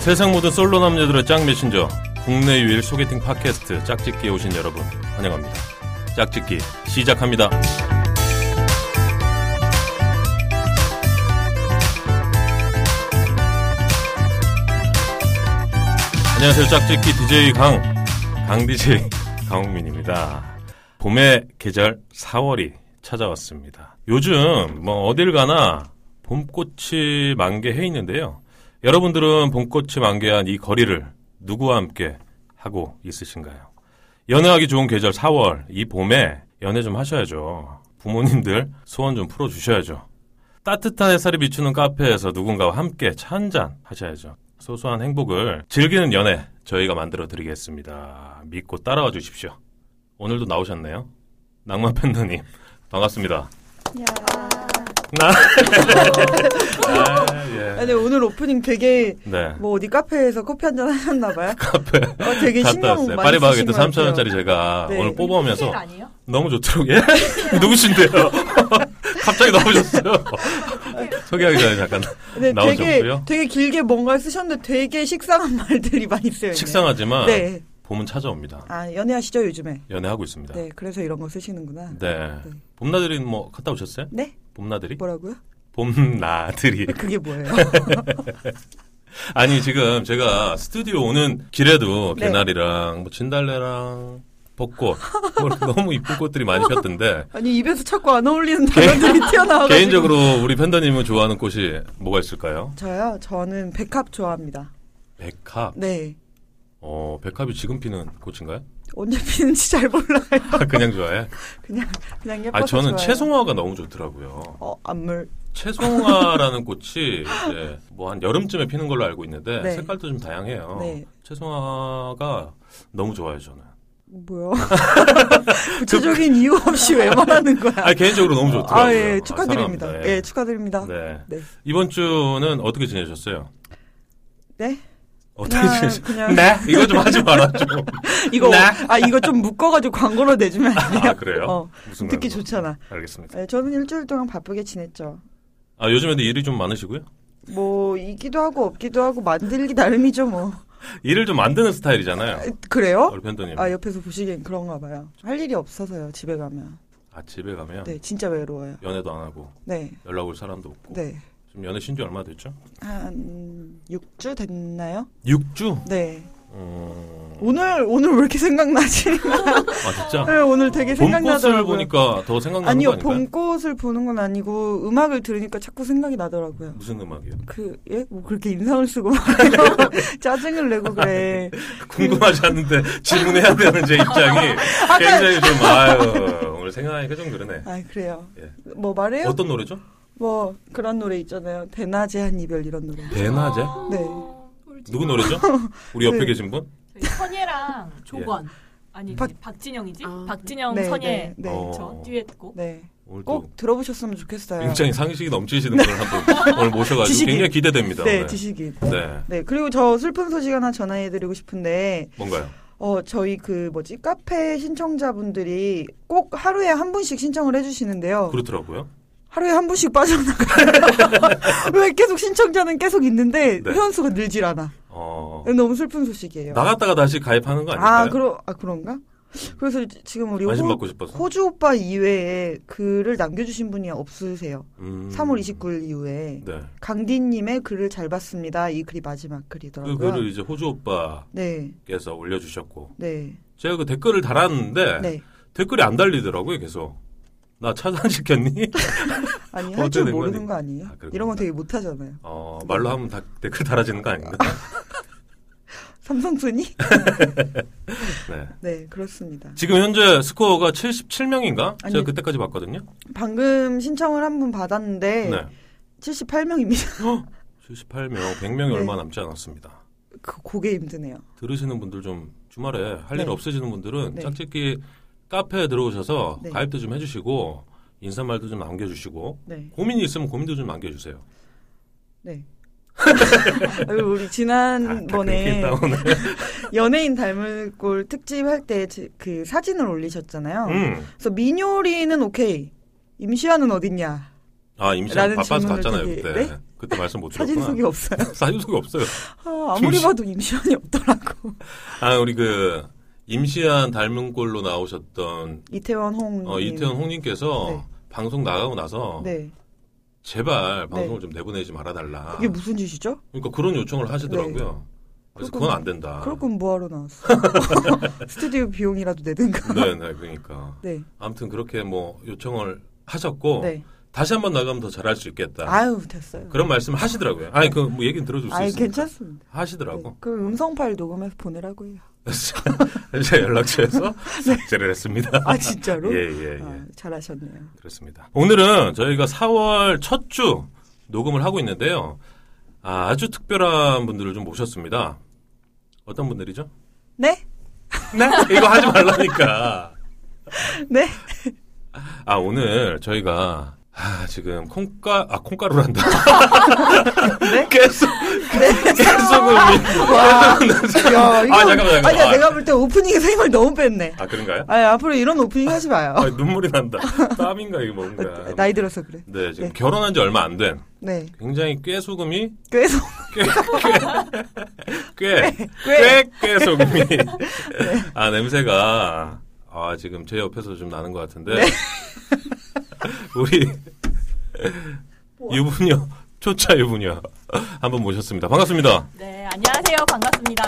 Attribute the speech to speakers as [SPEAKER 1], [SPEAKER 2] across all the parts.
[SPEAKER 1] 세상 모든 솔로 남녀들의 짝 메신저 국내 유일 소개팅 팟캐스트 짝짓기에 오신 여러분 환영합니다. 짝짓기 시작합니다. 안녕하세요. 짝짓기 DJ 강, 강 DJ 강욱민입니다. 봄의 계절 4월이 찾아왔습니다. 요즘 뭐 어딜 가나 봄꽃이 만개해 있는데요. 여러분들은 봄꽃이 만개한 이 거리를 누구와 함께 하고 있으신가요? 연애하기 좋은 계절 4월, 이 봄에 연애 좀 하셔야죠. 부모님들 소원 좀 풀어주셔야죠. 따뜻한 햇살이 비추는 카페에서 누군가와 함께 차 한잔 하셔야죠. 소소한 행복을 즐기는 연애 저희가 만들어 드리겠습니다. 믿고 따라와 주십시오. 오늘도 나오셨네요. 낭만 팬더님 반갑습니다. 나 아, 예.
[SPEAKER 2] 아니 오늘 오프닝 되게
[SPEAKER 1] 네.
[SPEAKER 2] 뭐 어디 카페에서 커피 한잔 하셨나 봐요. 카페. 어, 되게
[SPEAKER 1] 갔다
[SPEAKER 2] 신경
[SPEAKER 1] 왔어요.
[SPEAKER 2] 많이
[SPEAKER 1] 파리바게뜨
[SPEAKER 2] 쓰신 것
[SPEAKER 1] 3천
[SPEAKER 2] 같아요.
[SPEAKER 1] 원짜리 제가
[SPEAKER 2] 네.
[SPEAKER 1] 오늘 뽑아오면서
[SPEAKER 3] 칵테일 아니에요?
[SPEAKER 1] 너무 좋더라고요. 예? 누구신데요? 갑자기 나오셨어요. 소개하기 전에 잠깐
[SPEAKER 2] 네, 되게
[SPEAKER 1] 나오셨고요.
[SPEAKER 2] 되게 길게 뭔가를 쓰셨는데 되게 식상한 말들이 많이 쓰여요.
[SPEAKER 1] 식상하지만
[SPEAKER 2] 네.
[SPEAKER 1] 봄은 찾아옵니다.
[SPEAKER 2] 아 연애하시죠 요즘에.
[SPEAKER 1] 연애하고 있습니다.
[SPEAKER 2] 네, 그래서 이런 거 쓰시는구나.
[SPEAKER 1] 네.
[SPEAKER 2] 네.
[SPEAKER 1] 봄나들이는 뭐 갔다 오셨어요?
[SPEAKER 2] 네?
[SPEAKER 1] 봄나들이?
[SPEAKER 2] 뭐라고요?
[SPEAKER 1] 봄나들이.
[SPEAKER 2] 그게 뭐예요?
[SPEAKER 1] 아니 지금 제가 스튜디오 오는 길에도
[SPEAKER 2] 네.
[SPEAKER 1] 개나리랑 뭐 진달래랑 벚꽃 뭐 너무 이쁜 꽃들이 많이 피었던데
[SPEAKER 2] 아니 입에서 자꾸 안 어울리는 단어들이 튀어나와가지고.
[SPEAKER 1] 개인적으로 우리 팬더님은 좋아하는 꽃이 뭐가 있을까요?
[SPEAKER 2] 저요. 저는 백합 좋아합니다.
[SPEAKER 1] 백합.
[SPEAKER 2] 네.
[SPEAKER 1] 어 백합이 지금 피는 꽃인가요?
[SPEAKER 2] 언제 피는지 잘 몰라요.
[SPEAKER 1] 아, 그냥 좋아해.
[SPEAKER 2] 그냥 그냥 예뻐서
[SPEAKER 1] 아 저는
[SPEAKER 2] 좋아요.
[SPEAKER 1] 채송화가 너무 좋더라고요.
[SPEAKER 2] 어 안물.
[SPEAKER 1] 채송화라는 꽃이 이제 뭐 한 여름쯤에 피는 걸로 알고 있는데
[SPEAKER 2] 네.
[SPEAKER 1] 색깔도 좀 다양해요.
[SPEAKER 2] 네.
[SPEAKER 1] 채송화가 너무 좋아요 저는.
[SPEAKER 2] 뭐야? 구체적인 이유 없이 왜 말하는 거야?
[SPEAKER 1] 아 개인적으로 너무 좋더라고요.
[SPEAKER 2] 아, 예,
[SPEAKER 1] 아,
[SPEAKER 2] 축하드립니다.
[SPEAKER 1] 사랑합니다.
[SPEAKER 2] 예.
[SPEAKER 1] 예.
[SPEAKER 2] 축하드립니다. 네.
[SPEAKER 1] 네.
[SPEAKER 2] 네.
[SPEAKER 1] 이번 주는 어떻게 지내셨어요? 어떻게
[SPEAKER 2] 네? 그냥-
[SPEAKER 1] 지내셨어요?
[SPEAKER 2] 그냥-
[SPEAKER 1] 네? 이거 좀 하지 말아 좀.
[SPEAKER 2] 이거,
[SPEAKER 1] 네.
[SPEAKER 2] 아, 이거 좀 묶어가지고 광고로 내주면 안 돼요?
[SPEAKER 1] 아 그래요?
[SPEAKER 2] 어,
[SPEAKER 1] 무슨
[SPEAKER 2] 듣기
[SPEAKER 1] 광고?
[SPEAKER 2] 좋잖아.
[SPEAKER 1] 알겠습니다.
[SPEAKER 2] 네, 저는 일주일 동안 바쁘게 지냈죠.
[SPEAKER 1] 아 요즘에도 일이 좀 많으시고요.
[SPEAKER 2] 뭐, 이기도 하고, 없기도 하고, 만들기 나름이죠, 뭐.
[SPEAKER 1] 일을 좀 만드는 스타일이잖아요.
[SPEAKER 2] 에, 그래요?
[SPEAKER 1] 우리 팬더님.
[SPEAKER 2] 아, 옆에서 보시기엔 그런가 봐요. 할 일이 없어서요, 집에 가면.
[SPEAKER 1] 아 집에 가면
[SPEAKER 2] 네, 진짜 외로워요.
[SPEAKER 1] 연애도 안 하고
[SPEAKER 2] 네,
[SPEAKER 1] 연락 올 사람도 없고
[SPEAKER 2] 네.
[SPEAKER 1] 지금 연애 신지 얼마 됐죠?
[SPEAKER 2] 한, 6주 됐나요?
[SPEAKER 1] 6주?
[SPEAKER 2] 네.
[SPEAKER 1] 음...
[SPEAKER 2] 오늘, 오늘 왜 이렇게 생각나지?
[SPEAKER 1] 아 진짜?
[SPEAKER 2] 네, 오늘 되게
[SPEAKER 1] 봄꽃을
[SPEAKER 2] 생각나더라고요.
[SPEAKER 1] 보니까 더 생각나는
[SPEAKER 2] 아니요,
[SPEAKER 1] 거 아닌가요?
[SPEAKER 2] 봄꽃을 보는 건 아니고 음악을 들으니까 자꾸 생각이 나더라고요.
[SPEAKER 1] 무슨 음악이요?
[SPEAKER 2] 그, 예? 뭐 그렇게 인상을 쓰고 말해요. 짜증을
[SPEAKER 1] 아,
[SPEAKER 2] 내고
[SPEAKER 1] 네.
[SPEAKER 2] 그래.
[SPEAKER 1] 궁금하지 않는데 질문해야 되는 제 입장이
[SPEAKER 2] 네.
[SPEAKER 1] 굉장히 좀 아유 오늘 생각하니까 좀 그러네.
[SPEAKER 2] 아, 그래요.
[SPEAKER 1] 예.
[SPEAKER 2] 뭐 말해요?
[SPEAKER 1] 어떤 노래죠?
[SPEAKER 2] 뭐 그런 노래 있잖아요. 대낮에 한 이별 이런 노래.
[SPEAKER 1] 대낮에?
[SPEAKER 3] 아.
[SPEAKER 2] 네.
[SPEAKER 1] 누구 노래죠? 우리 옆에
[SPEAKER 2] 네.
[SPEAKER 1] 계신 분?
[SPEAKER 3] 저희 선예랑 조건 아니 그
[SPEAKER 2] 박-
[SPEAKER 3] 박, 진영이지
[SPEAKER 4] 아.
[SPEAKER 3] 박진영
[SPEAKER 2] 네,
[SPEAKER 3] 선예
[SPEAKER 2] 네. 네.
[SPEAKER 1] 어.
[SPEAKER 3] 저 듀엣곡
[SPEAKER 2] 네.
[SPEAKER 1] 오늘 또
[SPEAKER 2] 꼭 들어보셨으면 좋겠어요.
[SPEAKER 1] 굉장히 상식이 넘치시는 분을 한분 오늘 모셔가지고
[SPEAKER 2] 지식인.
[SPEAKER 1] 굉장히 기대됩니다.
[SPEAKER 2] 네,
[SPEAKER 1] 오늘.
[SPEAKER 2] 지식인.
[SPEAKER 1] 네,
[SPEAKER 2] 네. 그리고 저 슬픈 소식 하나 전해 드리고 싶은데
[SPEAKER 1] 뭔가요?
[SPEAKER 2] 어, 저희 그 뭐지? 카페 신청자분들이 꼭 하루에 한 분씩 신청을 해 주시는데요.
[SPEAKER 1] 그렇더라고요.
[SPEAKER 2] 하루에 한 분씩 빠져나가요. 왜 계속 신청자는 계속 있는데
[SPEAKER 1] 네.
[SPEAKER 2] 회원수가 늘질 않아.
[SPEAKER 1] 어,
[SPEAKER 2] 너무 슬픈 소식이에요.
[SPEAKER 1] 나갔다가 다시 가입하는 거 아닐까요?
[SPEAKER 2] 아, 그러, 아, 그런가? 그래서 지- 지금 우리
[SPEAKER 1] 관심
[SPEAKER 2] 호,
[SPEAKER 1] 받고 싶어서.
[SPEAKER 2] 호주 오빠 이외에 글을 남겨주신 분이 없으세요.
[SPEAKER 1] 음.
[SPEAKER 2] 3월 29일 이후에.
[SPEAKER 1] 네.
[SPEAKER 2] 강디님의 글을 잘 봤습니다. 이 글이 마지막 글이더라고요.
[SPEAKER 1] 그 글을 이제 호주 오빠께서
[SPEAKER 2] 네,
[SPEAKER 1] 올려주셨고
[SPEAKER 2] 네,
[SPEAKER 1] 제가 그 댓글을 달았는데
[SPEAKER 2] 네.
[SPEAKER 1] 댓글이 안 달리더라고요 계속 나 차단시켰니?
[SPEAKER 2] 아니,
[SPEAKER 1] 어떻게
[SPEAKER 2] 할 줄
[SPEAKER 1] 된
[SPEAKER 2] 모르는
[SPEAKER 1] 거니?
[SPEAKER 2] 거 아니에요?
[SPEAKER 1] 아, 그렇구나.
[SPEAKER 2] 이런 건 되게 못하잖아요.
[SPEAKER 1] 어 말로 하면 다 댓글 달아지는 거 아닌가?
[SPEAKER 2] 삼성순이?
[SPEAKER 1] 네.
[SPEAKER 2] 네, 그렇습니다.
[SPEAKER 1] 지금 현재 스코어가 77명인가? 제가
[SPEAKER 2] 아니.
[SPEAKER 1] 그때까지 봤거든요. 네.
[SPEAKER 2] 방금 신청을 한 분 받았는데, 78명입니다.
[SPEAKER 1] 어? 78명, 100명이
[SPEAKER 2] 네.
[SPEAKER 1] 얼마 남지 않았습니다.
[SPEAKER 2] 그, 그게 힘드네요.
[SPEAKER 1] 들으시는 분들 좀 주말에 할 일
[SPEAKER 2] 네.
[SPEAKER 1] 없으시는 분들은
[SPEAKER 2] 네.
[SPEAKER 1] 짝짓기 카페에 들어오셔서
[SPEAKER 2] 네.
[SPEAKER 1] 가입도 좀 해주시고 인사말도 좀 남겨주시고
[SPEAKER 2] 네.
[SPEAKER 1] 고민이 있으면 고민도 좀 남겨주세요.
[SPEAKER 2] 네. 아유, 우리 음,
[SPEAKER 1] 아, 다
[SPEAKER 2] 지난번에
[SPEAKER 1] 그렇게 했다, 오늘.
[SPEAKER 2] 연예인 닮은 꼴 특집 할 때 그 어. 사진을 올리셨잖아요.
[SPEAKER 1] 음.
[SPEAKER 2] 그래서 민효리는 오케이. 임시완은 어딨냐.
[SPEAKER 1] 아 임시장
[SPEAKER 2] 라는
[SPEAKER 1] 바빠서
[SPEAKER 2] 질문을
[SPEAKER 1] 갔잖아요
[SPEAKER 2] 되게-
[SPEAKER 1] 그때.
[SPEAKER 2] 네?
[SPEAKER 1] 그때 말씀 못
[SPEAKER 2] 사진
[SPEAKER 1] 드렸구나.
[SPEAKER 2] 속이 없어요.
[SPEAKER 1] 사진 속이 없어요.
[SPEAKER 2] 아, 아무리
[SPEAKER 1] 중심.
[SPEAKER 2] 봐도 임시완이 없더라고.
[SPEAKER 1] 아 우리 그 임시한 닮은 꼴로 나오셨던
[SPEAKER 2] 이태원 홍.
[SPEAKER 1] 어, 이태원 홍님께서
[SPEAKER 2] 음, 네.
[SPEAKER 1] 방송 나가고 나서
[SPEAKER 2] 네.
[SPEAKER 1] 제발 방송을 좀 내보내지 말아달라.
[SPEAKER 2] 그게 무슨 짓이죠?
[SPEAKER 1] 그러니까 그런 요청을 하시더라고요. 그래서
[SPEAKER 2] 네. 그렇군요.
[SPEAKER 1] 그건 안 된다.
[SPEAKER 2] 그럴 거면 뭐하러 나왔어? 스튜디오 비용이라도 내든가.
[SPEAKER 1] 네, 네, 그러니까.
[SPEAKER 2] 네.
[SPEAKER 1] 아무튼 그렇게 뭐 요청을 하셨고
[SPEAKER 2] 네.
[SPEAKER 1] 다시 한번 나가면 더 잘할 수 있겠다.
[SPEAKER 2] 아유 됐어요.
[SPEAKER 1] 어. 그런 말씀을 하시더라고요. 아니 그 뭐 얘기는 들어줄 수
[SPEAKER 2] 아유
[SPEAKER 1] 있으니까
[SPEAKER 2] 괜찮습니다.
[SPEAKER 1] 하시더라고.
[SPEAKER 2] 네. 그럼 음성 파일 녹음해서 보내라고 해요.
[SPEAKER 1] 그래서 제가 연락처에서 삭제를 했습니다.
[SPEAKER 2] 네. 아 진짜로?
[SPEAKER 1] 예, 예, 예.
[SPEAKER 2] 아, 잘하셨네요.
[SPEAKER 1] 그렇습니다. 오늘은 저희가 4월 첫 주 녹음을 하고 있는데요. 아, 주 특별한 분들을 좀 모셨습니다. 어떤 분들이죠?
[SPEAKER 2] 네?
[SPEAKER 1] 네? 이거 하지 말라니까.
[SPEAKER 2] 네?
[SPEAKER 1] 아, 오늘 저희가 아, 지금 콩가 아 콩가루란다.
[SPEAKER 2] 네?
[SPEAKER 1] 계속 계속 음이.
[SPEAKER 2] 와. 야, 이거,
[SPEAKER 1] 아, 잠깐만, 잠깐만.
[SPEAKER 2] 아니야, 내가 볼 때 오프닝에서 힘을 너무 뺐네.
[SPEAKER 1] 아 그런가요?
[SPEAKER 2] 아니, 예, 앞으로 이런 오프닝 하지 마요. 아,
[SPEAKER 1] 아, 눈물이 난다. 땀인가 이게 뭔가.
[SPEAKER 2] 나이 들어서 그래.
[SPEAKER 1] 네, 지금
[SPEAKER 2] 네.
[SPEAKER 1] 결혼한 지 얼마 안 된
[SPEAKER 2] 네.
[SPEAKER 1] 굉장히 꽤 소금이
[SPEAKER 2] 그래서,
[SPEAKER 1] 꽤
[SPEAKER 2] 꽤.
[SPEAKER 1] 꽤 소금이 아 냄새가 아 지금 제 옆에서 좀 나는 것 같은데 우리 유부녀 초차 유부녀 한번 모셨습니다 반갑습니다
[SPEAKER 3] 네, 안녕하세요. 반갑습니다.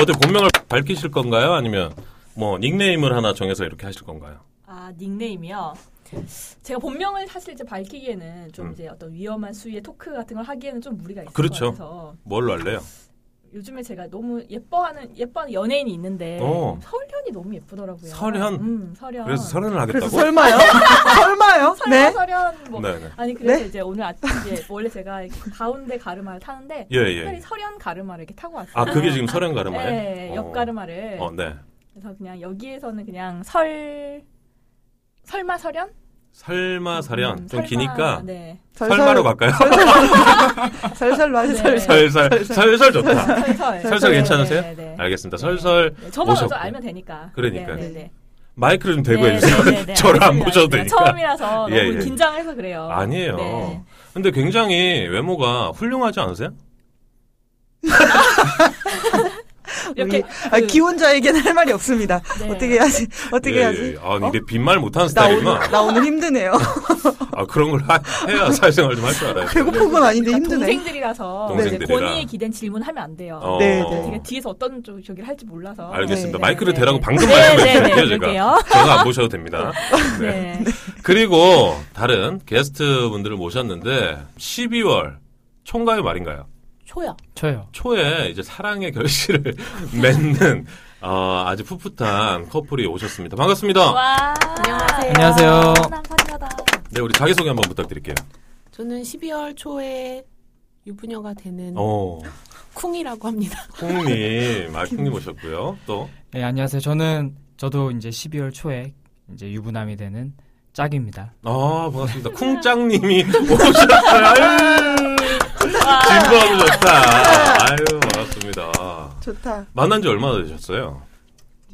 [SPEAKER 1] 어때 본명을 밝히실 건가요 아니면 뭐 닉네임을 하나 정해서 이렇게 하실 건가요
[SPEAKER 3] 아, 닉네임이요. 제가 본명을 사실 이제 밝히기에는 좀
[SPEAKER 1] 음.
[SPEAKER 3] 이제 어떤 위험한 수위의 토크 같은 걸 하기에는 좀 무리가 있을
[SPEAKER 1] 그렇죠.
[SPEAKER 3] 것 같아서
[SPEAKER 1] 뭘로 할래요
[SPEAKER 3] 요즘에 제가 너무 예뻐하는 예뻐하는 연예인이 있는데
[SPEAKER 1] 어.
[SPEAKER 3] 설현이 너무 예쁘더라고요.
[SPEAKER 1] 설현?
[SPEAKER 3] 음, 설현. 어,
[SPEAKER 1] 그래서 설현을
[SPEAKER 2] 그래서
[SPEAKER 1] 하겠다고
[SPEAKER 2] 설마요? 설마요?
[SPEAKER 3] 설현,
[SPEAKER 2] 네?
[SPEAKER 3] 설현 뭐
[SPEAKER 1] 네네
[SPEAKER 3] 아니 그래서 이제 오늘 아침 이제 원래 제가 이렇게 가운데 가르마를 타는데 특별히
[SPEAKER 1] 예예
[SPEAKER 3] 설현 가르마를 이렇게 타고 왔어요.
[SPEAKER 1] 아 그게 지금 설현 가르마예요 어.
[SPEAKER 3] 네, 옆 가르마를.
[SPEAKER 1] 어네
[SPEAKER 3] 그래서 그냥 여기에서는 그냥 설 설마 설현?
[SPEAKER 1] 설마 설현
[SPEAKER 3] 음,
[SPEAKER 1] 좀
[SPEAKER 3] 설마,
[SPEAKER 1] 기니까
[SPEAKER 3] 네.
[SPEAKER 1] 설마로 갈까요
[SPEAKER 2] 설설로 하세요,
[SPEAKER 3] 네.
[SPEAKER 2] 설설.
[SPEAKER 1] 설설 설설 좋다
[SPEAKER 3] 설설.
[SPEAKER 1] 설설 괜찮으세요?
[SPEAKER 3] 네, 네, 네.
[SPEAKER 1] 알겠습니다. 설설
[SPEAKER 3] 네, 저만 먼저
[SPEAKER 1] 오셨고.
[SPEAKER 3] 알면 되니까.
[SPEAKER 1] 그러니까요.
[SPEAKER 3] 네, 네, 네.
[SPEAKER 1] 마이크를 좀 대고
[SPEAKER 3] 네,
[SPEAKER 1] 해주세요.
[SPEAKER 3] 네, 네, 네.
[SPEAKER 1] 저를 안
[SPEAKER 3] 알겠습니다.
[SPEAKER 1] 보셔도
[SPEAKER 3] 네,
[SPEAKER 1] 되니까.
[SPEAKER 3] 처음이라서
[SPEAKER 1] 예,
[SPEAKER 3] 너무
[SPEAKER 1] 예.
[SPEAKER 3] 긴장해서 그래요.
[SPEAKER 1] 아니에요.
[SPEAKER 3] 네.
[SPEAKER 1] 근데 굉장히 외모가 훌륭하지 않으세요?
[SPEAKER 3] 이렇게
[SPEAKER 2] 아,
[SPEAKER 3] 그-
[SPEAKER 2] 기혼자에게는 할 말이 없습니다.
[SPEAKER 3] 네.
[SPEAKER 2] 어떻게 해야지? 어떻게
[SPEAKER 1] 예,
[SPEAKER 2] 해야지?
[SPEAKER 1] 예. 아,
[SPEAKER 2] 어?
[SPEAKER 1] 근데 빈말 못하는
[SPEAKER 2] 나 오늘,
[SPEAKER 1] 스타일이구나.
[SPEAKER 2] 나 오늘 힘드네요.
[SPEAKER 1] 아, 그런 걸 하- 해야 사회생활 좀 할 줄 알아요.
[SPEAKER 2] 배고픈 건 아닌데
[SPEAKER 3] 그러니까
[SPEAKER 2] 힘드네.
[SPEAKER 3] 동생들이라서
[SPEAKER 1] 동생들이라.
[SPEAKER 3] 이제 권위에 기댄 질문하면 안 돼요.
[SPEAKER 1] 어,
[SPEAKER 2] 네,
[SPEAKER 3] 어.
[SPEAKER 2] 네.
[SPEAKER 3] 제가 뒤에서 어떤 쪽 저기를 할지 몰라서.
[SPEAKER 1] 알겠습니다.
[SPEAKER 2] 네,
[SPEAKER 1] 마이크를
[SPEAKER 3] 네,
[SPEAKER 1] 대라고
[SPEAKER 3] 네.
[SPEAKER 1] 방금
[SPEAKER 3] 네, 네,
[SPEAKER 1] 말씀드렸는데요,
[SPEAKER 3] 네,
[SPEAKER 1] 제가.
[SPEAKER 3] 그럴게요.
[SPEAKER 1] 제가 안 보셔도 됩니다. 네.
[SPEAKER 3] 네.
[SPEAKER 1] 그리고 다른 게스트 분들을 모셨는데 12월 총가요 말인가요?
[SPEAKER 3] 초요.
[SPEAKER 4] 저요.
[SPEAKER 1] 초에 이제 사랑의 결실을 맺는 어, 아주 풋풋한 커플이 오셨습니다. 반갑습니다.
[SPEAKER 3] 와. 안녕하세요.
[SPEAKER 4] 안녕하세요.
[SPEAKER 3] 남편이다.
[SPEAKER 1] 네, 우리 자기소개 한번 부탁드릴게요.
[SPEAKER 5] 저는 12월 초에 유부녀가 되는
[SPEAKER 1] 어,
[SPEAKER 5] 쿵이라고 합니다.
[SPEAKER 1] 콩님, 아, 콩님 오셨고요. 또,
[SPEAKER 4] 네, 안녕하세요. 저는 저도 이제 12월 초에 이제 유부남이 되는 짝입니다.
[SPEAKER 1] 아, 반갑습니다. 쿵짱님이 오셨어요. 아유, 진부하고 좋다. 아유, 반갑습니다.
[SPEAKER 2] 좋다.
[SPEAKER 1] 만난 지 얼마나 되셨어요?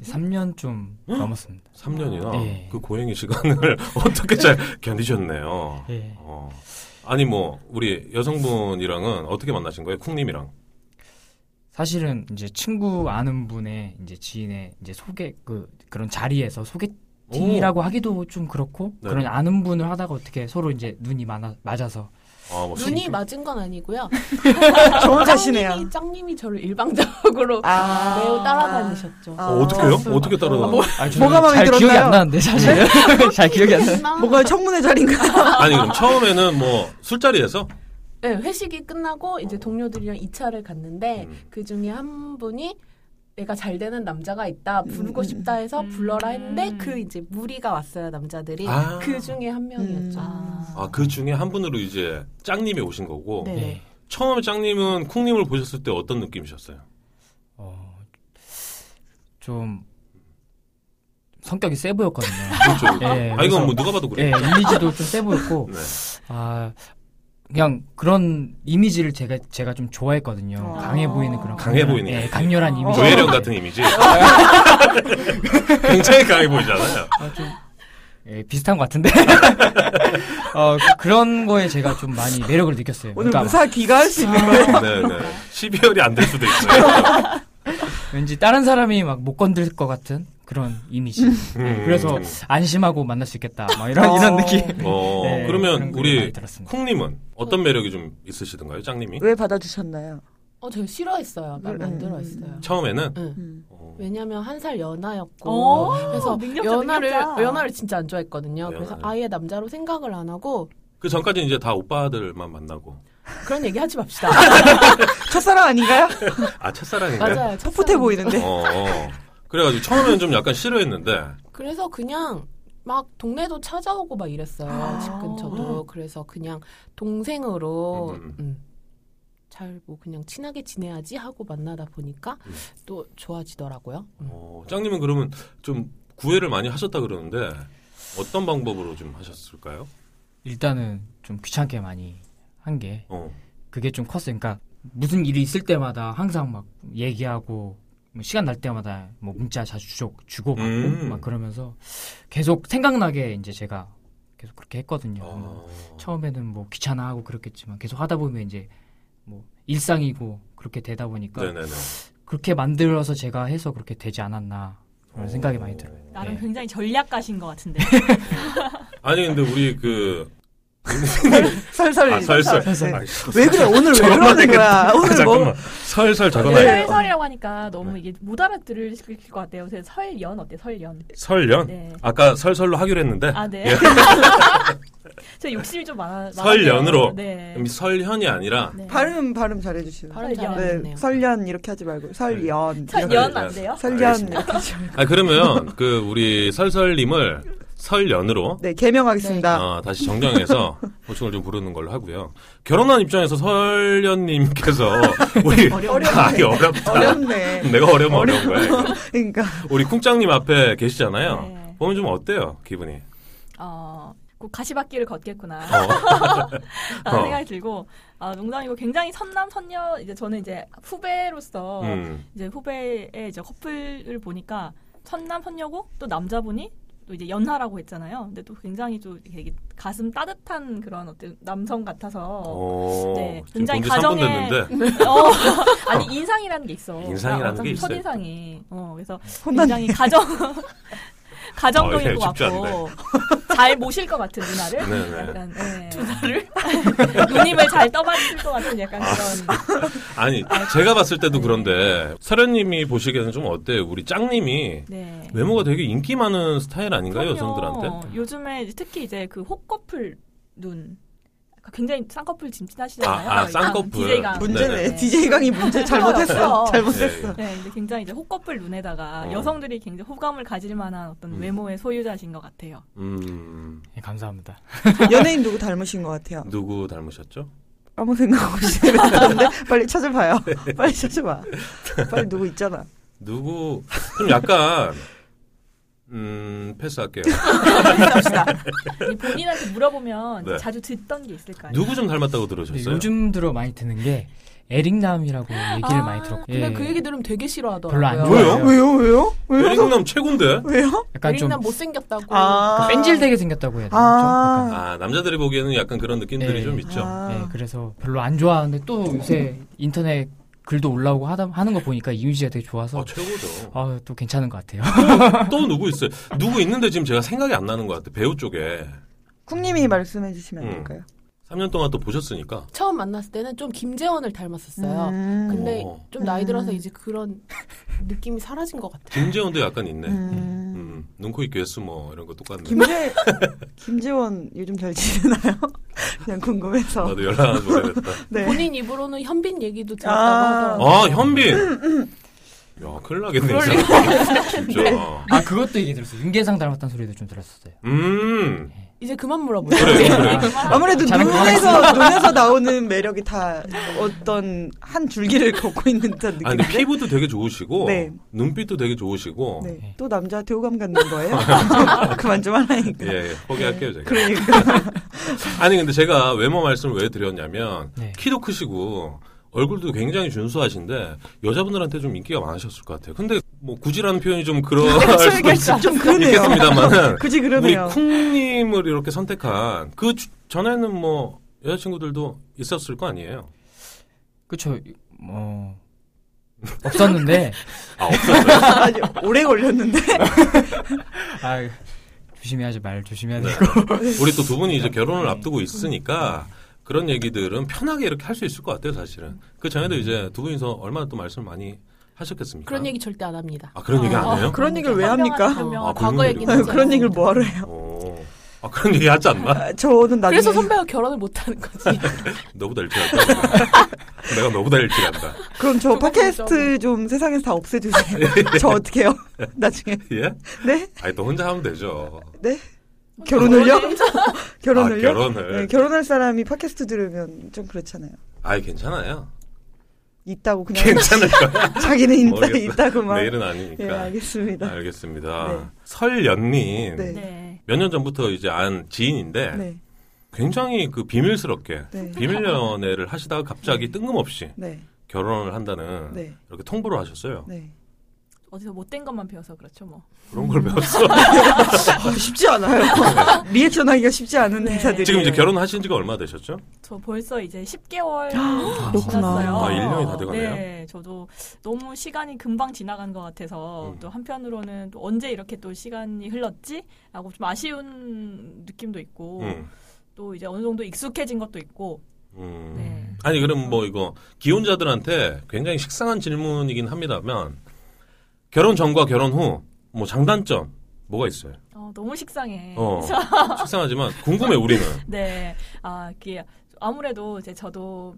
[SPEAKER 4] 3년 좀 넘었습니다.
[SPEAKER 1] 3년이나?
[SPEAKER 4] 네.
[SPEAKER 1] 그 고행의 시간을 어떻게 잘 견디셨네요.
[SPEAKER 4] 예.
[SPEAKER 1] 어. 아니, 뭐, 우리 여성분이랑은 어떻게 만나신 거예요? 쿵님이랑.
[SPEAKER 4] 사실은 이제 친구 아는 분의 이제 지인의 이제 소개 그 그런 자리에서 소개팅이라고 하기도 좀 그렇고
[SPEAKER 1] 네.
[SPEAKER 4] 그런 아는 분을 하다가 어떻게 서로 이제 눈이 많아 맞아서
[SPEAKER 1] 아, 뭐,
[SPEAKER 5] 눈이 맞은 건 아니고요.
[SPEAKER 2] 정확하시네요.
[SPEAKER 5] 짱님이, 짱님이 저를 일방적으로
[SPEAKER 2] 아.
[SPEAKER 5] 매우 따라다니셨죠.
[SPEAKER 2] 아.
[SPEAKER 1] 어, 어떻게요? 어떻게 따라가?
[SPEAKER 4] 아, 저는
[SPEAKER 2] 뭐가 마음에
[SPEAKER 4] 잘 기억이
[SPEAKER 2] 들었나요? 네?
[SPEAKER 4] 안 나는데 사실은 잘 기억이 안 나요.
[SPEAKER 2] 뭐가 청문회 자리인가?
[SPEAKER 1] 아니, 그럼 처음에는 뭐, 술자리에서?
[SPEAKER 5] 네, 회식이 끝나고 이제 동료들이랑 2차를 갔는데
[SPEAKER 1] 음.
[SPEAKER 5] 그 중에 한 분이 내가 잘 되는 남자가 있다 부르고
[SPEAKER 2] 음.
[SPEAKER 5] 싶다 해서
[SPEAKER 3] 음.
[SPEAKER 5] 불러라 했는데 그 이제 무리가 왔어요 남자들이
[SPEAKER 1] 아.
[SPEAKER 5] 그 중에 한 명이었죠.
[SPEAKER 3] 아.
[SPEAKER 1] 아, 그 중에 한 분으로 이제 짱님이 오신 거고.
[SPEAKER 5] 네.
[SPEAKER 4] 네.
[SPEAKER 1] 처음에 짱님은 쿵님을 보셨을 때 어떤 느낌이셨어요?
[SPEAKER 4] 어, 좀 성격이 세 보였거든요.
[SPEAKER 1] 그렇죠.
[SPEAKER 4] 예,
[SPEAKER 1] 아 이건
[SPEAKER 4] 그래서-
[SPEAKER 1] 뭐 누가 봐도 그래.
[SPEAKER 4] 예,
[SPEAKER 1] 요
[SPEAKER 4] 이미지도 좀 세 보였고
[SPEAKER 1] 네.
[SPEAKER 4] 아 그냥 그런 이미지를 제가 제가 좀 좋아했거든요.
[SPEAKER 2] 아.
[SPEAKER 4] 강해 보이는 그런
[SPEAKER 1] 강해
[SPEAKER 4] 강렬-
[SPEAKER 1] 보이는 아.
[SPEAKER 4] 예,
[SPEAKER 1] 이미지.
[SPEAKER 4] 강렬한 이미지. 네.
[SPEAKER 1] 조혜령 같은 이미지. 굉장히 강해 보이잖아요.
[SPEAKER 4] 아, 좀 예, 비슷한 것 같은데 어, 그, 런 거에 제가 좀 많이 매력을 느꼈어요.
[SPEAKER 2] 오늘
[SPEAKER 4] 그러니까
[SPEAKER 2] 무사 귀가할 수
[SPEAKER 3] 아.
[SPEAKER 2] 있는 거예요?
[SPEAKER 1] 네, 네. 12월이 안 될 수도 있어요.
[SPEAKER 4] 왠지 다른 사람이 막 못 건들 것 같은 그런 이미지. 예,
[SPEAKER 1] 음.
[SPEAKER 4] 그래서 안심하고 만날 수 있겠다. 막 이런
[SPEAKER 2] 어.
[SPEAKER 4] 이런 느낌.
[SPEAKER 1] 어,
[SPEAKER 4] 네,
[SPEAKER 1] 그러면
[SPEAKER 4] 그런 거 많이
[SPEAKER 1] 우리
[SPEAKER 4] 들었습니다.
[SPEAKER 1] 쿵님은 어떤 매력이 좀 있으시던가요, 짱님이?
[SPEAKER 2] 왜 받아주셨나요?
[SPEAKER 5] 어, 저 싫어했어요. 마음에
[SPEAKER 2] 음,
[SPEAKER 5] 안
[SPEAKER 2] 음,
[SPEAKER 5] 들어했어요.
[SPEAKER 1] 처음에는
[SPEAKER 5] 응.
[SPEAKER 2] 음. 어?
[SPEAKER 1] 어,
[SPEAKER 5] 왜냐면 한 살 연하였고
[SPEAKER 3] 오,
[SPEAKER 5] 그래서
[SPEAKER 3] 능력자,
[SPEAKER 5] 연하를
[SPEAKER 3] 능력자.
[SPEAKER 5] 연하를 진짜 안 좋아했거든요.
[SPEAKER 1] 네,
[SPEAKER 5] 그래서
[SPEAKER 1] 연하를.
[SPEAKER 5] 아예 남자로 생각을 안 하고
[SPEAKER 1] 그 전까지 이제 다 오빠들만 만나고
[SPEAKER 5] 그런 얘기 하지 맙시다.
[SPEAKER 2] 첫사랑 아닌가요?
[SPEAKER 1] 아 첫사랑인가요?
[SPEAKER 5] 맞아요.
[SPEAKER 2] 풋풋해 보이는데.
[SPEAKER 1] 어, 어. 그래가지고 처음에는 좀 약간 싫어했는데
[SPEAKER 5] 그래서 그냥 막 동네도 찾아오고 막 이랬어요.
[SPEAKER 3] 아.
[SPEAKER 5] 집 근처도. 그래서 그냥 동생으로
[SPEAKER 1] 음.
[SPEAKER 5] 음, 잘 뭐 그냥 친하게 지내야지 하고 만나다 보니까
[SPEAKER 1] 음.
[SPEAKER 5] 또 좋아지더라고요. 음.
[SPEAKER 1] 어, 짱님은 그러면 좀 구애를 많이 하셨다 그러는데 어떤 방법으로 좀 하셨을까요?
[SPEAKER 4] 일단은 좀 귀찮게 많이 한 게
[SPEAKER 1] 어.
[SPEAKER 4] 그게 좀 컸어요. 그러니까 무슨 일이 있을 때마다 항상 막 얘기하고 뭐 시간 날 때마다 뭐 문자 자주 주고 주고 받고
[SPEAKER 1] 음.
[SPEAKER 4] 막 그러면서 계속 생각나게 이제 제가 계속 그렇게 했거든요. 뭐
[SPEAKER 1] 어.
[SPEAKER 4] 처음에는 뭐 귀찮아하고 그렇겠지만 계속 하다 보면 이제 뭐 일상이고 그렇게 되다 보니까
[SPEAKER 1] 네네네.
[SPEAKER 4] 그렇게 만들어서 제가 해서 그렇게 되지 않았나 그런 생각이 많이 들어요.
[SPEAKER 3] 나름
[SPEAKER 4] 네.
[SPEAKER 3] 굉장히 전략가신 것 같은데.
[SPEAKER 1] 아니 근데 우리 그
[SPEAKER 2] 네. 설설.
[SPEAKER 1] 아, 설설.
[SPEAKER 4] 설설.
[SPEAKER 1] 아니,
[SPEAKER 2] 왜 그래? 오늘 왜 그러는 거야?
[SPEAKER 1] 아,
[SPEAKER 2] 오늘 뭐
[SPEAKER 1] 잠깐만 설설 적어놔요.
[SPEAKER 3] 설설이라고 하니까
[SPEAKER 1] 네.
[SPEAKER 3] 너무 이게 못 알아들을 것 같아요. 그래서 설연 어때? 요 설연.
[SPEAKER 1] 설연?
[SPEAKER 3] 네.
[SPEAKER 1] 아까 설설로 하기로 했는데 예.
[SPEAKER 3] 아 네. 저 욕심이 좀 많아.
[SPEAKER 1] 설연으로.
[SPEAKER 3] 많아요. 네.
[SPEAKER 1] 그럼 설현이 아니라
[SPEAKER 3] 네.
[SPEAKER 2] 발음 발음 잘해주시오.
[SPEAKER 5] 발음
[SPEAKER 3] 설연.
[SPEAKER 2] 네,
[SPEAKER 5] 잘하셨네요.
[SPEAKER 2] 설련 이렇게 하지 말고 설연.
[SPEAKER 3] 설연 안 돼요?
[SPEAKER 2] 설련 이렇게 하지 말고.
[SPEAKER 1] 네, 아 그러면 그 우리 설설님을 설연으로
[SPEAKER 2] 네 개명하겠습니다.
[SPEAKER 1] 아, 다시 정정해서 호칭을 좀 부르는 걸로 하고요. 결혼한 입장에서 설연님께서 우리
[SPEAKER 2] 어렵네.
[SPEAKER 1] 아이 어렵다.
[SPEAKER 2] 어렵네.
[SPEAKER 1] 내가 음, 어려면 어려운 거야. 이거.
[SPEAKER 2] 그러니까
[SPEAKER 1] 우리 쿵짱님 앞에 계시잖아요.
[SPEAKER 3] 네.
[SPEAKER 1] 보면 좀 어때요 기분이?
[SPEAKER 3] 어, 꼭 가시밭길을 걷겠구나.
[SPEAKER 1] 어.
[SPEAKER 3] 라는
[SPEAKER 1] 어.
[SPEAKER 3] 생각이 들고, 아, 농담이고 굉장히 선남, 선녀, 이제 저는 이제 후배로서,
[SPEAKER 1] 음.
[SPEAKER 3] 이제 후배의 이제 커플을 보니까, 선남, 선녀고, 또 남자분이, 또 이제 연하라고 했잖아요. 근데 또 굉장히 좀 되게 가슴 따뜻한 그런 어떤 남성 같아서,
[SPEAKER 1] 어.
[SPEAKER 3] 네,
[SPEAKER 1] 지금
[SPEAKER 3] 굉장히
[SPEAKER 1] 본지 3분
[SPEAKER 3] 가정에-
[SPEAKER 1] 됐는데
[SPEAKER 3] 어, 아니, 인상이라는 게 있어.
[SPEAKER 1] 인상이라는
[SPEAKER 3] 어차피
[SPEAKER 1] 게 있어요.
[SPEAKER 3] 첫인상이. 어, 그래서
[SPEAKER 2] 혼난
[SPEAKER 3] 굉장히 가정, 가정적인
[SPEAKER 1] 어, 예,
[SPEAKER 3] 것
[SPEAKER 1] 쉽지
[SPEAKER 3] 같고, 잘 모실 것 같은 누나를.
[SPEAKER 1] 네네.
[SPEAKER 3] 약간 네. 두나를 누님을 잘 떠받칠 것 같은 약간
[SPEAKER 1] 아.
[SPEAKER 3] 그런
[SPEAKER 1] 아니 제가 봤을 때도 그런데 설현님이 보시기에는 좀 어때요? 우리 짱님이
[SPEAKER 3] 네.
[SPEAKER 1] 외모가 되게 인기 많은 스타일 아닌가요
[SPEAKER 3] 그럼요.
[SPEAKER 1] 여성들한테?
[SPEAKER 3] 요즘에 이제 특히 이제 그 호커플 눈 굉장히 쌍꺼풀 짐진하시잖아요.
[SPEAKER 1] 아, 아, 쌍꺼풀. 네네.
[SPEAKER 3] DJ가.
[SPEAKER 2] 문제네. DJ 강이 문제 잘못했어.
[SPEAKER 3] 어려워요.
[SPEAKER 2] 잘못했어.
[SPEAKER 1] 네.
[SPEAKER 3] 네, 이제 굉장히 이제 호커플 눈에다가
[SPEAKER 1] 어.
[SPEAKER 3] 여성들이 굉장히 호감을 가질 만한 어떤
[SPEAKER 1] 음.
[SPEAKER 3] 외모의 소유자신 것 같아요.
[SPEAKER 1] 음
[SPEAKER 4] 예, 감사합니다.
[SPEAKER 2] 네. 연예인 누구 닮으신 것 같아요.
[SPEAKER 1] 누구 닮으셨죠?
[SPEAKER 2] 아무 생각 없이 그랬는데 빨리 찾아봐요.
[SPEAKER 1] 네.
[SPEAKER 2] 빨리 찾아봐. 빨리 누구 있잖아.
[SPEAKER 1] 누구 좀 약간 음 패스할게요.
[SPEAKER 3] 이 본인한테 물어보면 이제
[SPEAKER 1] 네.
[SPEAKER 3] 자주 듣던 게 있을 거 아니에요.
[SPEAKER 1] 누구 좀 닮았다고
[SPEAKER 4] 근데
[SPEAKER 1] 들으셨어요?
[SPEAKER 4] 요즘 들어 많이 드는 게 에릭남이라고 얘기를
[SPEAKER 5] 아,
[SPEAKER 4] 많이 들었고
[SPEAKER 5] 근데
[SPEAKER 4] 예.
[SPEAKER 5] 그 얘기 들으면 되게
[SPEAKER 4] 별로 안
[SPEAKER 5] 싫어하더라고요.
[SPEAKER 4] 좋아해요.
[SPEAKER 1] 왜요?
[SPEAKER 2] 왜요? 왜요? 왜요?
[SPEAKER 1] 에릭남 최고인데.
[SPEAKER 2] 왜요?
[SPEAKER 4] 약간 좀
[SPEAKER 5] 난 못생겼다고.
[SPEAKER 2] 아.
[SPEAKER 4] 뺀질되게 생겼다고 해야 되나?
[SPEAKER 2] 아.
[SPEAKER 4] 좀 약간.
[SPEAKER 1] 아 남자들이 보기에는 약간 그런 느낌들이
[SPEAKER 4] 네.
[SPEAKER 1] 좀 있죠. 예,
[SPEAKER 4] 네,
[SPEAKER 2] 아.
[SPEAKER 4] 그래서 별로 안 좋아하는데 또 요새 인터넷 글도 올라오고 하다, 하는 거 보니까 이미지가 되게 좋아서
[SPEAKER 1] 아 최고죠.
[SPEAKER 4] 아, 또 괜찮은 것 같아요.
[SPEAKER 1] 또 누구 있어요? 누구 있는데 지금 제가 생각이 안 나는 것 같아. 배우 쪽에
[SPEAKER 2] 쿵님이 말씀해 주시면 안
[SPEAKER 1] 음.
[SPEAKER 2] 될까요?
[SPEAKER 1] 3년 동안 또 보셨으니까.
[SPEAKER 5] 처음 만났을 때는 좀 김재원을 닮았었어요.
[SPEAKER 2] 음.
[SPEAKER 5] 근데
[SPEAKER 1] 어.
[SPEAKER 5] 좀 나이 들어서
[SPEAKER 2] 음.
[SPEAKER 5] 이제 그런 느낌이 사라진 것 같아요.
[SPEAKER 1] 김재원도 약간 있네.
[SPEAKER 2] 음.
[SPEAKER 1] 음, 눈코입 괴수 뭐 이런 거 똑같네.
[SPEAKER 2] 김재 김재원 요즘 잘 지내나요? 그냥 궁금해서.
[SPEAKER 1] 나도 연락을 못하겠다.
[SPEAKER 2] 네.
[SPEAKER 5] 본인 입으로는 현빈 얘기도 들었다고
[SPEAKER 2] 아.
[SPEAKER 5] 하더라고요.
[SPEAKER 1] 아 현빈. 야 큰일 나겠네. 이 사람. 진짜.
[SPEAKER 4] 아, 그것도 얘기 들었어요. 윤계상 닮았다는 소리도 좀 들었었어요.
[SPEAKER 1] 음.
[SPEAKER 5] 이제 그만 물어보세요.
[SPEAKER 1] 그래 그래.
[SPEAKER 4] 아,
[SPEAKER 2] 아무래도
[SPEAKER 4] 잘한 것
[SPEAKER 2] 눈에서 눈에서 나오는 매력이 다 어떤 한 줄기를 걷고 있는 듯한
[SPEAKER 1] 아 근데
[SPEAKER 2] 느낌.
[SPEAKER 1] 피부도 되게 좋으시고
[SPEAKER 2] 네.
[SPEAKER 1] 눈빛도 되게 좋으시고
[SPEAKER 2] 네. 또 남자한테 호감 갖는 거예요? 그만 좀 하라니까.
[SPEAKER 1] 예, 예 포기할게요 제가.
[SPEAKER 2] 그러니까.
[SPEAKER 1] 아니 근데 제가 외모 말씀을 왜 드렸냐면
[SPEAKER 4] 네.
[SPEAKER 1] 키도 크시고 얼굴도 굉장히 준수하신데 여자분들한테 좀 인기가 많으셨을 것 같아요. 근데 뭐 굳이라는 표현이 좀 그럴 수도 있-
[SPEAKER 2] 좀 그렇죠, 그러네요.
[SPEAKER 1] 있겠습니다만
[SPEAKER 2] 그지
[SPEAKER 1] 우리
[SPEAKER 2] 그러네요.
[SPEAKER 1] 쿵님을 이렇게 선택한 그 주- 전에는 뭐 여자친구들도 있었을 거 아니에요.
[SPEAKER 4] 그쵸. 뭐 없었는데
[SPEAKER 1] 아 없었어요.
[SPEAKER 2] 아니, 오래 걸렸는데.
[SPEAKER 4] 아 조심해야지 말 조심해야
[SPEAKER 1] 네.
[SPEAKER 4] 되고
[SPEAKER 1] 우리 또 두 분이 이제 결혼을 앞두고 있으니까 그런 얘기들은 편하게 이렇게 할 수 있을 것 같아요, 사실은. 그 전에도 이제 두 분이서 얼마나 또 말씀을 많이 하셨겠습니까?
[SPEAKER 5] 그런 얘기 절대 안 합니다.
[SPEAKER 1] 아 그런 얘기 안 해요?
[SPEAKER 2] 아, 그런 얘기를 왜 합니까?
[SPEAKER 1] 아,
[SPEAKER 5] 과거 얘기는
[SPEAKER 1] 그런
[SPEAKER 5] 하지
[SPEAKER 2] 그런 얘기를
[SPEAKER 5] 않습니다.
[SPEAKER 2] 뭐하러 해요?
[SPEAKER 1] 오. 아 그런 얘기 하지 않나?
[SPEAKER 2] 아, 저는 나중에
[SPEAKER 5] 그래서 선배가 결혼을 못하는 거지.
[SPEAKER 1] 너보다 일찍한다. 내가 너보다 일찍한다.
[SPEAKER 2] 그럼 저
[SPEAKER 5] 똑같은
[SPEAKER 2] 팟캐스트 좀 세상에서 다 없애주세요.
[SPEAKER 1] 네.
[SPEAKER 2] 저 어떡해요? 나중에.
[SPEAKER 1] 예?
[SPEAKER 2] 네?
[SPEAKER 1] 아니 또 혼자 하면 되죠.
[SPEAKER 2] 네? 결혼을요?
[SPEAKER 1] 아,
[SPEAKER 2] 결혼을요?
[SPEAKER 1] 결혼을.
[SPEAKER 2] 네, 결혼할 사람이 팟캐스트 들으면 좀 그렇잖아요.
[SPEAKER 1] 아이 괜찮아요.
[SPEAKER 2] 있다고 그냥
[SPEAKER 1] 괜찮을 거야.
[SPEAKER 2] 자기는 있다,
[SPEAKER 1] 모르겠어요.
[SPEAKER 2] 있다고만.
[SPEAKER 1] 내일은 그러니까.
[SPEAKER 2] 예,
[SPEAKER 1] 아니니까.
[SPEAKER 2] 알겠습니다.
[SPEAKER 1] 알겠습니다.
[SPEAKER 2] 네.
[SPEAKER 1] 설연님
[SPEAKER 2] 네.
[SPEAKER 3] 네.
[SPEAKER 1] 몇 년 전부터 이제 안 지인인데
[SPEAKER 2] 네.
[SPEAKER 1] 굉장히 그 비밀스럽게
[SPEAKER 2] 네.
[SPEAKER 1] 비밀 연애를 하시다가 갑자기 뜬금없이
[SPEAKER 2] 네.
[SPEAKER 1] 결혼을 한다는
[SPEAKER 2] 네.
[SPEAKER 1] 이렇게 통보를 하셨어요.
[SPEAKER 2] 네.
[SPEAKER 3] 어디서 못된 것만 배워서 그렇죠 뭐.
[SPEAKER 1] 그런 걸 배웠어.
[SPEAKER 2] 아, 쉽지 않아요. 리액션 하기가 쉽지 않은
[SPEAKER 3] 네.
[SPEAKER 2] 행사들이.
[SPEAKER 1] 지금 이제 결혼하신 지가 얼마 되셨죠?
[SPEAKER 3] 저 벌써 이제 10개월
[SPEAKER 2] 그렇구나.
[SPEAKER 3] 지났어요.
[SPEAKER 1] 아, 1년이 다 돼가네요.
[SPEAKER 3] 네, 저도 너무 시간이 금방 지나간 것 같아서
[SPEAKER 1] 음.
[SPEAKER 3] 또 한편으로는 또 언제 이렇게 또 시간이 흘렀지라고 좀 아쉬운 느낌도 있고
[SPEAKER 1] 음.
[SPEAKER 3] 또 이제 어느 정도 익숙해진 것도 있고.
[SPEAKER 1] 음.
[SPEAKER 3] 네.
[SPEAKER 1] 아니 그럼 뭐 이거 기혼자들한테 굉장히 식상한 질문이긴 합니다만 결혼 전과 결혼 후 뭐 장단점 뭐가 있어요?
[SPEAKER 3] 어, 너무 식상해.
[SPEAKER 1] 어 식상하지만 궁금해 우리는
[SPEAKER 3] 네. 아, 그게 아무래도 이제 저도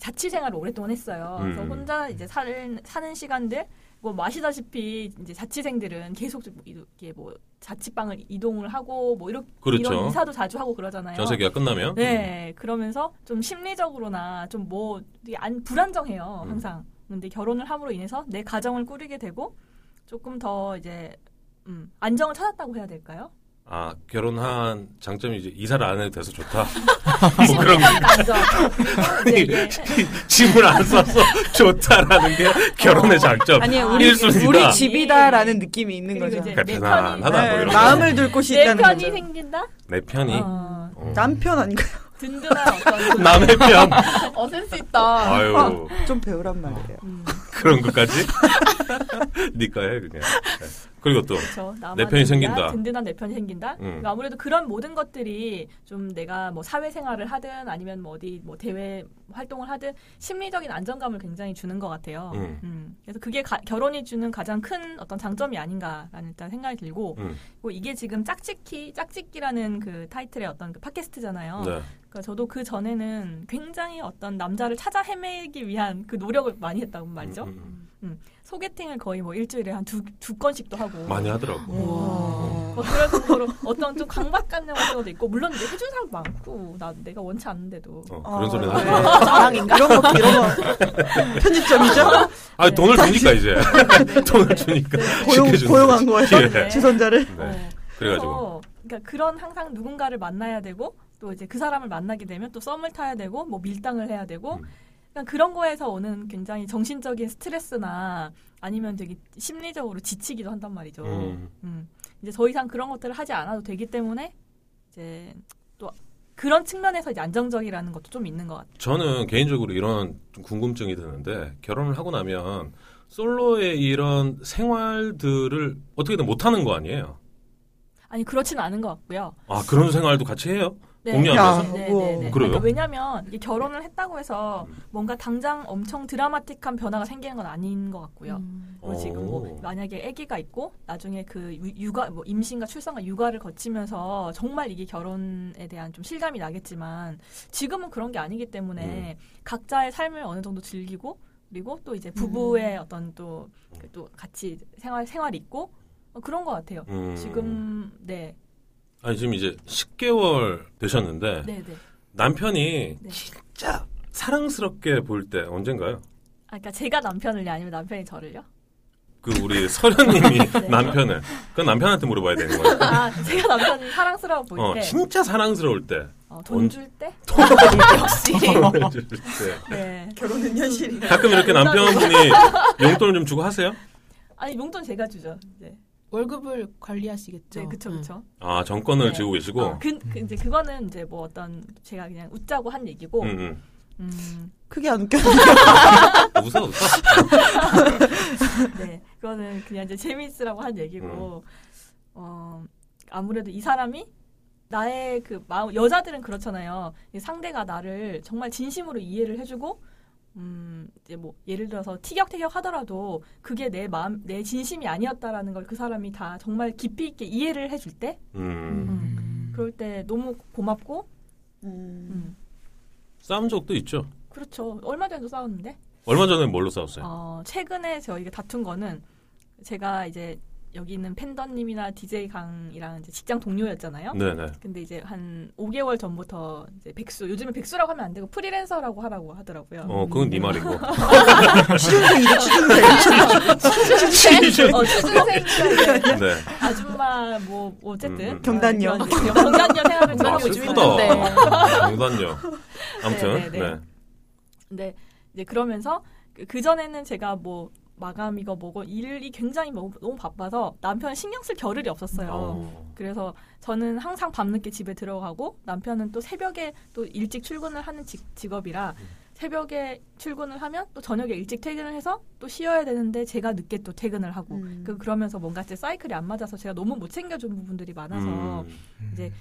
[SPEAKER 3] 자취 생활을 오랫동안 했어요. 그래서
[SPEAKER 1] 음.
[SPEAKER 3] 혼자 이제 사는 사는 시간들 뭐 마시다시피 이제 자취생들은 계속 좀 이렇게 뭐 자취방을 이동을 하고 뭐 이렇게 이런
[SPEAKER 1] 그렇죠
[SPEAKER 3] 이사도 자주 하고 그러잖아요.
[SPEAKER 1] 전세계가 끝나면 음.
[SPEAKER 3] 네, 그러면서 좀 심리적으로나 좀 뭐 안 불안정해요
[SPEAKER 1] 음.
[SPEAKER 3] 항상. 근데 결혼을 함으로 인해서 내 가정을 꾸리게 되고 조금 더 이제 음, 안정을 찾았다고 해야 될까요?
[SPEAKER 1] 아 결혼한 장점이 이제 이사를 안 해도 돼서 좋다 뭐 그런
[SPEAKER 3] 심리적 그러니까 안정. 이제 이게-
[SPEAKER 1] 짐을 안 써서 좋다라는 게 결혼의
[SPEAKER 3] 어.
[SPEAKER 1] 장점
[SPEAKER 2] 아니,
[SPEAKER 1] 우리- 일순위다.
[SPEAKER 2] 우리 집이다라는 느낌이 있는
[SPEAKER 3] 그리고
[SPEAKER 2] 거죠.
[SPEAKER 3] 이제
[SPEAKER 1] 그러니까
[SPEAKER 3] 내
[SPEAKER 1] 편안하다 뭐
[SPEAKER 3] 편이-
[SPEAKER 1] 이런
[SPEAKER 2] 네, 마음을 둘 곳이
[SPEAKER 3] 내
[SPEAKER 2] 있다는
[SPEAKER 3] 편이
[SPEAKER 2] 거죠.
[SPEAKER 3] 생긴다.
[SPEAKER 1] 내 편이
[SPEAKER 3] 어,
[SPEAKER 1] 어.
[SPEAKER 2] 남편 아닌가요?
[SPEAKER 3] 든든한 어떤
[SPEAKER 1] 남의 편
[SPEAKER 5] 어, 센스 있다.
[SPEAKER 1] 아유
[SPEAKER 2] 좀 배우란 말이에요.
[SPEAKER 3] 음,
[SPEAKER 1] 그런 것까지 니꺼 해 그냥 네. 그리고 또
[SPEAKER 3] 그렇죠. 나만
[SPEAKER 1] 내 편이
[SPEAKER 3] 든든한,
[SPEAKER 1] 생긴다. 음.
[SPEAKER 3] 든든한 내 편이 생긴다. 그러니까 아무래도 그런 모든 것들이 좀 내가 뭐 사회생활을 하든 아니면 뭐 어디 뭐 대외 활동을 하든 심리적인 안정감을 굉장히 주는 것 같아요.
[SPEAKER 1] 음.
[SPEAKER 3] 음. 그래서 그게 가- 결혼이 주는 가장 큰 어떤 장점이 아닌가라는 일단 생각이 들고
[SPEAKER 1] 음.
[SPEAKER 3] 그리고 이게 지금 짝짓기 짝짓기라는 그 타이틀의 어떤 그 팟캐스트잖아요.
[SPEAKER 1] 네.
[SPEAKER 3] 그러니까 저도 그 전에는 굉장히 어떤 남자를 찾아 헤매기 위한 그 노력을 많이 했다고 말이죠.
[SPEAKER 1] 음, 음,
[SPEAKER 3] 소개팅을 거의 뭐 일주일에 한 두 두 건씩도 하고.
[SPEAKER 1] 음. 많이 하더라고
[SPEAKER 3] 뭐 그런 정도로 어떤 좀 강박관념 같은 것도 있고 물론 이제 해준 사람 많고 나 내가 원치 않는데도
[SPEAKER 1] 어,
[SPEAKER 2] 어,
[SPEAKER 1] 그런 소리
[SPEAKER 2] 네.
[SPEAKER 1] 하지 마.
[SPEAKER 5] 자랑인가?
[SPEAKER 2] 이런 거, 이런 거. 편집점이죠?
[SPEAKER 1] 아
[SPEAKER 3] 네.
[SPEAKER 1] 돈을 주니까 이제
[SPEAKER 3] 네,
[SPEAKER 1] 돈을
[SPEAKER 3] 네.
[SPEAKER 1] 주니까
[SPEAKER 2] 고용,
[SPEAKER 1] 지켜주는
[SPEAKER 2] 고용한 거예요.
[SPEAKER 1] 예.
[SPEAKER 2] 주선자를.
[SPEAKER 1] 그 네.
[SPEAKER 3] 어,
[SPEAKER 1] 그래가지고
[SPEAKER 3] 그래서 그러니까 그런 항상 누군가를 만나야 되고 또 이제 그 사람을 만나게 되면 또 썸을 타야 되고 뭐 밀당을 해야 되고 그러니까
[SPEAKER 1] 음.
[SPEAKER 3] 그냥 그런 거에서 오는 굉장히 정신적인 스트레스나 아니면 되게 심리적으로 지치기도 한단 말이죠.
[SPEAKER 1] 음.
[SPEAKER 3] 음. 이제 더 이상 그런 것들을 하지 않아도 되기 때문에 이제 또 그런 측면에서 이제 안정적이라는 것도 좀 있는 것 같아요.
[SPEAKER 1] 저는 개인적으로 이런 좀 궁금증이 드는데 결혼을 하고 나면 솔로의 이런 생활들을 어떻게든 못 하는 거 아니에요?
[SPEAKER 3] 아니 그렇진 않은 것 같고요.
[SPEAKER 1] 아 그런 생활도 같이 해요?
[SPEAKER 3] 네.
[SPEAKER 1] 공유하면서?
[SPEAKER 3] 네, 네,
[SPEAKER 2] 우와.
[SPEAKER 3] 네, 네.
[SPEAKER 1] 그래요?
[SPEAKER 3] 그러니까 왜냐하면 이게 결혼을 했다고 해서 뭔가 당장 엄청 드라마틱한 변화가 생기는 건 아닌 것 같고요.
[SPEAKER 5] 음.
[SPEAKER 3] 그리고 지금
[SPEAKER 1] 오.
[SPEAKER 3] 뭐 만약에 아기가 있고 나중에 그 유- 육아 뭐 임신과 출산과 육아를 거치면서 정말 이게 결혼에 대한 좀 실감이 나겠지만 지금은 그런 게 아니기 때문에
[SPEAKER 1] 네.
[SPEAKER 3] 각자의 삶을 어느 정도 즐기고 그리고 또 이제 부부의 어떤 또또 같이 생활 생활이 있고 어, 그런 것 같아요.
[SPEAKER 1] 음.
[SPEAKER 3] 지금 네,
[SPEAKER 1] 아니 지금 이제 10개월 되셨는데
[SPEAKER 3] 네, 네.
[SPEAKER 1] 남편이
[SPEAKER 3] 네.
[SPEAKER 1] 진짜 사랑스럽게 볼 때 언젠가요?
[SPEAKER 3] 아, 그러니까 제가 남편을요, 아니면 남편이 저를요?
[SPEAKER 1] 그 우리 설현님이
[SPEAKER 3] 네.
[SPEAKER 1] 남편을 그건 남편한테 물어봐야 되는 거예요.
[SPEAKER 3] 아, 제가 남편이 사랑스러워 보일
[SPEAKER 1] 어,
[SPEAKER 3] 때,
[SPEAKER 1] 진짜 사랑스러울 때. 어,
[SPEAKER 3] 어,
[SPEAKER 1] 온-
[SPEAKER 3] 돈 줄 때,
[SPEAKER 5] 역시
[SPEAKER 1] 돈을 줄 때.
[SPEAKER 3] 네.
[SPEAKER 2] 결혼은 현실이다.
[SPEAKER 1] 가끔 이렇게 남편분이 용돈을 좀 주고 하세요?
[SPEAKER 3] 아니 용돈 제가 주죠. 네,
[SPEAKER 5] 월급을 관리하시겠죠. 음.
[SPEAKER 3] 네, 그쵸,
[SPEAKER 5] 응.
[SPEAKER 3] 그쵸.
[SPEAKER 1] 아 정권을
[SPEAKER 3] 네.
[SPEAKER 1] 쥐고 계시고.
[SPEAKER 3] 어, 그, 그 이제 그거는 이제 뭐 어떤 제가 그냥 웃자고 한 얘기고,
[SPEAKER 1] 음, 음.
[SPEAKER 3] 음,
[SPEAKER 2] 크게 안 웃겨.
[SPEAKER 1] 웃어 웃어.
[SPEAKER 3] 네, 그거는 그냥 이제 재미있으라고 한 얘기고,
[SPEAKER 1] 음.
[SPEAKER 3] 어, 아무래도 이 사람이 나의 그 마음, 여자들은 그렇잖아요. 이 상대가 나를 정말 진심으로 이해를 해주고, 음, 이제 뭐, 예를 들어서 티격태격 하더라도 그게 내 마음, 내 진심이 아니었다라는 걸 그 사람이 다 정말 깊이 있게 이해를 해줄 때,
[SPEAKER 1] 음.
[SPEAKER 3] 그럴 때 너무 고맙고,
[SPEAKER 2] 음.
[SPEAKER 3] 음,
[SPEAKER 1] 싸운 적도 있죠.
[SPEAKER 3] 그렇죠. 얼마 전에도 싸웠는데,
[SPEAKER 1] 얼마 전에 뭘로 싸웠어요?
[SPEAKER 3] 어, 최근에 저희가 다툰 거는 제가 이제 여기 있는 팬더님이나 DJ 강이랑 이제 직장 동료였잖아요.
[SPEAKER 1] 네네.
[SPEAKER 3] 근데 이제 한 5개월 전부터 이제 백수, 요즘에 백수라고 하면 안 되고 프리랜서라고 하라고 하더라고요.
[SPEAKER 1] 어 그건 네 말이고.
[SPEAKER 2] 취준생이죠, 취준생.
[SPEAKER 3] 음.
[SPEAKER 1] 취준.
[SPEAKER 3] 어, 취준생이니까 이제
[SPEAKER 1] 네.
[SPEAKER 3] 아줌마 뭐 어쨌든
[SPEAKER 1] 음.
[SPEAKER 2] 경단녀.
[SPEAKER 3] 어, 그런 경단녀 생활을 네.
[SPEAKER 1] 아,
[SPEAKER 3] 저는 요즘
[SPEAKER 1] 슬프다.
[SPEAKER 3] 했는데
[SPEAKER 1] 농단녀. 아무튼
[SPEAKER 3] 네, 네, 네.
[SPEAKER 1] 네.
[SPEAKER 3] 근데 이제 그러면서 그 전에는 제가 뭐 마감 이거 뭐고 일이 굉장히 너무, 너무 바빠서 남편 신경 쓸 겨를이 없었어요.
[SPEAKER 1] 어.
[SPEAKER 3] 그래서 저는 항상 밤늦게 집에 들어가고 남편은 또 새벽에 또 일찍 출근을 하는 직, 직업이라
[SPEAKER 1] 음.
[SPEAKER 3] 새벽에 출근을 하면 또 저녁에 일찍 퇴근을 해서 또 쉬어야 되는데 제가 늦게 또 퇴근을 하고
[SPEAKER 2] 음.
[SPEAKER 3] 그, 그러면서 뭔가 제 사이클이 안 맞아서 제가 너무 못 챙겨준 부분들이 많아서
[SPEAKER 1] 음.
[SPEAKER 3] 그 이제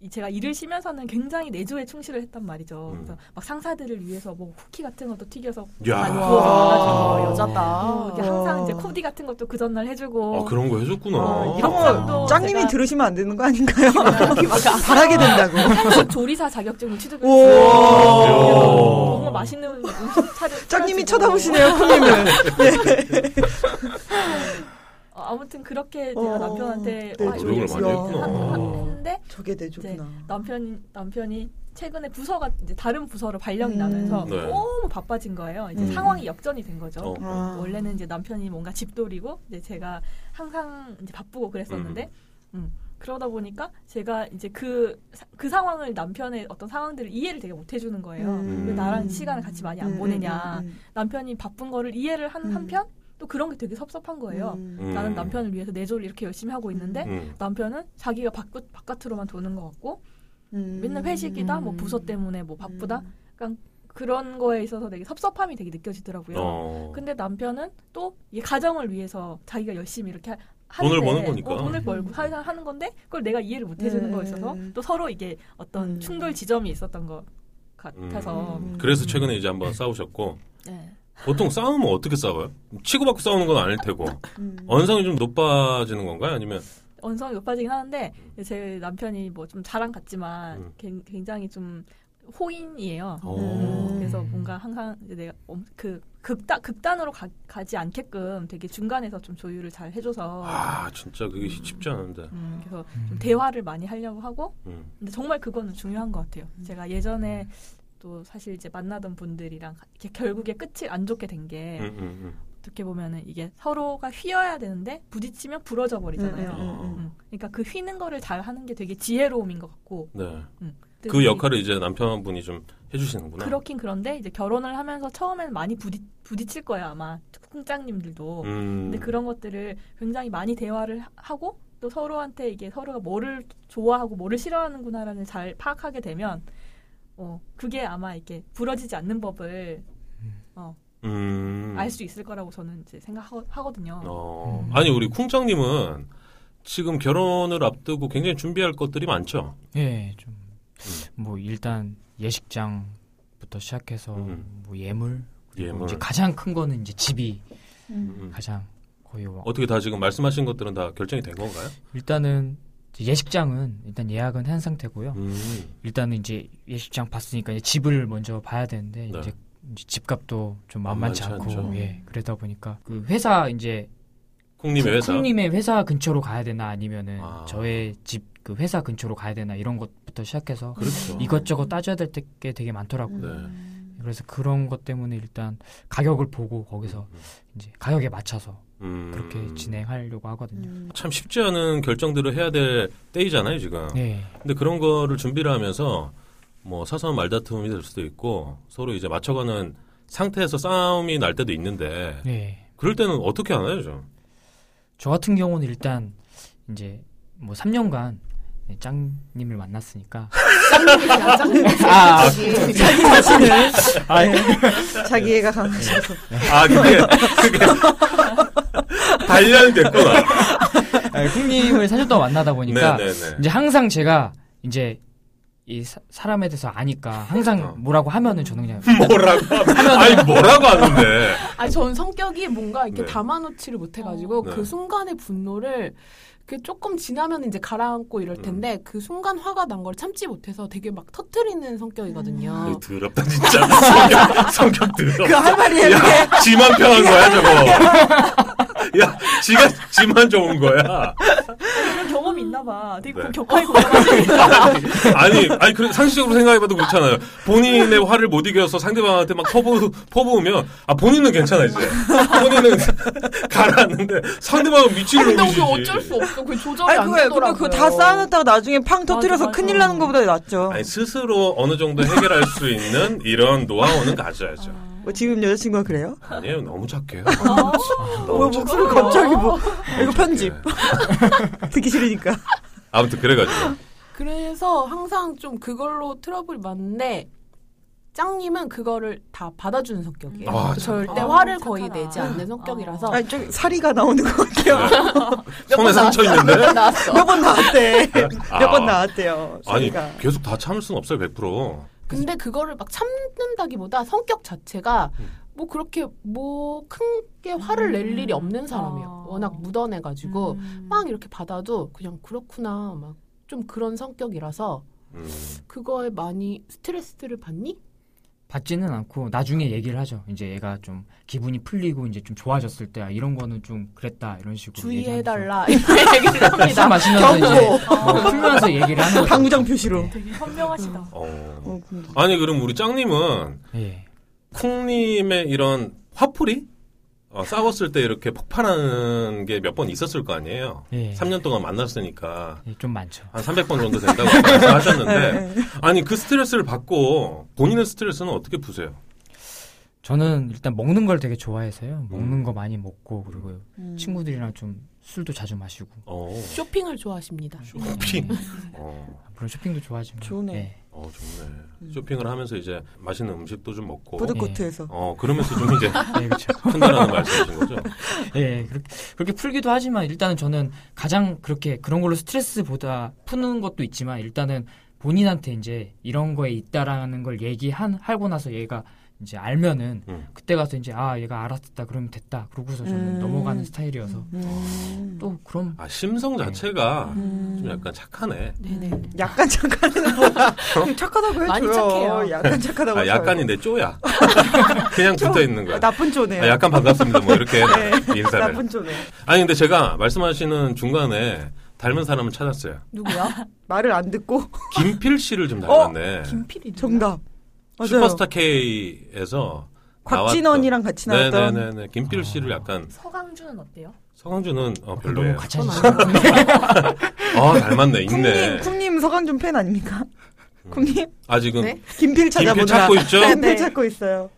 [SPEAKER 3] 이- 제가 일을 쉬면서는 굉장히 내조에 충실을 했단 말이죠.
[SPEAKER 1] 음.
[SPEAKER 3] 그래서 막 상사들을 위해서 뭐 쿠키 같은 것도 튀겨서
[SPEAKER 1] 야. 아,
[SPEAKER 2] 와.
[SPEAKER 5] 와, 여자다.
[SPEAKER 3] 어,
[SPEAKER 2] 음.
[SPEAKER 3] 이렇게 항상 이제 코디 같은 것도 그 전날 해주고
[SPEAKER 1] 아 그런 거 해줬구나.
[SPEAKER 3] 어,
[SPEAKER 2] 이런 거
[SPEAKER 3] 또
[SPEAKER 2] 짱님이
[SPEAKER 3] 제가-
[SPEAKER 2] 들으시면 안 되는 거 아닌가요? 바라게 된다고.
[SPEAKER 3] 한식 조리사 자격증을 취득을
[SPEAKER 2] 어. 우와.
[SPEAKER 3] 했어요. 정말 맛있는 음식 차려.
[SPEAKER 2] 짱님이
[SPEAKER 3] 차려주고.
[SPEAKER 2] 쳐다보시네요, 형님을.
[SPEAKER 3] 어, 아무튼 그렇게 제가
[SPEAKER 2] 어.
[SPEAKER 3] 남편한테
[SPEAKER 2] 네,
[SPEAKER 3] 아, 이거
[SPEAKER 1] 노력을
[SPEAKER 3] 이거
[SPEAKER 1] 많이
[SPEAKER 3] 이거 네.
[SPEAKER 1] 했구나. 아.
[SPEAKER 3] 하- 했는데
[SPEAKER 2] 저게 내조구나.
[SPEAKER 3] 남편 남편이 최근에 부서가 이제 다른 부서로 발령이
[SPEAKER 2] 음.
[SPEAKER 3] 나면서
[SPEAKER 1] 네.
[SPEAKER 3] 너무 바빠진 거예요. 이제
[SPEAKER 1] 음.
[SPEAKER 3] 상황이 역전이 된 거죠.
[SPEAKER 1] 어.
[SPEAKER 2] 아.
[SPEAKER 3] 원래는 이제 남편이 뭔가 집돌이고 이제 제가 항상 이제 바쁘고 그랬었는데 음, 그러다 보니까 제가 이제 그, 사- 그 상황을 남편의 어떤 상황들을 이해를 되게 못 해주는 거예요.
[SPEAKER 2] 음.
[SPEAKER 3] 왜 나랑 시간을 같이 많이 안
[SPEAKER 2] 음,
[SPEAKER 3] 보내냐.
[SPEAKER 2] 음, 음,
[SPEAKER 3] 남편이 바쁜 거를 이해를 한
[SPEAKER 2] 음.
[SPEAKER 3] 한편 또 그런 게 되게 섭섭한 거예요.
[SPEAKER 2] 음.
[SPEAKER 1] 음.
[SPEAKER 3] 나는 남편을 위해서 내조를 이렇게 열심히 하고 있는데
[SPEAKER 1] 음.
[SPEAKER 3] 남편은 자기가 바깥, 바깥으로만 도는 것 같고
[SPEAKER 2] 음.
[SPEAKER 3] 맨날 회식이다 뭐 부서 때문에 뭐 바쁘다 그런 거에 있어서 되게 섭섭함이 되게 느껴지더라고요.
[SPEAKER 1] 어.
[SPEAKER 3] 근데 남편은 또 이게 가정을 위해서 자기가 열심히 이렇게 하- 하는데
[SPEAKER 1] 돈을 버는 거니까.
[SPEAKER 3] 어,
[SPEAKER 2] 음.
[SPEAKER 3] 돈을 벌고 사회생활 하는 건데 그걸 내가 이해를 못 해주는
[SPEAKER 2] 네.
[SPEAKER 3] 거에 있어서 또 서로 이게 어떤
[SPEAKER 2] 음.
[SPEAKER 3] 충돌 지점이 있었던 것 같아서
[SPEAKER 2] 음.
[SPEAKER 1] 그래서 최근에 이제 한번 싸우셨고
[SPEAKER 3] 네.
[SPEAKER 1] 보통 싸우면 어떻게 싸워요? 치고받고 싸우는 건 아닐 테고
[SPEAKER 2] 음.
[SPEAKER 1] 언성이 좀 높아지는 건가요? 아니면
[SPEAKER 3] 언성이 높아지긴 하는데 제 남편이 뭐 좀 자랑 같지만
[SPEAKER 1] 음.
[SPEAKER 3] 굉- 굉장히 좀 호인이에요.
[SPEAKER 1] 어.
[SPEAKER 2] 음.
[SPEAKER 3] 그래서 뭔가 항상 이제 내가 엄- 그 극단 극단으로 가, 가지 않게끔 되게 중간에서 좀 조율을 잘 해줘서
[SPEAKER 1] 아 진짜 그게 쉽지 않은데.
[SPEAKER 3] 음, 그래서 좀 대화를 많이 하려고 하고
[SPEAKER 1] 음.
[SPEAKER 3] 근데 정말 그거는 중요한 것 같아요. 제가 예전에 또 사실 이제 만나던 분들이랑 이렇게 결국에 끝이 안 좋게 된 게
[SPEAKER 1] 음, 음, 음.
[SPEAKER 3] 어떻게 보면은 이게 서로가 휘어야 되는데 부딪히면 부러져 버리잖아요.
[SPEAKER 2] 음, 음, 음.
[SPEAKER 3] 음, 그러니까 그 휘는 거를 잘 하는 게 되게 지혜로움인 것 같고
[SPEAKER 1] 네.
[SPEAKER 3] 또
[SPEAKER 1] 그
[SPEAKER 3] 이-
[SPEAKER 1] 역할을 이제 남편분이 좀 해주시는구나.
[SPEAKER 3] 그렇긴 그런데 이제 결혼을 하면서 처음엔 많이 부디, 부딪힐 거예요 아마 쿵짝님들도
[SPEAKER 1] 음.
[SPEAKER 3] 근데 그런 것들을 굉장히 많이 대화를 하- 하고 또 서로한테 이게 서로가 뭐를 좋아하고 뭐를 싫어하는구나라는 잘 파악하게 되면 어 그게 아마 이렇게 부러지지 않는 법을
[SPEAKER 1] 음.
[SPEAKER 3] 알 수 있을 거라고 저는 이제 생각하거든요.
[SPEAKER 1] 어.
[SPEAKER 4] 음.
[SPEAKER 1] 아니 우리 쿵장님은 지금 결혼을 앞두고 굉장히 준비할 것들이 많죠.
[SPEAKER 4] 예, 좀 뭐 일단 예식장부터 시작해서
[SPEAKER 1] 음.
[SPEAKER 4] 뭐 예물 그리고
[SPEAKER 1] 예물.
[SPEAKER 4] 이제 가장 큰 거는 이제 집이
[SPEAKER 2] 음.
[SPEAKER 1] 음.
[SPEAKER 4] 가장 거의 뭐 와-
[SPEAKER 1] 어떻게 다 지금 말씀하신 것들은 다 결정이 된 건가요?
[SPEAKER 4] 일단은 이제 예식장은 일단 예약은 한 상태고요.
[SPEAKER 1] 음.
[SPEAKER 4] 일단은 이제 예식장 봤으니까 이제 집을 먼저 봐야 되는데
[SPEAKER 1] 네.
[SPEAKER 4] 이제, 이제 집값도 좀 만만치 않고
[SPEAKER 1] 만만치 않죠.
[SPEAKER 4] 예 그러다 보니까 그 회사 이제
[SPEAKER 1] 쿵님의 회사.
[SPEAKER 4] 쿵님의 회사 근처로 가야 되나 아니면은
[SPEAKER 1] 아.
[SPEAKER 4] 저의 집 그 회사 근처로 가야 되나 이런 것부터 시작해서
[SPEAKER 1] 그렇죠.
[SPEAKER 4] 이것저것 따져야 될 게 되게 많더라고요.
[SPEAKER 2] 음.
[SPEAKER 1] 네.
[SPEAKER 4] 그래서 그런 것 때문에 일단 가격을 보고 거기서 이제 가격에 맞춰서
[SPEAKER 1] 음.
[SPEAKER 4] 그렇게 진행하려고 하거든요.
[SPEAKER 2] 음.
[SPEAKER 1] 참 쉽지 않은 결정들을 해야 될 때이잖아요, 지금.
[SPEAKER 4] 네.
[SPEAKER 1] 근데 그런 거를 준비를 하면서 뭐 사소한 말다툼이 될 수도 있고 서로 이제 맞춰가는 상태에서 싸움이 날 때도 있는데
[SPEAKER 4] 네.
[SPEAKER 1] 그럴 때는 어떻게 하나요, 좀?
[SPEAKER 4] 저 같은 경우는 일단 이제 뭐 3년간 짱님을 만났으니까 아, 아, 아, 예.
[SPEAKER 2] 자기애가 강하셔서
[SPEAKER 1] 아, 그게, 그게. 단련이 됐구나.
[SPEAKER 4] 아, 쿵님을 4년 동안 만나다 보니까
[SPEAKER 1] 네네네.
[SPEAKER 4] 이제 항상 제가 이제 이 사, 람에 대해서 아니까
[SPEAKER 1] 어.
[SPEAKER 4] 항상 뭐라고 하면은 저는 그냥
[SPEAKER 1] 뭐라고 하면, 아니, 뭐라고 하는데.
[SPEAKER 5] 아니 전 성격이 뭔가 이렇게
[SPEAKER 1] 네.
[SPEAKER 5] 담아놓지를 못해가지고
[SPEAKER 1] 어. 네.
[SPEAKER 5] 그 순간의 분노를 그 조금 지나면 이제 가라앉고 이럴
[SPEAKER 1] 음.
[SPEAKER 5] 텐데 그 순간 화가 난 걸 참지 못해서 되게 막 터트리는 성격이거든요.
[SPEAKER 1] 더럽다, 진짜. 성격, 성격 더럽다.
[SPEAKER 2] 그 할 말이 에요
[SPEAKER 1] 야, 지만 편한 거야, 저거. 야, 지가, 지만 좋은 거야.
[SPEAKER 3] 그런 경험이 있나 봐. 되게
[SPEAKER 1] 네.
[SPEAKER 3] 격하게 공감하시는
[SPEAKER 1] 아니, 아니, 그 상식적으로 생각해봐도 그렇잖아요. 본인의 화를 못 이겨서 상대방한테 막 퍼부, 퍼부으면, 아, 본인은 괜찮아, 이제. 본인은 가라앉는데, 상대방은 미치는
[SPEAKER 5] 근데
[SPEAKER 1] 놈이지.
[SPEAKER 5] 그 어쩔 수 없어. 그 조절이
[SPEAKER 2] 아니
[SPEAKER 5] 안
[SPEAKER 2] 그거야.
[SPEAKER 5] 되더라고요.
[SPEAKER 2] 근데 그거 다 쌓아놨다가 나중에 팡 터뜨려서
[SPEAKER 3] 맞아,
[SPEAKER 2] 큰일
[SPEAKER 3] 맞아.
[SPEAKER 2] 나는 것보다 낫죠.
[SPEAKER 1] 아니, 스스로 어느 정도 해결할 수 있는 이런 노하우는 가져야죠.
[SPEAKER 2] 뭐 지금 여자친구가 그래요?
[SPEAKER 1] 아니에요, 너무 착해요.
[SPEAKER 3] 거.
[SPEAKER 1] 너무
[SPEAKER 2] 뭐 목소리 갑자기 뭐
[SPEAKER 1] 착해.
[SPEAKER 2] 이거 편집 듣기 싫으니까.
[SPEAKER 1] 아무튼 그래가지고.
[SPEAKER 5] 그래서 항상 좀 그걸로 트러블이 많은데 짱님은 그거를 다 받아주는 성격이에요.
[SPEAKER 1] 아,
[SPEAKER 5] 절대
[SPEAKER 3] 아,
[SPEAKER 5] 화를
[SPEAKER 3] 착하다.
[SPEAKER 5] 거의 내지 않는 성격이라서
[SPEAKER 2] 아니 좀 사리가 나오는 것
[SPEAKER 1] 네.
[SPEAKER 2] 같아요.
[SPEAKER 1] 손에 상처 있는데?
[SPEAKER 5] 나왔어.
[SPEAKER 2] 몇 번 나왔대.
[SPEAKER 1] 아.
[SPEAKER 2] 몇 번 나왔대요.
[SPEAKER 1] 아니,
[SPEAKER 2] 사리가.
[SPEAKER 1] 계속 다 참을 수는 없어요, 100%.
[SPEAKER 5] 근데 그거를 막 참는다기보다 성격 자체가 뭐 그렇게 뭐 크게 화를 낼 일이 없는 사람이에요.
[SPEAKER 3] 아.
[SPEAKER 5] 워낙 묻어내가지고
[SPEAKER 3] 음.
[SPEAKER 5] 막 이렇게 받아도 그냥 그렇구나 막 좀 그런 성격이라서
[SPEAKER 1] 음.
[SPEAKER 5] 그거에 많이 스트레스를 받니?
[SPEAKER 4] 받지는 않고 나중에 얘기를 하죠. 이제 얘가 좀 기분이 풀리고 이제 좀 좋아졌을 때 아, 이런 거는 좀 그랬다 이런 식으로
[SPEAKER 5] 주의해달라 어. 이렇게 얘기를
[SPEAKER 4] 얘기하면서 술
[SPEAKER 5] 합니다.
[SPEAKER 4] 마시면서 이제 뭐 풀면서 얘기를 하는 거죠.
[SPEAKER 2] 당구장 표시로.
[SPEAKER 3] 음. 되게 현명하시다.
[SPEAKER 5] 음.
[SPEAKER 1] 어.
[SPEAKER 2] 어, 근데
[SPEAKER 1] 아니, 그럼 우리 짱님은
[SPEAKER 4] 예.
[SPEAKER 1] 쿵님의 이런 화풀이? 어, 싸웠을 때 이렇게 폭발하는 게 몇 번 있었을 거 아니에요?
[SPEAKER 2] 네.
[SPEAKER 4] 예.
[SPEAKER 1] 3년 동안 만났으니까
[SPEAKER 4] 예, 좀 많죠.
[SPEAKER 1] 한 300번 정도 된다고
[SPEAKER 2] 네.
[SPEAKER 1] 말씀하셨는데 아니 그 스트레스를 받고 본인의 스트레스는 어떻게 푸세요?
[SPEAKER 4] 저는 일단 먹는 걸 되게
[SPEAKER 1] 음.
[SPEAKER 4] 좋아해서요. 먹는 거 많이 먹고 그리고
[SPEAKER 2] 음.
[SPEAKER 4] 친구들이랑 좀 술도 자주 마시고
[SPEAKER 1] 어,
[SPEAKER 5] 쇼핑을 좋아하십니다.
[SPEAKER 1] 쇼핑.
[SPEAKER 4] 예.
[SPEAKER 1] 어,
[SPEAKER 4] 물론 쇼핑도 좋아하지만
[SPEAKER 2] 좋네.
[SPEAKER 4] 예.
[SPEAKER 1] 어, 좋네. 쇼핑을 하면서 이제 맛있는 음식도 좀 먹고
[SPEAKER 2] 푸드코트에서.
[SPEAKER 1] 어, 그러면서 좀 이제
[SPEAKER 4] 예, 그렇죠.
[SPEAKER 1] 푼다라는 말씀이신 거죠?
[SPEAKER 4] 예, 그렇게, 그렇게 풀기도 하지만 일단은 저는 가장 그렇게 그런 걸로 스트레스보다 푸는 것도 있지만 일단은 본인한테 이제 이런 거에 있다라는 걸 얘기한 하고 나서 얘가 이제 알면은
[SPEAKER 1] 음.
[SPEAKER 4] 그때 가서 이제 아 얘가 알았다 그러면 됐다 그러고서 저는
[SPEAKER 2] 음.
[SPEAKER 4] 넘어가는 스타일이어서
[SPEAKER 2] 음.
[SPEAKER 4] 또 그럼
[SPEAKER 1] 아, 심성 자체가
[SPEAKER 2] 음.
[SPEAKER 1] 좀 약간 착하네.
[SPEAKER 5] 네네.
[SPEAKER 2] 약간 착하다는 뭐야. 착하다고 해줘요.
[SPEAKER 5] 많이 착해요.
[SPEAKER 2] 약간 착하다고
[SPEAKER 1] 아, 약간이 내 쪼야. 그냥 붙어 있는 거야.
[SPEAKER 2] 아, 나쁜 쪼네요. 네.
[SPEAKER 1] 아, 약간 반갑습니다. 뭐 이렇게 인사를.
[SPEAKER 2] 나쁜 쪼네.
[SPEAKER 1] 아니 근데 제가 말씀하시는 중간에 닮은 사람을 찾았어요.
[SPEAKER 5] 누구야?
[SPEAKER 2] 말을 안 듣고
[SPEAKER 1] 김필 씨를 좀 닮았네.
[SPEAKER 5] 김필이.
[SPEAKER 2] 정답. 어? 맞아요.
[SPEAKER 1] 슈퍼스타 K에서
[SPEAKER 2] 곽진원이랑 같이 나왔던
[SPEAKER 1] 네네네. 김필 씨를 약간
[SPEAKER 3] 서강준은 어때요?
[SPEAKER 1] 성황준은 어,
[SPEAKER 4] 너무
[SPEAKER 1] 별로예요.
[SPEAKER 4] 같이 하시
[SPEAKER 1] 아 닮았네. 있네.
[SPEAKER 2] 쿵님 쿵님 서강준 팬 아닙니까? 쿵님
[SPEAKER 1] 아직은
[SPEAKER 5] 네?
[SPEAKER 2] 김필 찾아보느라
[SPEAKER 1] 찾고 있죠?
[SPEAKER 2] 네, 김필
[SPEAKER 5] 네.
[SPEAKER 2] 찾고 있어요.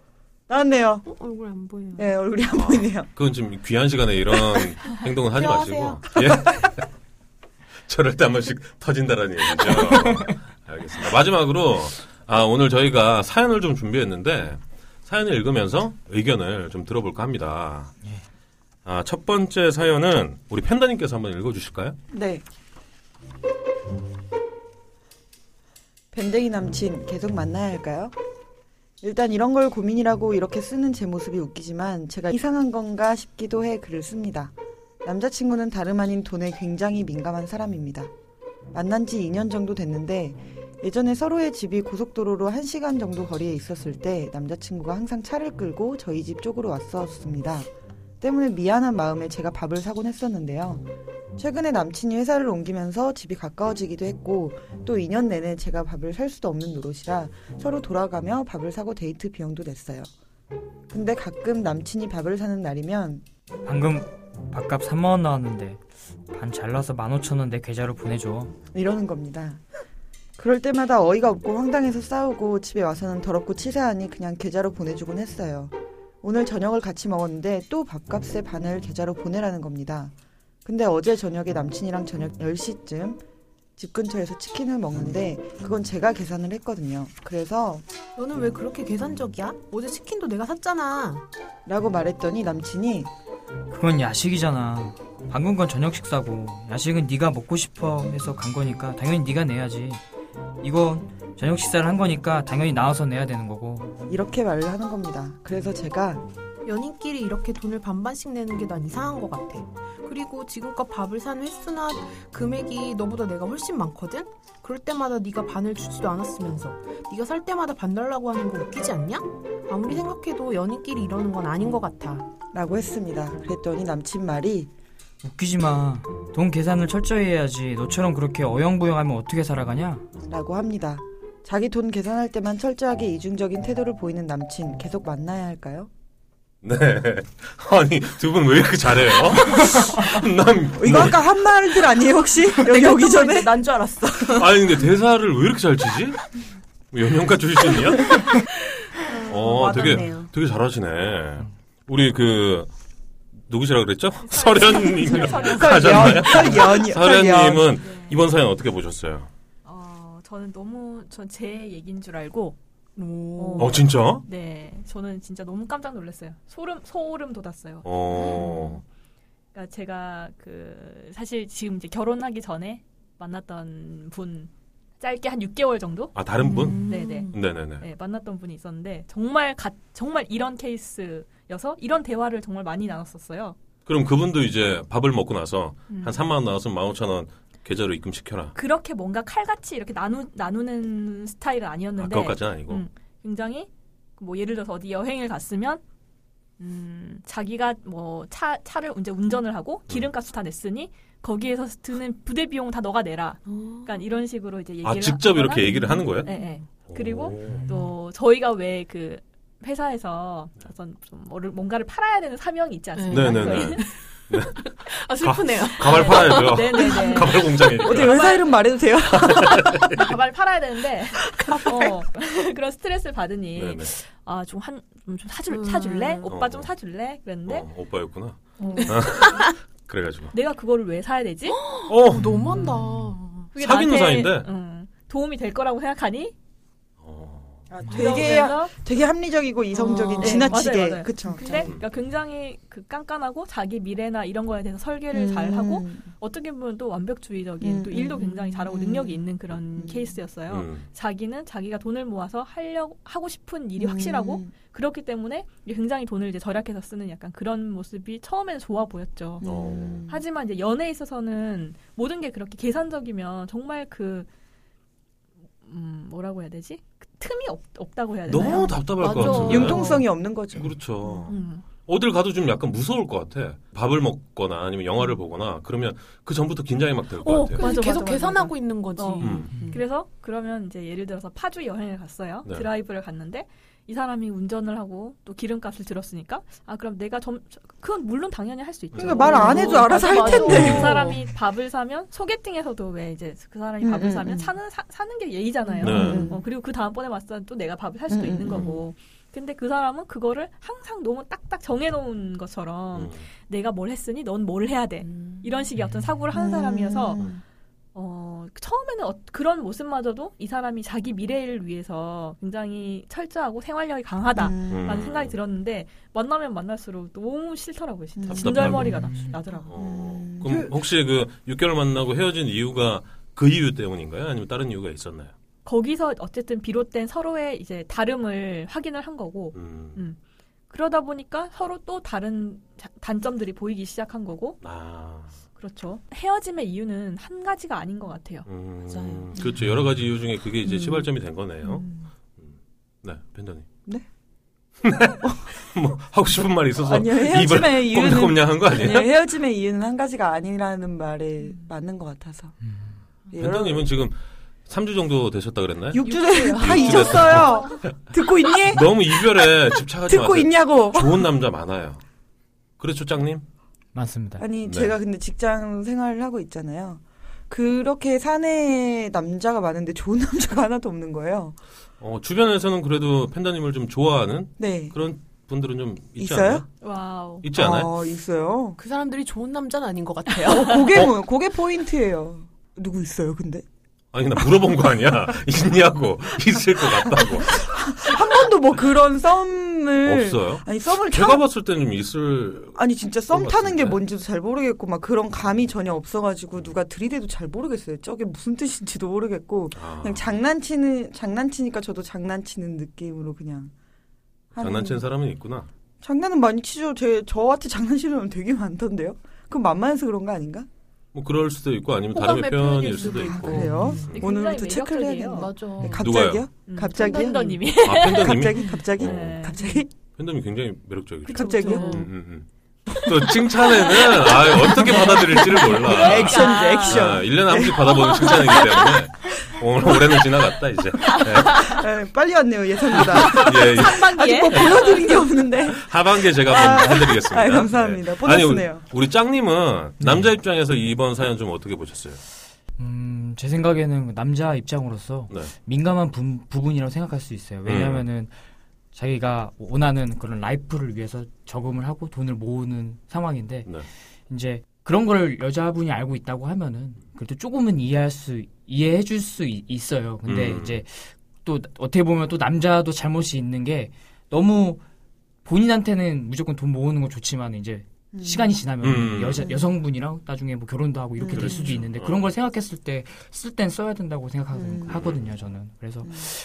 [SPEAKER 2] 나왔네요.
[SPEAKER 5] 어, 얼굴 안 보여요.
[SPEAKER 2] 네 얼굴이 안 보이네요.
[SPEAKER 1] 그건 좀 귀한 시간에 이런 행동은 하지 마시고. 예. 저럴 때 한 번씩 터진다라는 얘기죠. 알겠습니다. 마지막으로 아, 오늘 저희가 사연을 좀 준비했는데 사연을 읽으면서 의견을 좀 들어볼까 합니다. 아, 첫 번째 사연은 우리 팬다님께서 한번 읽어주실까요?
[SPEAKER 2] 네. 밴댕이 남친 계속 만나야 할까요? 일단 이런 걸 고민이라고 이렇게 쓰는 제 모습이 웃기지만 제가 이상한 건가 싶기도 해 글을 씁니다. 남자친구는 다름 아닌 돈에 굉장히 민감한 사람입니다. 만난 지 2년 정도 됐는데 예전에 서로의 집이 고속도로로 1시간 정도 거리에 있었을 때 남자친구가 항상 차를 끌고 저희 집 쪽으로 왔었습니다. 때문에 미안한 마음에 제가 밥을 사곤 했었는데요. 최근에 남친이 회사를 옮기면서 집이 가까워지기도 했고 또 2년 내내 제가 밥을 살 수도 없는 노릇이라 서로 돌아가며 밥을 사고 데이트 비용도 냈어요. 근데 가끔 남친이 밥을 사는 날이면
[SPEAKER 4] 방금 밥값 3만 원 나왔는데 반 잘라서 15,000원 내 계좌로 보내줘.
[SPEAKER 2] 이러는 겁니다. 그럴 때마다 어이가 없고 황당해서 싸우고 집에 와서는 더럽고 치사하니 그냥 계좌로 보내주곤 했어요. 오늘 저녁을 같이 먹었는데 또 밥값의 반을 계좌로 보내라는 겁니다. 근데 어제 저녁에 남친이랑 저녁 10시쯤 집 근처에서 치킨을 먹는데 그건 제가 계산을 했거든요. 그래서
[SPEAKER 6] 너는 왜 그렇게 계산적이야? 어제 치킨도 내가 샀잖아.
[SPEAKER 2] 라고 말했더니 남친이
[SPEAKER 4] 그건 야식이잖아. 방금 건 저녁 식사고 야식은 네가 먹고 싶어 해서 간 거니까 당연히 네가 내야지. 이건 저녁 식사를 한 거니까 당연히 나와서 내야 되는 거고.
[SPEAKER 2] 이렇게 말을 하는 겁니다. 그래서 제가
[SPEAKER 6] 연인끼리 이렇게 돈을 반반씩 내는 게 난 이상한 것 같아. 그리고 지금껏 밥을 산 횟수나 금액이 너보다 내가 훨씬 많거든? 그럴 때마다 네가 반을 주지도 않았으면서 네가 살 때마다 반 달라고 하는 거 웃기지 않냐? 아무리 생각해도 연인끼리 이러는 건 아닌 것 같아.
[SPEAKER 2] 라고 했습니다. 그랬더니 남친 말이
[SPEAKER 4] 웃기지 마. 돈 계산을 철저히 해야지. 너처럼 그렇게 어영부영하면 어떻게 살아가냐?
[SPEAKER 2] 라고 합니다. 자기 돈 계산할 때만 철저하게 이중적인 태도를 보이는 남친 계속 만나야 할까요?
[SPEAKER 1] 네. 아니, 두 분 왜 이렇게 잘해요? 난,
[SPEAKER 2] 이거
[SPEAKER 1] 난-
[SPEAKER 2] 아까 한 말들 아니에요 혹시? 여기 오기 전에?
[SPEAKER 6] 난 줄 알았어.
[SPEAKER 1] 아니, 근데 대사를 왜 이렇게 잘 치지? 뭐 연영가 출신이야? 어, 되게,
[SPEAKER 6] 와닿네요.
[SPEAKER 1] 되게 잘하시네. 우리 그, 누구시라 그랬죠?
[SPEAKER 2] 네,
[SPEAKER 1] 설현님.
[SPEAKER 2] 그러니까
[SPEAKER 1] 가셨나요?
[SPEAKER 2] 설연이요.
[SPEAKER 1] 설현님은
[SPEAKER 3] 네.
[SPEAKER 1] 이번 사연 어떻게 보셨어요?
[SPEAKER 3] 어, 저는 너무 전 제 얘기인 줄 알고
[SPEAKER 6] 오.
[SPEAKER 1] 어, 진짜?
[SPEAKER 3] 네, 저는 진짜 너무 깜짝 놀랐어요. 소름 소름 돋았어요.
[SPEAKER 1] 어,
[SPEAKER 3] 그러니까 제가 그 사실 지금 이제 결혼하기 전에 만났던 분 짧게 한 6개월 정도
[SPEAKER 1] 아, 다른 분?
[SPEAKER 3] 네네.
[SPEAKER 1] 네네네.
[SPEAKER 3] 네, 만났던 분이 있었는데 정말 가, 정말 이런 케이스여서 이런 대화를 정말 많이 나눴었어요.
[SPEAKER 1] 그럼 그분도 이제 밥을 먹고 나서
[SPEAKER 3] 음.
[SPEAKER 1] 한 3만 원 나왔으면 15,000원 계좌로 입금시켜라.
[SPEAKER 3] 그렇게 뭔가 칼같이 이렇게 나누 나누는 스타일은
[SPEAKER 1] 아,
[SPEAKER 3] 아니었는데
[SPEAKER 1] 그것까지는 아니고.
[SPEAKER 3] 음. 굉장히 뭐 예를 들어서 어디 여행을 갔으면 음, 자기가 뭐 차 차를 이제 운전을 하고
[SPEAKER 1] 네.
[SPEAKER 3] 기름값도 다 냈으니 거기에서 드는 부대 비용 다 너가 내라.
[SPEAKER 6] 음.
[SPEAKER 3] 그러니까 이런 식으로 이제 얘기를
[SPEAKER 1] 아, 직접
[SPEAKER 3] 하거나,
[SPEAKER 1] 이렇게 얘기를 하는 거예요?
[SPEAKER 3] 예, 예. 그리고
[SPEAKER 1] 오.
[SPEAKER 3] 또 저희가 왜 그 회사에서 어떤 좀 뭐를- 뭔가를 팔아야 되는 사명이 있지 않습니까?
[SPEAKER 1] 네네네.
[SPEAKER 5] 아 슬프네요.
[SPEAKER 6] 어,
[SPEAKER 1] 가발 팔아야죠.
[SPEAKER 3] 네네네.
[SPEAKER 1] 가발 공장이니까.
[SPEAKER 2] 어떻게 회사 이름 말해도 돼요?
[SPEAKER 3] 가발 팔아야 되는데 어, 그런 스트레스를 받으니
[SPEAKER 1] 네네.
[SPEAKER 3] 아 좀 한 좀 사줄
[SPEAKER 6] 음.
[SPEAKER 3] 사줄래? 오빠
[SPEAKER 1] 어.
[SPEAKER 3] 좀 사줄래? 그랬는데
[SPEAKER 1] 어, 오빠였구나.
[SPEAKER 3] 어,
[SPEAKER 1] 그래가지고.
[SPEAKER 3] 내가 그거를 왜 사야 되지?
[SPEAKER 1] 어.
[SPEAKER 5] 너무한다.
[SPEAKER 3] 그게
[SPEAKER 1] 사귀는
[SPEAKER 3] 나한테,
[SPEAKER 1] 사이인데?
[SPEAKER 3] 음, 도움이 될 거라고 생각하니
[SPEAKER 1] 어.
[SPEAKER 2] 아, 되게
[SPEAKER 3] 그래서
[SPEAKER 2] 되게 합리적이고 이성적인
[SPEAKER 6] 어.
[SPEAKER 2] 지나치게
[SPEAKER 3] 네, 맞아요, 맞아요.
[SPEAKER 2] 그쵸? 음.
[SPEAKER 3] 근데 그러니까 굉장히 그 깐깐하고 자기 미래나 이런 거에 대해서 설계를 잘 하고 어떻게 보면 또 완벽주의적인
[SPEAKER 2] 음,
[SPEAKER 3] 또 일도
[SPEAKER 2] 음,
[SPEAKER 3] 굉장히 잘하고
[SPEAKER 2] 음.
[SPEAKER 3] 능력이 있는 그런
[SPEAKER 2] 음.
[SPEAKER 3] 케이스였어요.
[SPEAKER 1] 음.
[SPEAKER 3] 자기는 자기가 돈을 모아서 하려고 하고 싶은
[SPEAKER 2] 음.
[SPEAKER 3] 일이 확실하고 그렇기 때문에 굉장히 돈을 이제 절약해서 쓰는 약간 그런 모습이 처음에는 좋아 보였죠.
[SPEAKER 1] 어.
[SPEAKER 3] 하지만 이제 연애에 있어서는 모든 게 그렇게 계산적이면 정말 그 음, 뭐라고 해야 되지? 그 틈이 없, 없다고 해야 되나요?
[SPEAKER 1] 너무 답답할 것
[SPEAKER 5] 맞아.
[SPEAKER 1] 같은데.
[SPEAKER 2] 융통성이 없는 거죠.
[SPEAKER 1] 그렇죠.
[SPEAKER 3] 음.
[SPEAKER 1] 어딜 가도 좀 약간 무서울 것 같아. 밥을 먹거나 아니면 영화를 보거나 그러면 그 전부터 긴장이 막 될 것
[SPEAKER 3] 어,
[SPEAKER 1] 같아.
[SPEAKER 3] 맞아, 맞아,
[SPEAKER 5] 계속
[SPEAKER 3] 맞아.
[SPEAKER 5] 계산하고 있는 거지.
[SPEAKER 3] 어.
[SPEAKER 1] 음.
[SPEAKER 3] 그래서 그러면 이제 예를 들어서 파주 여행을 갔어요.
[SPEAKER 1] 네.
[SPEAKER 3] 드라이브를 갔는데 이 사람이 운전을 하고 또 기름값을 들었으니까 아 그럼 내가 점 그건 물론 당연히 할 수 있죠.
[SPEAKER 2] 그러니까 말 안 해도 알아서 할
[SPEAKER 5] 맞아, 맞아.
[SPEAKER 2] 텐데.
[SPEAKER 3] 그 사람이 밥을 사면 소개팅에서도 왜 이제 그 사람이
[SPEAKER 2] 음,
[SPEAKER 3] 밥을
[SPEAKER 2] 음,
[SPEAKER 3] 사면
[SPEAKER 2] 음.
[SPEAKER 3] 사는 사, 사는 게 예의잖아요.
[SPEAKER 1] 네.
[SPEAKER 3] 어, 그리고 그 다음번에 왔을 때 또 내가 밥을 살 수도
[SPEAKER 2] 음,
[SPEAKER 3] 있는
[SPEAKER 2] 음,
[SPEAKER 3] 거고. 근데 그 사람은 그거를 항상 너무 딱딱 정해놓은 것처럼
[SPEAKER 1] 음.
[SPEAKER 3] 내가 뭘 했으니 넌 뭘 해야 돼. 이런 식의 어떤 사고를 하는 사람이어서
[SPEAKER 2] 음.
[SPEAKER 3] 어, 처음에는 어- 그런 모습마저도 이 사람이 자기 미래를 위해서 굉장히 철저하고 생활력이 강하다라는
[SPEAKER 2] 음.
[SPEAKER 1] 음.
[SPEAKER 3] 생각이 들었는데 만나면 만날수록 너무 싫더라고요. 진짜
[SPEAKER 2] 음.
[SPEAKER 3] 진절머리가 나, 나더라고요.
[SPEAKER 1] 어. 그럼 혹시 그 6개월 만나고 헤어진 이유가 그 이유 때문인가요? 아니면 다른 이유가 있었나요?
[SPEAKER 3] 거기서 어쨌든 비롯된 서로의 이제 다름을 확인을 한 거고
[SPEAKER 1] 음.
[SPEAKER 3] 그러다 보니까 서로 또 다른 자- 단점들이 보이기 시작한 거고
[SPEAKER 1] 아.
[SPEAKER 3] 그렇죠. 헤어짐의 이유는 한 가지가 아닌 것 같아요.
[SPEAKER 1] 음.
[SPEAKER 6] 맞아요.
[SPEAKER 1] 그렇죠. 여러 가지 이유 중에 그게 이제
[SPEAKER 2] 음.
[SPEAKER 1] 시발점이 된 거네요.
[SPEAKER 2] 음.
[SPEAKER 1] 네, 팬더님.
[SPEAKER 2] 네?
[SPEAKER 1] 뭐 하고 싶은 말이 있어서
[SPEAKER 2] 아니요
[SPEAKER 1] 입을
[SPEAKER 2] 헤어짐의 이유는
[SPEAKER 1] 꼼냥꼼냥 한거 아니에요?
[SPEAKER 2] 아니요, 네, 헤어짐의 이유는 한 가지가 아니라는 말에 맞는 것 같아서.
[SPEAKER 1] 음.
[SPEAKER 2] 예,
[SPEAKER 1] 팬더님은 지금 3주 정도 되셨다 그랬나요?
[SPEAKER 2] 6주를 다
[SPEAKER 1] 육주를-
[SPEAKER 2] 잊었어요. 듣고 있니?
[SPEAKER 1] 너무 이별에 집착하지
[SPEAKER 2] 듣고
[SPEAKER 1] 마세요.
[SPEAKER 2] 있냐고.
[SPEAKER 1] 좋은 남자 많아요. 그렇죠, 짱님?
[SPEAKER 4] 많습니다.
[SPEAKER 2] 아니
[SPEAKER 1] 네.
[SPEAKER 2] 제가 근데 직장 생활을 하고 있잖아요. 그렇게 사내에 남자가 많은데 좋은 남자가 하나도 없는 거예요.
[SPEAKER 1] 어, 주변에서는 그래도 팬더님을 좀 좋아하는
[SPEAKER 2] 네.
[SPEAKER 1] 그런 분들은 좀 있지
[SPEAKER 2] 있어요?
[SPEAKER 1] 않나요?
[SPEAKER 3] 와우.
[SPEAKER 1] 있지 않아요?
[SPEAKER 2] 어, 있어요.
[SPEAKER 5] 그 사람들이 좋은 남자는 아닌 것 같아요.
[SPEAKER 2] 어, 그게 뭐, 그게 포인트예요. 누구 있어요, 근데?
[SPEAKER 1] 아니 나 물어본 거 아니야. 있냐고 있을 것 같다고
[SPEAKER 2] 한 번도 뭐 그런 썸을
[SPEAKER 1] 없어요.
[SPEAKER 2] 아니 썸을 타
[SPEAKER 1] 제가 봤을 때는 좀 있을
[SPEAKER 2] 아니 진짜 썸
[SPEAKER 1] 그런 것
[SPEAKER 2] 타는 게
[SPEAKER 1] 같은데.
[SPEAKER 2] 뭔지도 잘 모르겠고 막 그런 감이 전혀 없어가지고 누가 들이대도 잘 모르겠어요. 저게 무슨 뜻인지도 모르겠고
[SPEAKER 1] 아,
[SPEAKER 2] 그냥 장난치는 장난치니까 저도 장난치는 느낌으로 그냥 하는-
[SPEAKER 1] 아, 장난친 사람은 있구나.
[SPEAKER 2] 장난은 많이 치죠. 제 저한테 장난치려면 되게 많던데요. 그럼 만만해서 그런 거 아닌가?
[SPEAKER 1] 뭐 그럴 수도 있고 아니면
[SPEAKER 5] 호감의
[SPEAKER 1] 다른 편일
[SPEAKER 5] 표현일
[SPEAKER 1] 수도
[SPEAKER 5] 수도
[SPEAKER 2] 아,
[SPEAKER 1] 있고.
[SPEAKER 2] 그래요?
[SPEAKER 3] 근데
[SPEAKER 2] 오늘부터
[SPEAKER 3] 굉장히
[SPEAKER 2] 체크를
[SPEAKER 3] 매력적이에요.
[SPEAKER 2] 해야겠네.
[SPEAKER 5] 맞아.
[SPEAKER 2] 네, 갑자기요?
[SPEAKER 3] 음,
[SPEAKER 2] 갑자기요?
[SPEAKER 3] 팬더님이. 음.
[SPEAKER 1] 아 팬더님이
[SPEAKER 2] 갑자기 갑자기
[SPEAKER 1] 어.
[SPEAKER 2] 갑자기
[SPEAKER 1] 팬덤이 굉장히 매력적이죠.
[SPEAKER 3] 그쵸,
[SPEAKER 2] 갑자기요?
[SPEAKER 3] 그쵸.
[SPEAKER 1] 음, 음, 음. 또 칭찬에는 아 어떻게 받아들일지를 몰라.
[SPEAKER 2] 액션이죠 액션.
[SPEAKER 1] 아, 1년에 한 번씩 받아보는 칭찬이기 때문에 오늘 올해는 지나갔다 이제.
[SPEAKER 2] 예, 빨리 왔네요 예상보다.
[SPEAKER 1] 예, 예.
[SPEAKER 2] 아직
[SPEAKER 3] 상반기에
[SPEAKER 2] 뭐 보여드린 게 없는데.
[SPEAKER 1] 하반기에 제가 한번 해드리겠습니다.
[SPEAKER 2] 아, 감사합니다.
[SPEAKER 1] 네. 아니,
[SPEAKER 2] 보너스네요.
[SPEAKER 1] 우리 짱님은 남자 입장에서 이번 사연 좀 어떻게 보셨어요?
[SPEAKER 4] 음, 제 생각에는 남자 입장으로서
[SPEAKER 1] 네.
[SPEAKER 4] 민감한 부, 분이라고 생각할 수 있어요. 왜냐하면은
[SPEAKER 1] 음.
[SPEAKER 4] 자기가 원하는 그런 라이프를 위해서 저금을 하고 돈을 모으는 상황인데
[SPEAKER 1] 네.
[SPEAKER 4] 이제 그런 거를 여자분이 알고 있다고 하면은 그래도 조금은 이해할 수 이해해 줄 수 있어요. 근데
[SPEAKER 1] 음.
[SPEAKER 4] 이제 또 어떻게 보면 또 남자도 잘못이 있는 게 너무 본인한테는 무조건 돈 모으는 건 좋지만 이제 시간이 지나면
[SPEAKER 1] 음.
[SPEAKER 4] 여자 여성분이랑 나중에 뭐 결혼도 하고 이렇게
[SPEAKER 2] 음.
[SPEAKER 4] 될 수도
[SPEAKER 1] 그렇죠.
[SPEAKER 4] 있는데
[SPEAKER 1] 어.
[SPEAKER 4] 그런 걸 생각했을 때 쓸 땐 써야 된다고
[SPEAKER 2] 음.
[SPEAKER 4] 생각하거든요 저는 그래서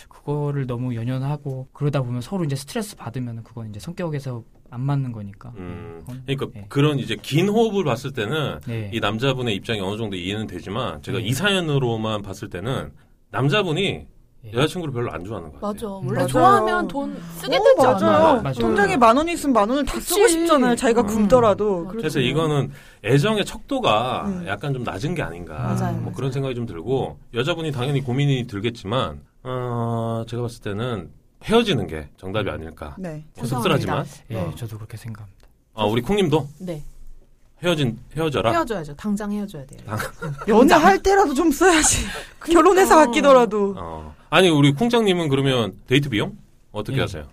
[SPEAKER 4] 그거를 너무 연연하고 그러다 보면 서로 이제 스트레스 받으면 그건 이제 성격에서 안 맞는 거니까
[SPEAKER 1] 음,
[SPEAKER 4] 그건-
[SPEAKER 1] 그러니까
[SPEAKER 4] 네.
[SPEAKER 1] 그런 이제 긴 호흡을 봤을 때는
[SPEAKER 4] 네.
[SPEAKER 1] 이 남자분의 입장이 어느 정도 이해는 되지만 제가
[SPEAKER 4] 네.
[SPEAKER 1] 이 사연으로만 봤을 때는 남자분이
[SPEAKER 4] 예.
[SPEAKER 1] 여자친구를 별로 안 좋아하는 것 같아요.
[SPEAKER 5] 맞아. 원래
[SPEAKER 4] 맞아요.
[SPEAKER 5] 좋아하면 돈 쓰게
[SPEAKER 2] 어,
[SPEAKER 5] 되지 않아.
[SPEAKER 2] 맞아요.
[SPEAKER 1] 맞아요.
[SPEAKER 2] 통장에 만 원이 있으면 만 원을 다 쓰고 싶잖아요. 자기가
[SPEAKER 1] 음.
[SPEAKER 3] 어,
[SPEAKER 2] 굶더라도.
[SPEAKER 3] 그렇죠.
[SPEAKER 1] 그래서
[SPEAKER 2] 그렇잖아요.
[SPEAKER 1] 이거는 애정의 척도가
[SPEAKER 2] 음.
[SPEAKER 1] 약간 좀 낮은 게 아닌가
[SPEAKER 5] 맞아요,
[SPEAKER 1] 뭐
[SPEAKER 5] 맞아요.
[SPEAKER 1] 그런 생각이 좀 들고 여자분이 당연히 고민이 들겠지만 어, 제가 봤을 때는 헤어지는 게
[SPEAKER 4] 음.
[SPEAKER 1] 정답이
[SPEAKER 3] 음.
[SPEAKER 1] 아닐까
[SPEAKER 2] 네.
[SPEAKER 1] 뭐 씁쓸하지만
[SPEAKER 4] 예,
[SPEAKER 1] 어.
[SPEAKER 4] 저도 그렇게 생각합니다
[SPEAKER 1] 아, 우리 콩님도
[SPEAKER 5] 네.
[SPEAKER 1] 헤어진 헤어져라
[SPEAKER 6] 헤어져야죠. 당장 헤어져야 돼요.
[SPEAKER 1] 아,
[SPEAKER 2] 연애할 때라도 좀 써야지. 결혼해서 아끼더라도.
[SPEAKER 1] 어. 아니 우리 콩장님은 그러면 데이트 비용 어떻게
[SPEAKER 4] 예.
[SPEAKER 1] 하세요?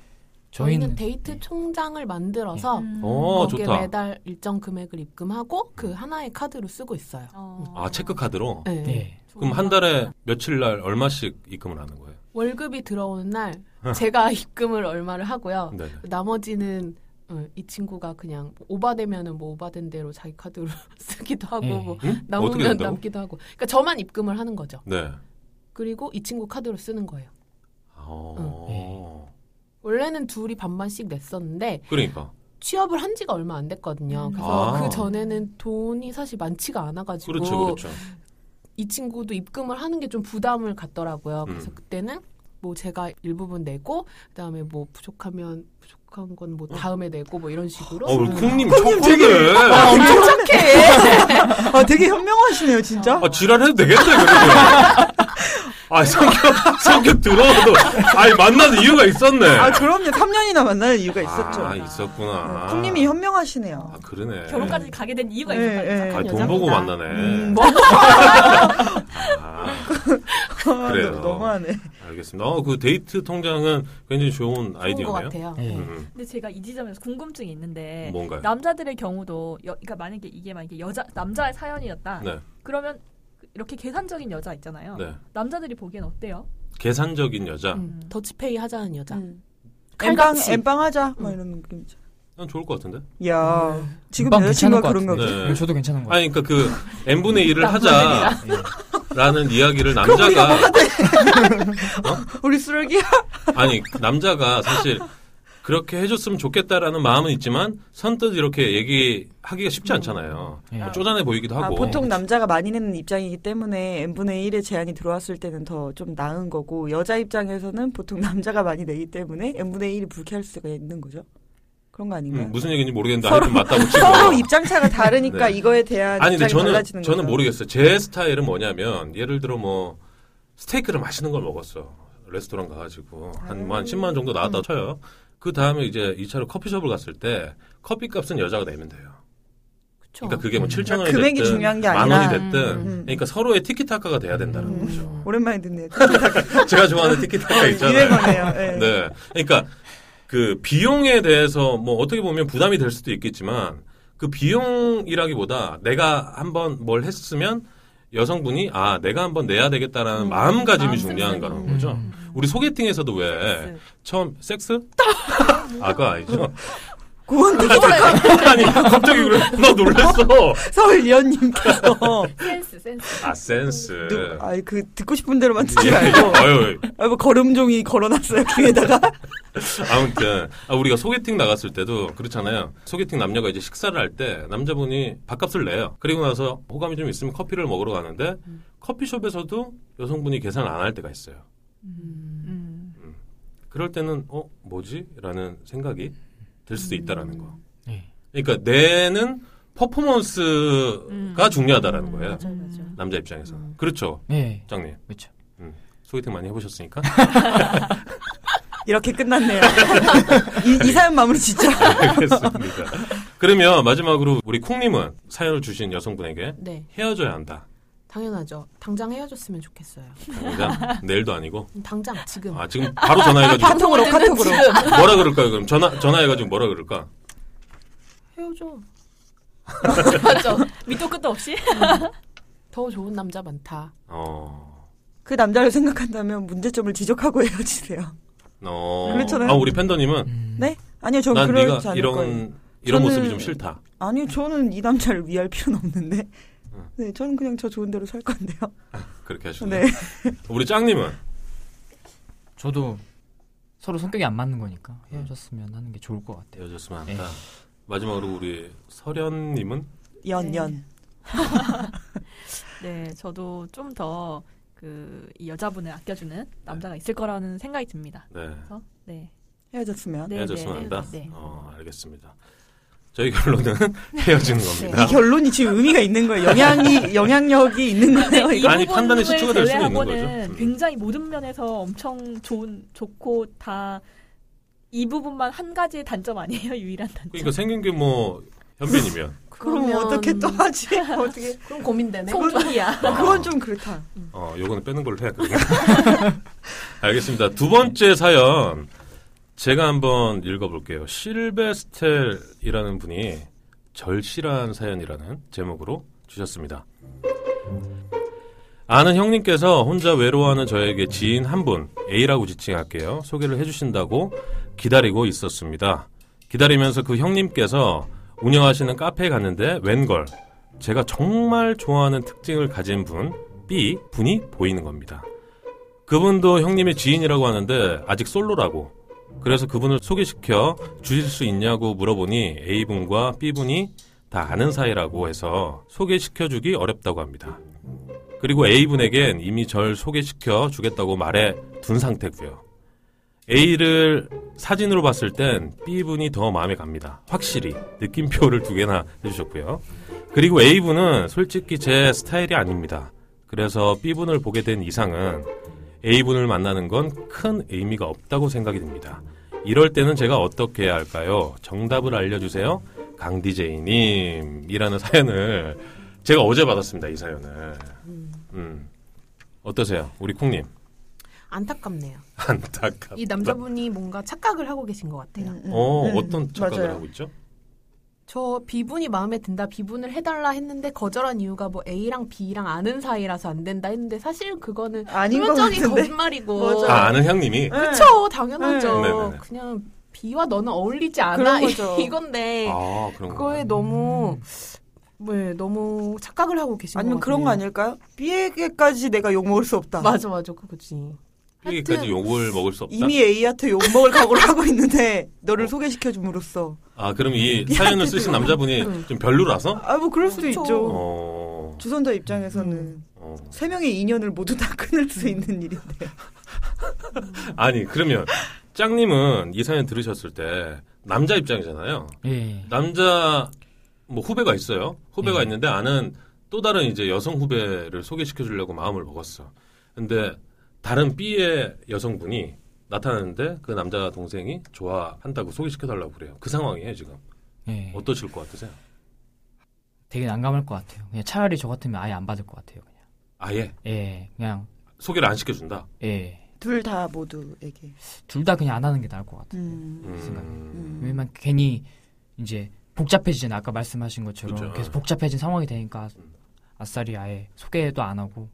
[SPEAKER 4] 저희는
[SPEAKER 5] 저희는 데이트 총장을 만들어서
[SPEAKER 3] 음.
[SPEAKER 1] 네. 어
[SPEAKER 5] 거기에
[SPEAKER 1] 좋다
[SPEAKER 5] 매달 일정 금액을 입금하고 그 하나의 카드로 쓰고 있어요.
[SPEAKER 3] 어.
[SPEAKER 1] 아 체크카드로
[SPEAKER 5] 네.
[SPEAKER 4] 예.
[SPEAKER 1] 그럼 한 달에 며칠 날 얼마씩 입금을 하는 거예요?
[SPEAKER 5] 월급이 들어오는 날 제가 입금을 얼마를 하고요.
[SPEAKER 1] 네.
[SPEAKER 5] 나머지는 어, 이 친구가 그냥 오바되면은 뭐 오바된 대로 자기 카드로 쓰기도 하고
[SPEAKER 4] 예.
[SPEAKER 5] 뭐
[SPEAKER 1] 음? 어떻게
[SPEAKER 5] 남으면
[SPEAKER 1] 된다고?
[SPEAKER 5] 남기도 하고. 그러니까 저만 입금을 하는 거죠.
[SPEAKER 1] 네.
[SPEAKER 5] 그리고 이 친구 카드로 쓰는 거예요.
[SPEAKER 1] 어.
[SPEAKER 5] 원래는 둘이 반반씩 냈었는데
[SPEAKER 1] 그러니까
[SPEAKER 5] 취업을 한 지가 얼마 안 됐거든요.
[SPEAKER 3] 음.
[SPEAKER 5] 그래서
[SPEAKER 1] 아.
[SPEAKER 5] 그 전에는 돈이 사실 많지가 않아가지고
[SPEAKER 1] 그렇죠 그렇죠.
[SPEAKER 5] 이 친구도 입금을 하는 게 좀 부담을 갖더라고요. 그래서
[SPEAKER 1] 음.
[SPEAKER 5] 그때는 뭐 제가 일부분 내고 그다음에 뭐 부족하면 부족한 건 뭐 다음에 내고 뭐 이런 식으로
[SPEAKER 1] 어, 우리 콩님
[SPEAKER 2] 콩님 되게-
[SPEAKER 1] 척도네.
[SPEAKER 2] 아,
[SPEAKER 1] 아,
[SPEAKER 2] 엄청 착해. 아, 되게 현명하시네요,
[SPEAKER 3] 어.
[SPEAKER 2] 진짜.
[SPEAKER 1] 아, 지랄해도 되겠다 그러면. 아 성격 성격 들어도 아니 만나는 이유가 있었네.
[SPEAKER 2] 아, 그럼요. 3년이나 만나는 이유가 있었죠.
[SPEAKER 1] 아,
[SPEAKER 2] 네,
[SPEAKER 1] 있었구나.
[SPEAKER 2] 콩님이 현명하시네요.
[SPEAKER 1] 아 그러네.
[SPEAKER 3] 결혼까지 가게 된 이유가
[SPEAKER 2] 네,
[SPEAKER 3] 있었다니까.
[SPEAKER 2] 네.
[SPEAKER 1] 아, 돈
[SPEAKER 5] 여자구나.
[SPEAKER 1] 보고 만나네.
[SPEAKER 2] 음,
[SPEAKER 1] 아,
[SPEAKER 2] 아,
[SPEAKER 1] 그래요.
[SPEAKER 2] 너무- 너무하네.
[SPEAKER 1] 알겠습니다. 어, 그 데이트 통장은 굉장히 좋은
[SPEAKER 5] 좋은 것
[SPEAKER 1] 아이디어네요.
[SPEAKER 5] 같아요.
[SPEAKER 4] 예.
[SPEAKER 1] 음,
[SPEAKER 3] 근데 제가 이 지점에서 궁금증이 있는데
[SPEAKER 1] 음. 뭔가요?
[SPEAKER 3] 남자들의 경우도 여, 그러니까 만약에 이게 만약에 여자 남자의 사연이었다.
[SPEAKER 1] 네,
[SPEAKER 3] 그러면 이렇게 계산적인 여자 있잖아요.
[SPEAKER 1] 네.
[SPEAKER 3] 남자들이 보기엔 어때요?
[SPEAKER 1] 계산적인 여자.
[SPEAKER 5] 음, 더치페이 하자는 여자.
[SPEAKER 3] 음.
[SPEAKER 2] 음. 엠빵,
[SPEAKER 5] 칼같이.
[SPEAKER 2] 엠빵 하자. 뭐 이런 느낌이죠.
[SPEAKER 1] 난 좋을 것 같은데.
[SPEAKER 2] 야 지금
[SPEAKER 4] 금방 괜찮은
[SPEAKER 2] 여자친구가
[SPEAKER 4] 것
[SPEAKER 2] 그런
[SPEAKER 4] 같은데.
[SPEAKER 2] 거지.
[SPEAKER 1] 거지?
[SPEAKER 4] 네, 저도 괜찮은 것 같아요
[SPEAKER 1] 아니, 그러니까 그 n 분의 1을 하자라는 이야기를
[SPEAKER 2] 그럼 우리가
[SPEAKER 1] 남자가
[SPEAKER 2] 뭐가 돼? 우리 쓰레기야?
[SPEAKER 1] 아니 그 남자가 사실 그렇게 해줬으면 좋겠다라는 마음은 있지만 선뜻 이렇게 얘기하기가 쉽지 않잖아요.
[SPEAKER 4] 예.
[SPEAKER 1] 뭐 쪼잔해 보이기도
[SPEAKER 2] 아,
[SPEAKER 1] 하고.
[SPEAKER 2] 보통 남자가 많이 내는 입장이기 때문에 n분의 1의 제한이 들어왔을 때는 더 좀 나은 거고 여자 입장에서는 보통 남자가 많이 내기 때문에 n분의 1이 불쾌할 수가 있는 거죠. 그런 거 아닌가요?
[SPEAKER 1] 음, 무슨 얘기인지 모르겠는데
[SPEAKER 2] 서로-
[SPEAKER 1] 하여튼 맞다고 치고.
[SPEAKER 2] 서로 입장 차가 다르니까
[SPEAKER 1] 네.
[SPEAKER 2] 이거에 대한
[SPEAKER 1] 아니 근데
[SPEAKER 2] 입장이
[SPEAKER 1] 저는
[SPEAKER 2] 달라지는
[SPEAKER 1] 저는
[SPEAKER 2] 거죠.
[SPEAKER 1] 모르겠어요. 제 스타일은 뭐냐면 예를 들어 뭐 스테이크를 맛있는 걸 먹었어. 레스토랑 가가지고 한한
[SPEAKER 2] 음.
[SPEAKER 1] 10만 원 정도 나왔다 쳐요. 그 다음에 이제 2차로 커피숍을 갔을 때 커피값은 여자가 내면 돼요.
[SPEAKER 5] 그쵸.
[SPEAKER 1] 그러니까 그게 뭐
[SPEAKER 4] 음.
[SPEAKER 1] 7천 원이
[SPEAKER 2] 금액이
[SPEAKER 1] 됐든
[SPEAKER 2] 중요한 게
[SPEAKER 1] 만 원이
[SPEAKER 2] 아니라
[SPEAKER 1] 됐든
[SPEAKER 5] 음.
[SPEAKER 2] 음.
[SPEAKER 1] 그러니까 서로의 티키타카가 돼야 된다는
[SPEAKER 5] 음.
[SPEAKER 1] 거죠.
[SPEAKER 2] 오랜만에 듣네요.
[SPEAKER 1] 제가 좋아하는 티키타카 있잖아요.
[SPEAKER 2] 음, 이래거네요. 네.
[SPEAKER 1] 네. 그러니까 그 비용에 대해서 뭐 어떻게 보면 부담이 될 수도 있겠지만 그 비용이라기보다 내가 한번 뭘 했으면 여성분이 아 내가 한번 내야 되겠다라는
[SPEAKER 3] 음,
[SPEAKER 1] 마음가짐이
[SPEAKER 3] 마음
[SPEAKER 1] 중요한
[SPEAKER 3] 생각이.
[SPEAKER 1] 거라는 거죠. 우리 소개팅에서도 왜 처음 섹스? 아가 아니죠.
[SPEAKER 2] 고원
[SPEAKER 1] 아니 갑자기 그래 나 놀랐어.
[SPEAKER 2] 서울 이현님께서
[SPEAKER 3] 센스 센스.
[SPEAKER 1] 아 센스.
[SPEAKER 2] 아이 그 듣고 싶은 대로만 듣지
[SPEAKER 1] 예,
[SPEAKER 2] 말고
[SPEAKER 1] 아유,
[SPEAKER 2] 아, 뭐 걸음종이 걸어놨어요 귀에다가
[SPEAKER 1] 아무튼 아, 우리가 소개팅 나갔을 때도 그렇잖아요. 소개팅 남녀가 이제 식사를 할 때 남자분이 밥값을 내요. 그리고 나서 호감이 좀 있으면 커피를 먹으러 가는데 커피숍에서도 여성분이 계산을 안 할 때가 있어요.
[SPEAKER 3] 음.
[SPEAKER 1] 그럴 때는 어 뭐지?라는 생각이 들 수도 있다라는 거.
[SPEAKER 4] 네.
[SPEAKER 1] 그러니까 내는 퍼포먼스가
[SPEAKER 3] 음.
[SPEAKER 1] 중요하다라는 거예요.
[SPEAKER 3] 맞아요, 음. 맞아요.
[SPEAKER 5] 음.
[SPEAKER 1] 남자 입장에서. 는 그렇죠,
[SPEAKER 4] 네.
[SPEAKER 1] 장님.
[SPEAKER 4] 그렇죠.
[SPEAKER 1] 소개팅 많이 해보셨으니까.
[SPEAKER 2] 이렇게 끝났네요. 이, 이 사연 마무리 진짜.
[SPEAKER 1] 알겠습니다. 그러면 마지막으로 우리 콩님은 사연을 주신 여성분에게
[SPEAKER 6] 네,
[SPEAKER 1] 헤어져야 한다.
[SPEAKER 6] 당연하죠. 당장 헤어졌으면 좋겠어요.
[SPEAKER 1] 당장 내일도 아니고
[SPEAKER 6] 당장 지금.
[SPEAKER 1] 아 지금 바로 전화해가지고
[SPEAKER 2] 카톡으로 카톡으로.
[SPEAKER 1] 뭐라 그럴까요? 그럼 전화 전화해가지고 뭐라 그럴까?
[SPEAKER 6] 헤어져.
[SPEAKER 3] 맞죠. 밑도 끝도 없이.
[SPEAKER 6] 더 좋은 남자 많다.
[SPEAKER 1] 어.
[SPEAKER 2] 그 남자를 생각한다면 문제점을 지적하고 헤어지세요.
[SPEAKER 1] 어.
[SPEAKER 2] 그렇잖아요.
[SPEAKER 1] 아 우리 팬더님은
[SPEAKER 4] 음.
[SPEAKER 2] 네? 아니요, 전
[SPEAKER 1] 난
[SPEAKER 2] 그러지
[SPEAKER 1] 네가
[SPEAKER 2] 않을
[SPEAKER 1] 이런
[SPEAKER 2] 거예요.
[SPEAKER 1] 이런 모습이
[SPEAKER 2] 저는-
[SPEAKER 1] 좀 싫다.
[SPEAKER 2] 아니요, 저는 이 남자를 위할 필요는 없는데.
[SPEAKER 1] 음.
[SPEAKER 2] 네, 저는 그냥 저 좋은 대로 살 건데요.
[SPEAKER 1] 그렇게 하시네.
[SPEAKER 2] 네.
[SPEAKER 1] 우리 짱님은
[SPEAKER 4] 저도
[SPEAKER 1] 음.
[SPEAKER 4] 서로 성격이 안 맞는 거니까 헤어졌으면 하는 게 좋을 것 같아요.
[SPEAKER 1] 헤어졌으면
[SPEAKER 4] 네.
[SPEAKER 1] 한다. 마지막으로 우리 설현님은
[SPEAKER 2] 연,
[SPEAKER 3] 네.
[SPEAKER 2] 연.
[SPEAKER 3] 네, 저도 좀 더 그 이 여자분을 아껴주는 남자가 있을 거라는 생각이 듭니다.
[SPEAKER 1] 네.
[SPEAKER 3] 그래서 네.
[SPEAKER 2] 헤어졌으면.
[SPEAKER 3] 네,
[SPEAKER 1] 헤어졌으면
[SPEAKER 3] 네,
[SPEAKER 1] 한다.
[SPEAKER 3] 네.
[SPEAKER 1] 어 알겠습니다. 저희 결론은 헤어지는 겁니다.
[SPEAKER 2] 이 결론이 지금 의미가 있는 거예요. 영향이, 영향력이 있는 거예요.
[SPEAKER 3] 네, 이
[SPEAKER 2] 이거.
[SPEAKER 1] 아니, 판단의
[SPEAKER 3] 부분을
[SPEAKER 1] 시초가 될 수도 있는
[SPEAKER 3] 제외하고는
[SPEAKER 1] 거죠. 음.
[SPEAKER 3] 굉장히 모든 면에서 엄청 좋은 좋고 다 이 부분만 한 가지의 단점 아니에요 유일한 단점.
[SPEAKER 1] 그러니까 생긴 게 뭐 현빈이면
[SPEAKER 2] 그럼 어떻게 또 하지? 어떻게?
[SPEAKER 6] 그럼 고민되네.
[SPEAKER 3] 송중이야.
[SPEAKER 2] 아, 그건 좀 그렇다.
[SPEAKER 1] 어, 요거는 빼는 걸로 해야겠네요. 알겠습니다. 두 번째 사연. 제가 한번 읽어볼게요. 실베스텔이라는 분이 절실한 사연이라는 제목으로 주셨습니다. 아는 형님께서 혼자 외로워하는 저에게 지인 한 분, A라고 지칭할게요. 소개를 해주신다고 기다리고 있었습니다. 기다리면서 그 형님께서 운영하시는 카페에 갔는데 웬걸 제가 정말 좋아하는 특징을 가진 분 B 분이 보이는 겁니다. 그분도 형님의 지인이라고 하는데 아직 솔로라고. 그래서 그분을 소개시켜 주실 수 있냐고 물어보니 A분과 B분이 다 아는 사이라고 해서 소개시켜 주기 어렵다고 합니다. 그리고 A분에겐 이미 절 소개시켜 주겠다고 말해 둔 상태고요. A를 사진으로 봤을 땐 B분이 더 마음에 갑니다. 확실히 느낌표를 두 개나 해주셨고요. 그리고 A분은 솔직히 제 스타일이 아닙니다. 그래서 B분을 보게 된 이상은 A분을 만나는 건 큰 의미가 없다고 생각이 듭니다. 이럴 때는 제가 어떻게 해야 할까요? 정답을 알려주세요. 강디제이님이라는 사연을 제가 어제 받았습니다. 이 사연을. 음. 어떠세요? 우리 콩님.
[SPEAKER 6] 안타깝네요.
[SPEAKER 1] 안타깝다.
[SPEAKER 6] 이 남자분이 뭔가 착각을 하고 계신 것 같아요.
[SPEAKER 1] 어,
[SPEAKER 2] 음,
[SPEAKER 1] 어떤 착각을
[SPEAKER 2] 맞아요.
[SPEAKER 1] 하고 있죠?
[SPEAKER 6] 저 비분이 마음에 든다 비분을 해달라 했는데 거절한 이유가 뭐 A랑 B랑 아는 사이라서 안 된다 했는데 사실 그거는
[SPEAKER 2] 아닌 것
[SPEAKER 6] 표면적인
[SPEAKER 2] 같은데? 예.
[SPEAKER 6] 거짓말이고
[SPEAKER 2] 맞아요. 네.
[SPEAKER 1] 아, 아는 향님이?
[SPEAKER 6] 그쵸 당연하죠
[SPEAKER 1] 네. 네네네.
[SPEAKER 6] 그냥 B와 너는 어울리지 않아
[SPEAKER 2] 그런 거죠.
[SPEAKER 5] 네.
[SPEAKER 6] 이건데
[SPEAKER 1] 아, 그런 거.
[SPEAKER 6] 그거에 너무 네, 너무 착각을 하고 계신
[SPEAKER 2] 아니면
[SPEAKER 6] 것
[SPEAKER 2] 그런 거
[SPEAKER 6] 같네요.
[SPEAKER 2] 아닐까요? B에게까지 내가 욕먹을 수 없다.
[SPEAKER 6] 맞아 맞아 그거지
[SPEAKER 1] 여기까지
[SPEAKER 6] 하여튼
[SPEAKER 1] 욕을 먹을 수 없다.
[SPEAKER 2] 이미 A한테 욕먹을 각오를 하고 있는데 너를 소개시켜줌으로써
[SPEAKER 1] 아, 그럼 이 사연을 쓰신 남자분이 좀 별로라서?
[SPEAKER 2] 아 뭐 그럴 수도
[SPEAKER 6] 그쵸. 음.
[SPEAKER 2] 있죠
[SPEAKER 1] 어,
[SPEAKER 2] 주선자 입장에서는
[SPEAKER 1] 어.
[SPEAKER 2] 세 명의 인연을 모두 다 끊을 수 있는 일인데
[SPEAKER 1] 아니 그러면 짱님은 이 사연 들으셨을 때 남자 입장이잖아요.
[SPEAKER 4] 예.
[SPEAKER 1] 남자 뭐 후배가 있어요. 후배가
[SPEAKER 4] 네.
[SPEAKER 1] 있는데 아는 또 다른 이제 여성 후배를 소개시켜 주려고 마음을 먹었어. 근데 다른 B의 여성분이 나타나는데 그 남자 동생이 좋아한다고 소개시켜 달라고 그래요. 그 상황이에요 지금.
[SPEAKER 4] 예.
[SPEAKER 1] 어떠실 것 같으세요?
[SPEAKER 4] 되게 난감할 것 같아요. 그냥 차라리 저 같으면 아예 안 받을 것 같아요. 그냥.
[SPEAKER 1] 아예
[SPEAKER 4] 예, 그냥
[SPEAKER 1] 소개를 안 시켜준다.
[SPEAKER 4] 예,
[SPEAKER 2] 둘 다 모두에게.
[SPEAKER 4] 둘 다 그냥 안 하는 게 나을 것 같아요.
[SPEAKER 2] 음.
[SPEAKER 1] 음.
[SPEAKER 2] 음.
[SPEAKER 4] 왜냐면 괜히 이제 복잡해지잖아요. 아까 말씀하신 것처럼
[SPEAKER 1] 그죠. 음.
[SPEAKER 4] 계속 복잡해진 상황이 되니까 아싸리 아예 소개도 안 하고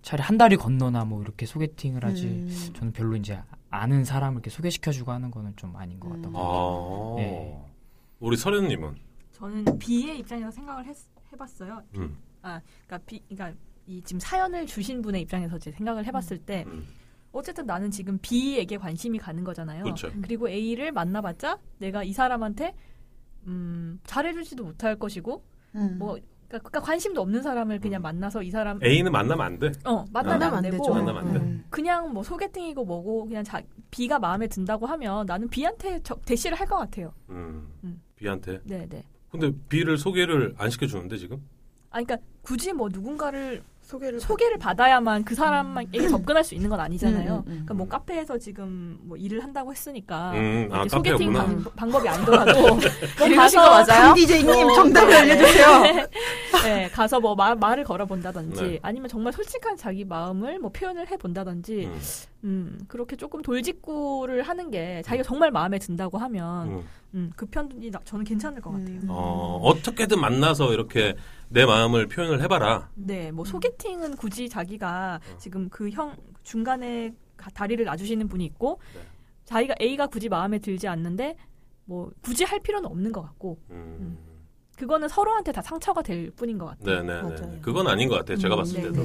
[SPEAKER 4] 차라리 한 달이 건너나 뭐 이렇게 소개팅을 하지.
[SPEAKER 2] 음.
[SPEAKER 4] 저는 별로 이제 아는 사람을 이렇게 소개시켜주고 하는 거는 좀 아닌 것
[SPEAKER 2] 음.
[SPEAKER 4] 같다고.
[SPEAKER 1] 아.
[SPEAKER 4] 예.
[SPEAKER 1] 우리 서련님은
[SPEAKER 3] 저는 B의 입장에서 생각을 했, 해봤어요.
[SPEAKER 1] 음.
[SPEAKER 3] 그러니까 B, 그러니까 이 지금 사연을 주신 분의 입장에서 제 생각을 해봤을 때
[SPEAKER 1] 음.
[SPEAKER 3] 어쨌든 나는 지금 B에게 관심이 가는 거잖아요.
[SPEAKER 1] 그렇죠.
[SPEAKER 3] 리고 A를 만나봤자 내가 이 사람한테 음, 잘해주지도 못할 것이고
[SPEAKER 2] 음.
[SPEAKER 3] 뭐 그러니까, 그러니까 관심도 없는 사람을 그냥
[SPEAKER 1] 음.
[SPEAKER 3] 만나서 이 사람
[SPEAKER 1] A는 만나면 안 돼.
[SPEAKER 3] 어 만나면
[SPEAKER 6] 만나면
[SPEAKER 3] 안
[SPEAKER 6] 안
[SPEAKER 3] 되고
[SPEAKER 6] 되죠.
[SPEAKER 1] 만나면 안 돼.
[SPEAKER 2] 음.
[SPEAKER 3] 그냥 뭐 소개팅이고 뭐고 그냥 자, B가 마음에 든다고 하면 나는 B한테 저- 대시를 할 것 같아요.
[SPEAKER 1] 음.
[SPEAKER 3] 음.
[SPEAKER 1] B한테.
[SPEAKER 3] 네네.
[SPEAKER 1] 근데 B를 소개를 안 시켜주는데 지금?
[SPEAKER 3] 아 그러니까 굳이 뭐 누군가를
[SPEAKER 2] 소개를
[SPEAKER 3] 소개를 받아야만 그 사람에게
[SPEAKER 5] 음.
[SPEAKER 3] 접근할 수 있는 건 아니잖아요.
[SPEAKER 2] 음, 음, 음.
[SPEAKER 3] 그러니까 뭐 카페에서 지금 뭐 일을 한다고 했으니까
[SPEAKER 1] 음, 아,
[SPEAKER 3] 이렇게 소개팅
[SPEAKER 1] 카페였구나.
[SPEAKER 3] 방, 방법이 아니더라도
[SPEAKER 5] 읽으신 뭐 거 맞아요?
[SPEAKER 2] 강
[SPEAKER 6] 어.
[SPEAKER 2] DJ님 정답을 알려주세요.
[SPEAKER 3] 네, 가서 뭐 말, 말을 걸어본다든지
[SPEAKER 1] 네.
[SPEAKER 3] 아니면 정말 솔직한 자기 마음을 뭐 표현을 해본다든지 음.
[SPEAKER 1] 음.
[SPEAKER 3] 그렇게 조금 돌직구를 하는 게 자기가 정말 마음에 든다고 하면
[SPEAKER 1] 음.
[SPEAKER 3] 음, 그 편이 나- 저는 괜찮을 것 같아요.
[SPEAKER 6] 네.
[SPEAKER 2] 음.
[SPEAKER 1] 어, 어떻게든 만나서 이렇게 내 마음을 표현을 해봐라.
[SPEAKER 3] 네,
[SPEAKER 2] 음.
[SPEAKER 3] 뭐 소개팅은 굳이 자기가
[SPEAKER 1] 어.
[SPEAKER 3] 지금 그 형 중간에 가- 다리를 놔주시는 분이 있고
[SPEAKER 1] 네.
[SPEAKER 3] 자기가 A가 굳이 마음에 들지 않는데 뭐 굳이 할 필요는 없는 것 같고
[SPEAKER 1] 음.
[SPEAKER 3] 그거는 서로한테 다 상처가 될 뿐인 것 같아요.
[SPEAKER 1] 네네네.
[SPEAKER 6] 맞아요.
[SPEAKER 1] 그건 아닌 것 같아요. 제가
[SPEAKER 3] 음,
[SPEAKER 1] 봤을
[SPEAKER 3] 네,
[SPEAKER 1] 때도.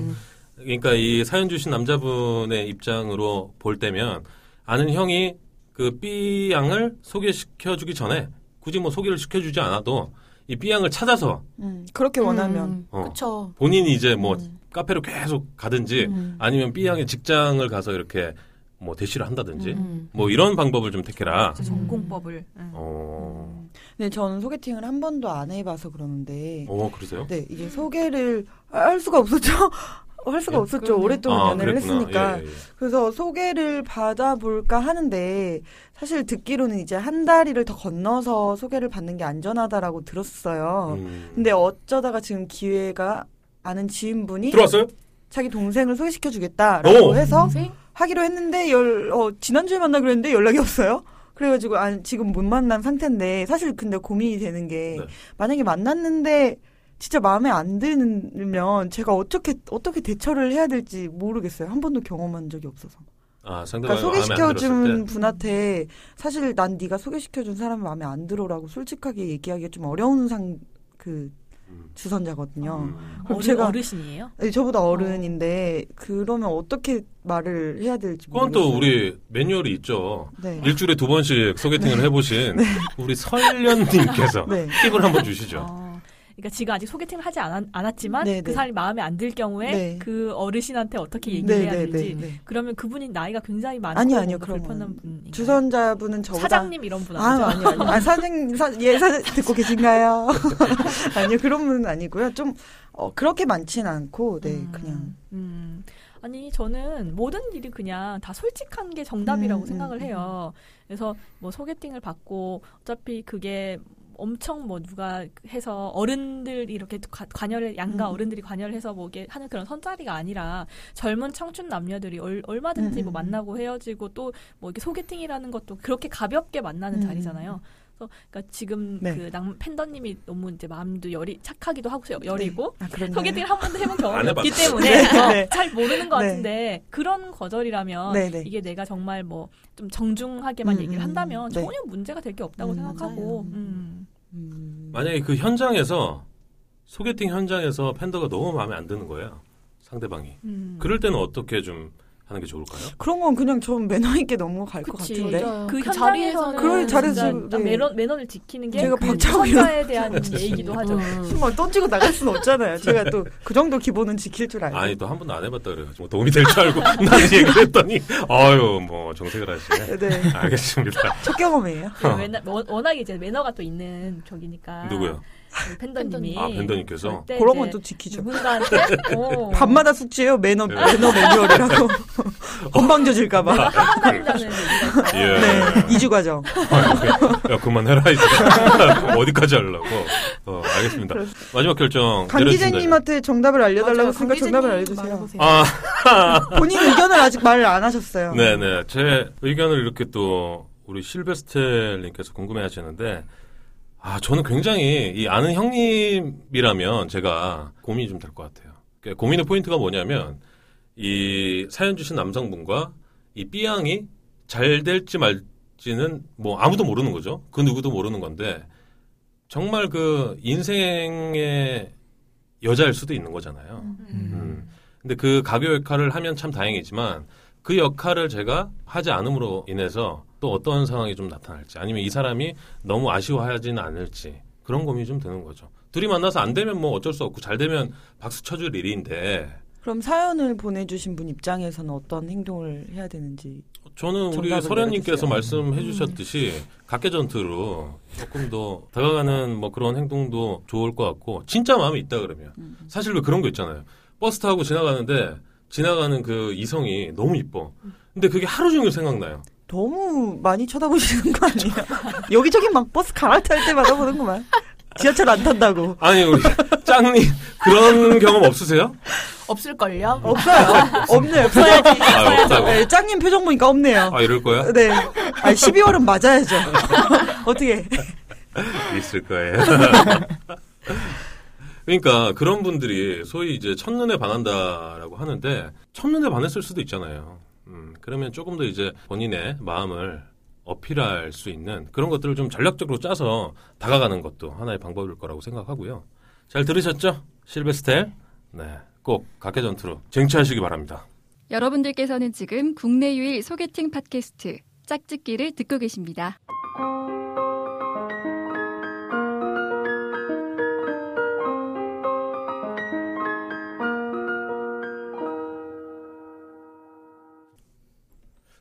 [SPEAKER 1] 그러니까 이 사연 주신 남자분의 입장으로 볼 때면 아는 형이 그 B 양을 소개시켜 주기 전에 굳이 뭐 소개를 시켜주지 않아도 이 B 양을 찾아서
[SPEAKER 2] 음, 그렇게 원하면
[SPEAKER 5] 음,
[SPEAKER 1] 어.
[SPEAKER 5] 그쵸.
[SPEAKER 1] 본인이 이제 뭐
[SPEAKER 2] 음.
[SPEAKER 1] 카페로 계속 가든지
[SPEAKER 5] 음.
[SPEAKER 1] 아니면 B 양의 직장을 가서 이렇게 뭐 대시를 한다든지
[SPEAKER 5] 음.
[SPEAKER 1] 뭐 이런 방법을 좀 택해라.
[SPEAKER 2] 음.
[SPEAKER 3] 그래서 네, 전공법을. 음. 응.
[SPEAKER 1] 어,
[SPEAKER 2] 근데 네, 저는 소개팅을 한 번도 안 해봐서 그러는데
[SPEAKER 1] 어 그러세요?
[SPEAKER 2] 네 이게 소개를 할 수가 없었죠. 할 수가
[SPEAKER 1] 예?
[SPEAKER 2] 없었죠.
[SPEAKER 5] 그럼요.
[SPEAKER 2] 오랫동안
[SPEAKER 1] 아,
[SPEAKER 2] 연애를
[SPEAKER 1] 그랬구나.
[SPEAKER 2] 했으니까
[SPEAKER 1] 예, 예, 예.
[SPEAKER 2] 그래서 소개를 받아볼까 하는데 사실 듣기로는 이제 한 다리를 더 건너서 소개를 받는 게 안전하다라고 들었어요.
[SPEAKER 1] 음.
[SPEAKER 2] 근데 어쩌다가 지금 기회가 아는 지인분이
[SPEAKER 1] 들어왔어요?
[SPEAKER 2] 자기 동생을 소개시켜주겠다라고
[SPEAKER 1] 오.
[SPEAKER 2] 해서
[SPEAKER 5] 동생?
[SPEAKER 2] 하기로 했는데 열, 어, 지난주에 만나기로 했는데 연락이 없어요. 그래가지고 아, 지금 못 만난 상태인데 사실 근데 고민이 되는 게
[SPEAKER 1] 네.
[SPEAKER 2] 만약에 만났는데 진짜 마음에 안 드면 제가 어떻게 어떻게 대처를 해야 될지 모르겠어요. 한 번도 경험한 적이 없어서.
[SPEAKER 1] 아
[SPEAKER 2] 그러니까
[SPEAKER 1] 상대방이 마음에 안 들었을 때.
[SPEAKER 2] 소개시켜준 분한테 사실 난 네가 소개시켜준 사람이 마음에 안 들어라고 솔직하게 얘기하기가 좀 어려운 상 그
[SPEAKER 1] 음.
[SPEAKER 2] 주선자거든요.
[SPEAKER 1] 음.
[SPEAKER 2] 그럼
[SPEAKER 3] 어르,
[SPEAKER 2] 제가-
[SPEAKER 3] 어르신이에요?
[SPEAKER 2] 네, 저보다 어른인데 그러면 어떻게 말을 해야 될지
[SPEAKER 1] 그건
[SPEAKER 2] 모르겠어요.
[SPEAKER 1] 또 우리 매뉴얼이 있죠.
[SPEAKER 2] 네.
[SPEAKER 1] 일주일에 두 번씩 소개팅을 해보신 우리 설련님께서
[SPEAKER 2] 네.
[SPEAKER 1] 팁을 한번 주시죠.
[SPEAKER 3] 어, 그러니까 지가 아직 소개팅을 하지 않았, 않았지만
[SPEAKER 2] 네,
[SPEAKER 3] 그
[SPEAKER 2] 네.
[SPEAKER 3] 사람이 마음에 안 들 경우에
[SPEAKER 2] 네.
[SPEAKER 3] 그 어르신한테 어떻게 얘기를 해야
[SPEAKER 2] 네, 네,
[SPEAKER 3] 될지
[SPEAKER 2] 네, 네.
[SPEAKER 3] 그러면 그분이 나이가 굉장히 많고
[SPEAKER 2] 아니요, 아니요,
[SPEAKER 3] 뭔가
[SPEAKER 2] 그런
[SPEAKER 3] 불편한
[SPEAKER 2] 건
[SPEAKER 3] 분인가요?
[SPEAKER 2] 주선자분은 저보다
[SPEAKER 3] 사장님 이런 분
[SPEAKER 2] 아,
[SPEAKER 3] 아니죠?
[SPEAKER 2] 아니요, 아니요. 아, 사장님, 사, 예, 사 듣고 계신가요? 아니요, 그런 분은 아니고요. 좀, 어, 그렇게 많진 않고, 네,
[SPEAKER 3] 음,
[SPEAKER 2] 그냥.
[SPEAKER 3] 음. 아니 저는 모든 일이 그냥 다 솔직한 게 정답이라고
[SPEAKER 2] 음,
[SPEAKER 3] 생각을
[SPEAKER 2] 음,
[SPEAKER 3] 해요. 그래서 뭐 소개팅을 받고 어차피 그게 엄청 뭐 누가 해서 어른들 이렇게 가- 관여를 양가
[SPEAKER 2] 음.
[SPEAKER 3] 어른들이 관여를 해서 뭐게 하는 그런 선자리가 아니라 젊은 청춘 남녀들이 얼, 얼마든지
[SPEAKER 2] 음,
[SPEAKER 3] 뭐
[SPEAKER 2] 음.
[SPEAKER 3] 만나고 헤어지고 또 뭐 이렇게 소개팅이라는 것도 그렇게 가볍게 만나는
[SPEAKER 2] 음.
[SPEAKER 3] 자리잖아요. 그래서 그러니까 지금
[SPEAKER 2] 네.
[SPEAKER 3] 그 남 팬더님이 너무 이제 마음도 열이 착하기도 하고 열이고
[SPEAKER 2] 아, 그런가요?
[SPEAKER 3] 소개팅을 한 번도 해본 경험이
[SPEAKER 1] 안 해봤어요.
[SPEAKER 3] 없기 때문에 어,
[SPEAKER 2] 네.
[SPEAKER 3] 잘 모르는 것
[SPEAKER 2] 네.
[SPEAKER 3] 같은데 그런 거절이라면
[SPEAKER 2] 네, 네.
[SPEAKER 3] 이게 내가 정말 뭐 좀 정중하게만
[SPEAKER 2] 음,
[SPEAKER 3] 얘기를 한다면
[SPEAKER 2] 음, 네.
[SPEAKER 3] 전혀 문제가 될 게 없다고
[SPEAKER 2] 음,
[SPEAKER 3] 생각하고
[SPEAKER 2] 맞아요.
[SPEAKER 3] 음.
[SPEAKER 2] 음.
[SPEAKER 1] 만약에 그 현장에서 소개팅 현장에서 팬더가 너무 마음에 안 드는 거예요. 상대방이.
[SPEAKER 3] 음.
[SPEAKER 1] 그럴 때는 어떻게 좀 하는 게 좋을까요?
[SPEAKER 2] 그런 건 그냥 좀 매너 있게 넘어갈 것
[SPEAKER 3] 그치.
[SPEAKER 2] 같은데.
[SPEAKER 6] 음.
[SPEAKER 5] 맞아요.
[SPEAKER 3] 그
[SPEAKER 5] 그
[SPEAKER 3] 현장에서는
[SPEAKER 5] 자리에서는
[SPEAKER 2] 그런 자리에서
[SPEAKER 3] 진짜
[SPEAKER 2] 좀,
[SPEAKER 3] 딱
[SPEAKER 2] 네.
[SPEAKER 3] 매너, 매너를 지키는 게
[SPEAKER 2] 제가
[SPEAKER 3] 그
[SPEAKER 2] 박차고
[SPEAKER 3] 선사에 대한 얘기도 하죠.
[SPEAKER 1] 어.
[SPEAKER 5] 음.
[SPEAKER 2] 뭐 던지고 나갈 수는 없잖아요. 제가 또 그 정도 기본은 지킬 줄 알고.
[SPEAKER 1] 아니 또 한 번도 안 해봤다 그래가지고 뭐 도움이 될 줄 알고 나는 얘기를 했더니 아유 뭐 정색을 하시네.
[SPEAKER 2] 네,
[SPEAKER 1] 알겠습니다.
[SPEAKER 2] 첫 경험이에요.
[SPEAKER 3] 네,
[SPEAKER 2] 아.
[SPEAKER 3] 그 맨날- 워- 워낙에 이제 매너가 또 있는 저기니까
[SPEAKER 1] 누구요?
[SPEAKER 3] 우리 팬더님이
[SPEAKER 1] 아, 팬더님께서?
[SPEAKER 2] 그런
[SPEAKER 3] 절대 네, 이제 뭐.
[SPEAKER 2] 건 또 지키죠.
[SPEAKER 3] 누군가한테 어.
[SPEAKER 2] 밤마다 숙제예요. 매너
[SPEAKER 1] 네.
[SPEAKER 2] 매너 매뉴얼이라고. 건방져질까봐.
[SPEAKER 3] 한다는 얘기가 있어요.
[SPEAKER 1] 예.
[SPEAKER 2] 네. 이주 과정.
[SPEAKER 1] 아니, 야, 그만해라, 이제. 어디까지 하려고. 어, 알겠습니다. 마지막 결정.
[SPEAKER 2] 강
[SPEAKER 1] 내려주신다면.
[SPEAKER 2] 기자님한테 정답을 알려달라고
[SPEAKER 5] 맞아요.
[SPEAKER 2] 했으니까
[SPEAKER 5] 강
[SPEAKER 2] 정답을
[SPEAKER 5] 기자님
[SPEAKER 2] 알려주세요.
[SPEAKER 5] 말해보세요.
[SPEAKER 1] 아,
[SPEAKER 2] 본인 의견을 아직 말을 안 하셨어요.
[SPEAKER 1] 네네. 제 의견을 이렇게 또 우리 실베스텔님께서 궁금해 하시는데, 아, 저는 굉장히 이 아는 형님이라면 제가 고민이 좀 될 것 같아요. 그러니까 고민의 포인트가 뭐냐면, 이 사연 주신 남성분과 이 B양이 잘 될지 말지는 뭐 아무도 모르는 거죠. 그 누구도 모르는 건데, 정말 그 인생의 여자일 수도 있는 거잖아요. 음. 근데 그 가교 역할을 하면 참 다행이지만 그 역할을 제가 하지 않음으로 인해서 또 어떤 상황이 좀 나타날지 아니면 이 사람이 너무 아쉬워하지는 않을지 그런 고민이 좀 드는 거죠. 둘이 만나서 안 되면 뭐 어쩔 수 없고 잘 되면 박수 쳐줄 일인데
[SPEAKER 2] 그럼 사연을 보내주신 분 입장에서는 어떤 행동을 해야 되는지.
[SPEAKER 1] 저는 우리
[SPEAKER 2] 정답을
[SPEAKER 1] 설현님께서
[SPEAKER 2] 내려주세요. 음.
[SPEAKER 1] 말씀해 주셨듯이 각계전투로 조금 더 다가가는 뭐 그런 행동도 좋을 것 같고 진짜 마음이 있다 그러면 사실 왜 그런 거 있잖아요 버스 타고 지나가는데 지나가는 그 이성이 너무 이뻐
[SPEAKER 2] 음.
[SPEAKER 1] 근데 그게 하루 종일 생각나요
[SPEAKER 2] 너무 많이 쳐다보시는 거 아니에요? 여기저기 막 버스 갈아탈 때마다 보는구만. 지하철 안 탄다고.
[SPEAKER 1] 아니 우리 짱님 그런 경험 없으세요?
[SPEAKER 7] 없을걸요?
[SPEAKER 2] 아, 없어요. 없네요. 없어야지.
[SPEAKER 1] 아 없다고
[SPEAKER 2] 네, 짱님 표정 보니까 없네요.
[SPEAKER 1] 아 이럴 거야?
[SPEAKER 2] 네. 아, 12월은 맞아야죠. 어떻게.
[SPEAKER 1] 있을 거예요. 그러니까 그런 분들이 소위 이제 첫눈에 반한다라고 하는데 첫눈에 반했을 수도 있잖아요. 음, 그러면 조금 더 이제 본인의 마음을 어필할 수 있는 그런 것들을 좀 전략적으로 짜서 다가가는 것도 하나의 방법일 거라고 생각하고요. 잘 들으셨죠? 실베스텔. 네. 꼭 각계전투로 쟁취하시기 바랍니다.
[SPEAKER 8] 여러분들께서는 지금 국내 유일 소개팅 팟캐스트 짝짓기를 듣고 계십니다.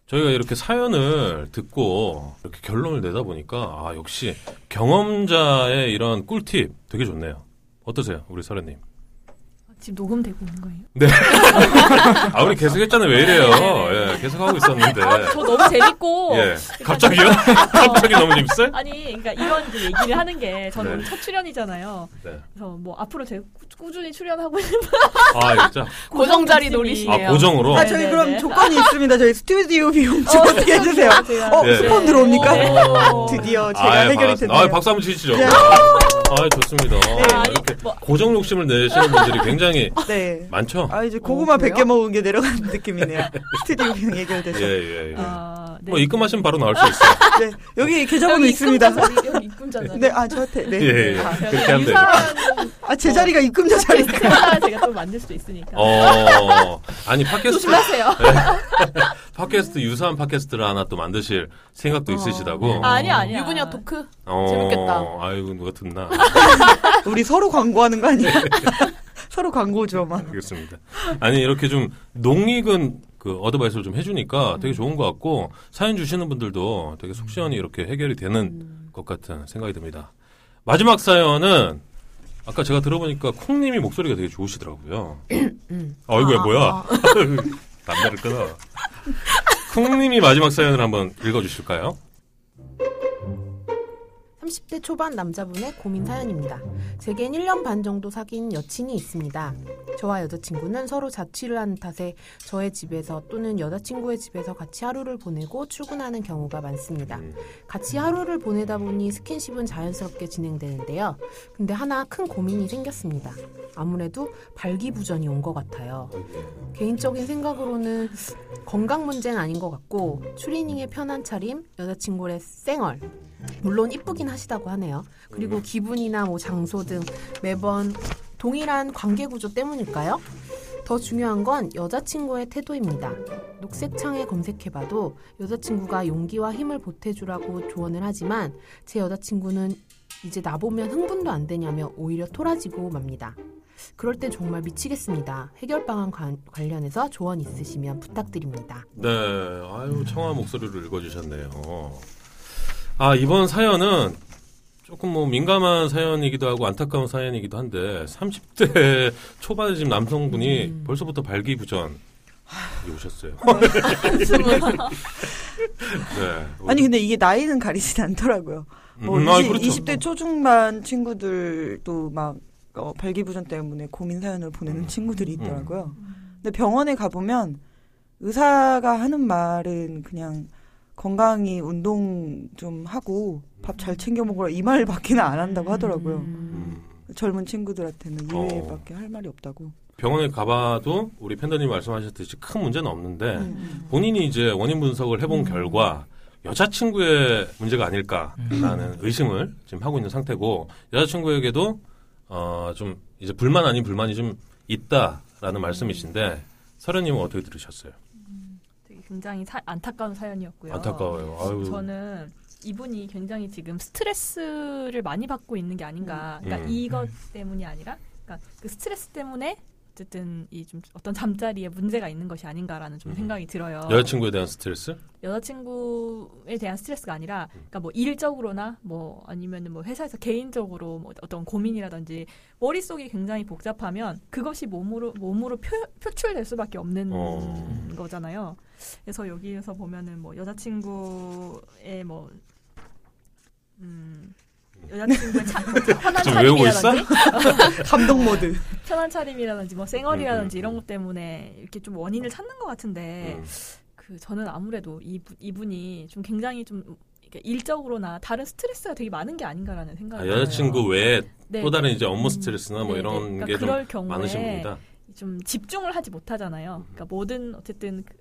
[SPEAKER 1] 저희가 이렇게 사연을 듣고 이렇게 결론을 내다 보니까 아 역시 경험자의 이런 꿀팁 되게 좋네요. 어떠세요, 우리 서련님?
[SPEAKER 3] 지금 녹음되고 있는 거예요.
[SPEAKER 1] 아 우리 계속했잖아요. 왜 이래요? 예, 계속하고 있었는데.
[SPEAKER 3] 아, 저 너무 재밌고 그러니까
[SPEAKER 1] 예, 갑자기요? 갑자기 너무 재밌어요?
[SPEAKER 3] 아니, 그러니까 이런 그 얘기를 하는 게 저는
[SPEAKER 1] 네.
[SPEAKER 3] 오늘 첫 출연이잖아요.
[SPEAKER 1] 네.
[SPEAKER 3] 그래서 뭐 앞으로 제가 꾸- 꾸준히 출연하고 있는
[SPEAKER 1] 아 진짜.
[SPEAKER 7] 고정 자리
[SPEAKER 3] 고정
[SPEAKER 7] 노리시네요.
[SPEAKER 1] 아 고정으로.
[SPEAKER 2] 아, 저희
[SPEAKER 3] 네네네.
[SPEAKER 2] 그럼 조건이 있습니다. 저희 스튜디오 비용 좀
[SPEAKER 3] 어,
[SPEAKER 2] 어, 떻게 해주세요.
[SPEAKER 3] 제가-
[SPEAKER 2] 어,
[SPEAKER 1] 네.
[SPEAKER 2] 스폰 들어옵니까?
[SPEAKER 9] 어.
[SPEAKER 2] 드디어 제가
[SPEAKER 1] 아이,
[SPEAKER 2] 해결이
[SPEAKER 1] 반갑습니다.
[SPEAKER 2] 됐네요.
[SPEAKER 1] 아이, 박수 한번 치시죠.
[SPEAKER 2] 네.
[SPEAKER 1] 아 좋습니다.
[SPEAKER 3] 아니,
[SPEAKER 1] 이렇게
[SPEAKER 3] 뭐-
[SPEAKER 1] 고정 욕심을 내시는 분들이 굉장히
[SPEAKER 2] 네.
[SPEAKER 1] 많죠.
[SPEAKER 2] 아, 이제 고구마
[SPEAKER 7] 어,
[SPEAKER 2] 백
[SPEAKER 7] 그래요?
[SPEAKER 2] 100개 먹은 게 내려가는 느낌이네요. 스튜디오 비용 해결돼서.
[SPEAKER 1] 예 예, 예.
[SPEAKER 3] 아, 네.
[SPEAKER 1] 뭐 입금하시면 바로 나올 수 있어요.
[SPEAKER 2] 네. 여기 계좌번호 있습니다.
[SPEAKER 3] 입금자리, 여기 입금자리.
[SPEAKER 2] 네, 아, 저한테. 네.
[SPEAKER 1] 예, 예.
[SPEAKER 3] 아,
[SPEAKER 1] 그렇게 하면 되죠.
[SPEAKER 3] 유사한
[SPEAKER 2] 아, 제 자리가 입금자 자리.
[SPEAKER 3] 테스트 하나 제가 또 만들 수도 있으니까.
[SPEAKER 1] 어, 아니 팟캐스트 네.
[SPEAKER 3] 조심하세요.
[SPEAKER 1] 팟캐스트 유사한 팟캐스트를 하나 또 만드실 생각도 있으시다고.
[SPEAKER 3] 어. 아니 아니야.
[SPEAKER 7] 유부녀 토크?
[SPEAKER 1] 어,
[SPEAKER 7] 재밌겠다.
[SPEAKER 1] 아이고 누가 듣나.
[SPEAKER 2] 우리 서로 광고하는 거 아니야?
[SPEAKER 1] 예.
[SPEAKER 2] 서로 광고죠, 막.
[SPEAKER 1] 알겠습니다. 아니 이렇게 좀 농익은 그 어드바이스를 좀 해주니까 되게 좋은 것 같고 사연 주시는 분들도 되게 속 시원히 이렇게 해결이 되는 것 같은 생각이 듭니다. 마지막 사연은 아까 제가 들어보니까 콩님이 목소리가 되게 좋으시더라고요. 어이구야 뭐야 남자를 끊어. 콩님이 마지막 사연을 한번 읽어주실까요?
[SPEAKER 5] 30대 초반 남자분의 고민 사연입니다. 제겐 1년 반 정도 사귄 여친이 있습니다. 저와 여자친구는 서로 자취를 하는 탓에 저의 집에서 또는 여자친구의 집에서 같이 하루를 보내고 출근하는 경우가 많습니다.
[SPEAKER 1] 음.
[SPEAKER 5] 같이 하루를 보내다 보니 스킨십은 자연스럽게 진행되는데요. 근데 하나 큰 고민이 생겼습니다. 아무래도 발기부전이 온 것 같아요. 개인적인 생각으로는 건강 문제는 아닌 것 같고 추리닝의 편한 차림, 여자친구의 쌩얼 물론 이쁘긴 하시다고 하네요. 그리고 기분이나 뭐 장소 등 매번 동일한 관계 구조 때문일까요? 더 중요한 건 여자친구의 태도입니다. 녹색창에 검색해봐도 여자친구가 용기와 힘을 보태주라고 조언을 하지만 제 여자친구는 이제 나보면 흥분도 안 되냐며 오히려 토라지고 맙니다. 그럴 땐 정말 미치겠습니다. 해결 방안 관- 관련해서 조언 있으시면 부탁드립니다.
[SPEAKER 1] 네, 아유 청아 목소리로 읽어주셨네요. 아 이번 사연은 조금 뭐 민감한 사연이기도 하고 안타까운 사연이기도 한데 30대 초반의 지금 남성분이
[SPEAKER 2] 음.
[SPEAKER 1] 벌써부터 발기부전 이 오셨어요. 네.
[SPEAKER 2] 아니 근데 이게 나이는 가리진 않더라고요. 뭐
[SPEAKER 1] 음,
[SPEAKER 2] 20,
[SPEAKER 1] 아니, 그렇죠.
[SPEAKER 2] 20대 초중반 친구들도 막 어, 발기부전 때문에 고민 사연을 보내는
[SPEAKER 1] 음.
[SPEAKER 2] 친구들이 있더라고요. 근데 병원에 가보면 의사가 하는 말은 그냥 건강히 운동 좀 하고 밥 잘 챙겨 먹으라 이 말밖에는 안 한다고 하더라고요.
[SPEAKER 1] 음.
[SPEAKER 2] 젊은 친구들한테는 이
[SPEAKER 1] 어. 네.
[SPEAKER 2] 외밖에 할 말이 없다고.
[SPEAKER 1] 병원에 가봐도 우리 팬더님 말씀하셨듯이 큰 문제는 없는데
[SPEAKER 2] 음.
[SPEAKER 1] 본인이 이제 원인 분석을 해본
[SPEAKER 3] 음.
[SPEAKER 1] 결과 여자친구의 문제가
[SPEAKER 3] 음.
[SPEAKER 1] 아닐까라는 의심을 지금 하고 있는 상태고 여자친구에게도 어 좀 이제 불만 아닌 불만이 좀 있다라는 말씀이신데 서련님은 어떻게 들으셨어요?
[SPEAKER 3] 되게 굉장히 사- 안타까운 사연이었고요. 네.
[SPEAKER 1] 안타까워요. 아유.
[SPEAKER 3] 저는 이분이 굉장히 지금 스트레스를 많이 받고 있는 게 아닌가. 그러니까
[SPEAKER 1] 음.
[SPEAKER 3] 이것 때문이 아니라, 그러니까 그 스트레스 때문에 어쨌든 이 좀 어떤 잠자리에 문제가 있는 것이 아닌가라는 좀
[SPEAKER 1] 음.
[SPEAKER 3] 생각이 들어요.
[SPEAKER 1] 여자친구에 대한 스트레스?
[SPEAKER 3] 여자친구에 대한 스트레스가
[SPEAKER 1] 음.
[SPEAKER 3] 아니라, 그러니까 뭐 일적으로나 뭐 아니면은 뭐 회사에서 개인적으로 뭐 어떤 고민이라든지 머릿속이 굉장히 복잡하면 그것이 몸으로 몸으로 표, 표출될 수밖에 없는
[SPEAKER 1] 어.
[SPEAKER 3] 거잖아요. 그래서 여기에서 보면은 뭐 여자친구의 뭐 음, 여자친구의 차, 뭐 편한
[SPEAKER 1] 지금 외우고 있어?
[SPEAKER 3] 차림이라든지
[SPEAKER 1] 네.
[SPEAKER 2] 감동 모드.
[SPEAKER 3] 편한 차림이라든지 뭐
[SPEAKER 1] 음,
[SPEAKER 3] 쌩얼이라든지
[SPEAKER 1] 음,
[SPEAKER 3] 이런 것 때문에 이렇게 좀 원인을 찾는 것 같은데
[SPEAKER 1] 음.
[SPEAKER 3] 그 저는 아무래도 이분, 이분이 좀 굉장히 좀 이렇게 일적으로나 다른 스트레스가 되게 많은 게 아닌가라는
[SPEAKER 1] 아,
[SPEAKER 3] 생각이 들어요.
[SPEAKER 1] 여자친구 외에
[SPEAKER 3] 네,
[SPEAKER 1] 또 다른
[SPEAKER 3] 네.
[SPEAKER 1] 이제 업무
[SPEAKER 3] 음,
[SPEAKER 1] 스트레스나 뭐
[SPEAKER 3] 네,
[SPEAKER 1] 이런
[SPEAKER 3] 네. 그러니까
[SPEAKER 1] 게 좀
[SPEAKER 3] 그럴 경우에
[SPEAKER 1] 많으신 분이다. 음.
[SPEAKER 3] 좀 집중을 하지 못하잖아요. 그러니까 뭐든 어쨌든 그-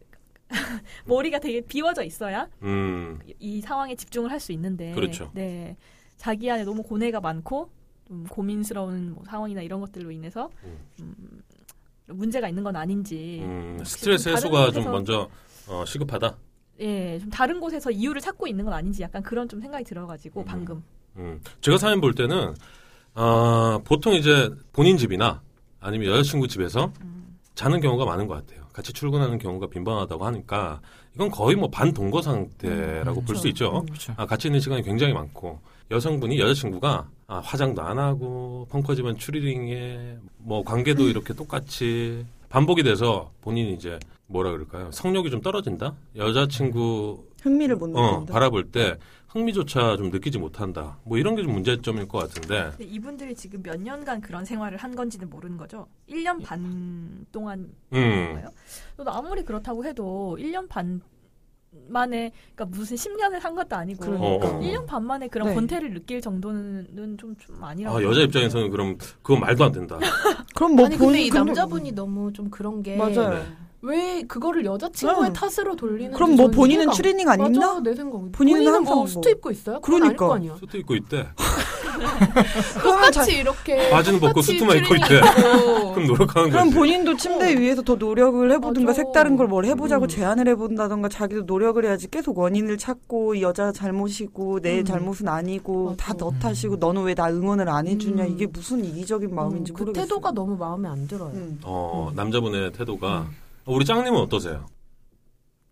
[SPEAKER 3] 머리가 되게 비워져 있어야
[SPEAKER 1] 음,
[SPEAKER 3] 이 상황에 집중을 할 수 있는데
[SPEAKER 1] 그렇죠.
[SPEAKER 3] 네 자기 안에 너무 고뇌가 많고 좀 고민스러운 뭐 상황이나 이런 것들로 인해서
[SPEAKER 1] 음.
[SPEAKER 3] 음, 문제가 있는 건 아닌지
[SPEAKER 1] 음,
[SPEAKER 3] 네. 혹시
[SPEAKER 1] 스트레스
[SPEAKER 3] 좀 다른
[SPEAKER 1] 해소가 좀
[SPEAKER 3] 곳에서-
[SPEAKER 1] 먼저 어, 시급하다.
[SPEAKER 3] 예, 좀 다른 곳에서 이유를 찾고 있는 건 아닌지 약간 그런 좀 생각이 들어가지고
[SPEAKER 1] 음.
[SPEAKER 3] 방금
[SPEAKER 1] 음, 제가 사연 볼 때는 아, 보통 이제 본인 집이나 아니면 여자친구 집에서 자는 경우가 많은 것 같아요. 같이 출근하는 경우가 빈번하다고 하니까 이건 거의 뭐 반동거 상태라고 볼 수 있죠.
[SPEAKER 2] 음.
[SPEAKER 4] 그렇죠.
[SPEAKER 1] 아, 같이 있는 시간이 굉장히 많고 여성분이 여자친구가 아, 화장도 안 하고 펑커지만 추리링에 뭐 관계도 이렇게 똑같이 반복이 돼서 본인이 이제 뭐라 그럴까요 성욕이 좀 떨어진다 여자친구
[SPEAKER 2] 흥미를 못
[SPEAKER 1] 어,
[SPEAKER 2] 느낀다.
[SPEAKER 1] 바라볼
[SPEAKER 5] 네.
[SPEAKER 1] 때 흥미조차 좀 느끼지 못한다 뭐 이런 게 좀 문제점일 것 같은데
[SPEAKER 3] 근데 이분들이 지금 몇 년간 그런 생활을 한 건지는 모르는 거죠. 1년 반 동안
[SPEAKER 1] 음
[SPEAKER 3] 저도 아무리 그렇다고 해도 1년 반 만에 그러니까 무슨 10년을 한 것도 아니고
[SPEAKER 1] 그러니까. 어, 어.
[SPEAKER 3] 1년 반 만에 그런
[SPEAKER 2] 네.
[SPEAKER 3] 권태를 느낄 정도는 좀, 좀
[SPEAKER 5] 네.
[SPEAKER 3] 아니라고
[SPEAKER 1] 아, 여자 입장에서는 그럼 그건 말도 안 된다
[SPEAKER 2] 그럼 뭐
[SPEAKER 5] 아니
[SPEAKER 2] 본-
[SPEAKER 5] 근데 이
[SPEAKER 2] 근데-
[SPEAKER 5] 남자분이 너무 좀 그런 게
[SPEAKER 2] 맞아요.
[SPEAKER 1] 네.
[SPEAKER 5] 왜 그거를 여자친구의
[SPEAKER 2] 응.
[SPEAKER 5] 탓으로 돌리는
[SPEAKER 2] 그럼 뭐 본인은 추리닝 안
[SPEAKER 5] 맞아
[SPEAKER 2] 입나?
[SPEAKER 5] 내 생각
[SPEAKER 2] 본인은
[SPEAKER 5] 본인은
[SPEAKER 2] 항상
[SPEAKER 5] 뭐
[SPEAKER 2] 뭐-
[SPEAKER 5] 수트 입고 있어요? 그건 아닐
[SPEAKER 2] 그러니까.
[SPEAKER 5] 거 아니야
[SPEAKER 1] 수트 입고 있대
[SPEAKER 2] 그러면 자-
[SPEAKER 5] 똑같이 이렇게 음,
[SPEAKER 1] 바지는 벗고
[SPEAKER 5] 똑같이
[SPEAKER 1] 수트만 입고 있대
[SPEAKER 5] 트레이닝 입고.
[SPEAKER 1] 그럼 노력하는
[SPEAKER 2] 그럼
[SPEAKER 1] 거지
[SPEAKER 2] 본인도 침대 위에서 더 노력을 해보든가
[SPEAKER 5] 어. 맞아.
[SPEAKER 2] 색다른 걸 뭘 해보자고
[SPEAKER 5] 음.
[SPEAKER 2] 제안을 해본다던가 자기도 노력을 해야지 계속 원인을 찾고 이 여자 잘못이고 내
[SPEAKER 5] 음.
[SPEAKER 2] 잘못은 아니고 다
[SPEAKER 5] 맞아.
[SPEAKER 2] 너
[SPEAKER 1] 음.
[SPEAKER 2] 탓이고 너는 왜 나 응원을 안 해주냐
[SPEAKER 5] 음.
[SPEAKER 2] 이게 무슨 이기적인 마음인지
[SPEAKER 5] 음, 그
[SPEAKER 2] 모르겠어요.
[SPEAKER 5] 태도가 너무 마음에 안 들어요
[SPEAKER 2] 음.
[SPEAKER 1] 어 남자분의 태도가
[SPEAKER 5] 음.
[SPEAKER 1] 어, 우리 짱님은 어떠세요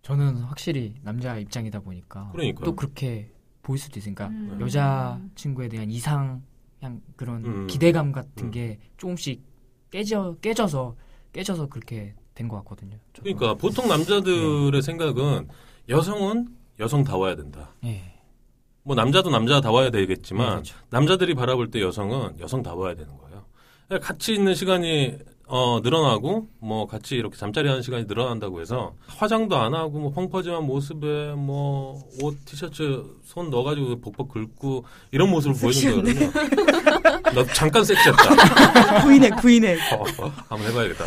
[SPEAKER 4] 저는 확실히 남자 입장이다 보니까
[SPEAKER 1] 그러니까요.
[SPEAKER 4] 또 그렇게 보일 수도 있으니까
[SPEAKER 3] 음.
[SPEAKER 1] 네.
[SPEAKER 4] 여자 친구에 대한 이상 그냥 그런
[SPEAKER 1] 음.
[SPEAKER 4] 기대감 같은
[SPEAKER 1] 음.
[SPEAKER 4] 게 조금씩 깨져 깨져서 깨져서 그렇게 된 것 같거든요. 저도.
[SPEAKER 1] 그러니까 보통 남자들의
[SPEAKER 5] 음.
[SPEAKER 1] 생각은 여성은 여성다워야 된다.
[SPEAKER 4] 예.
[SPEAKER 1] 뭐 남자도 남자다워야 되겠지만
[SPEAKER 5] 음.
[SPEAKER 4] 그렇죠.
[SPEAKER 1] 남자들이 바라볼 때 여성은 여성다워야 되는 거예요. 그러니까 같이 있는 시간이 어, 늘어나고 뭐 같이 이렇게 잠자리 하는 시간이 늘어난다고 해서 화장도 안 하고 뭐 펑퍼짐한 모습에 뭐 옷 티셔츠 손 넣어가지고 벅벅 긁고 이런 모습을 보여준다 그러면 너 잠깐 섹시했다.
[SPEAKER 2] 구인해 구인해.
[SPEAKER 1] 어, 어, 한번 해봐야겠다.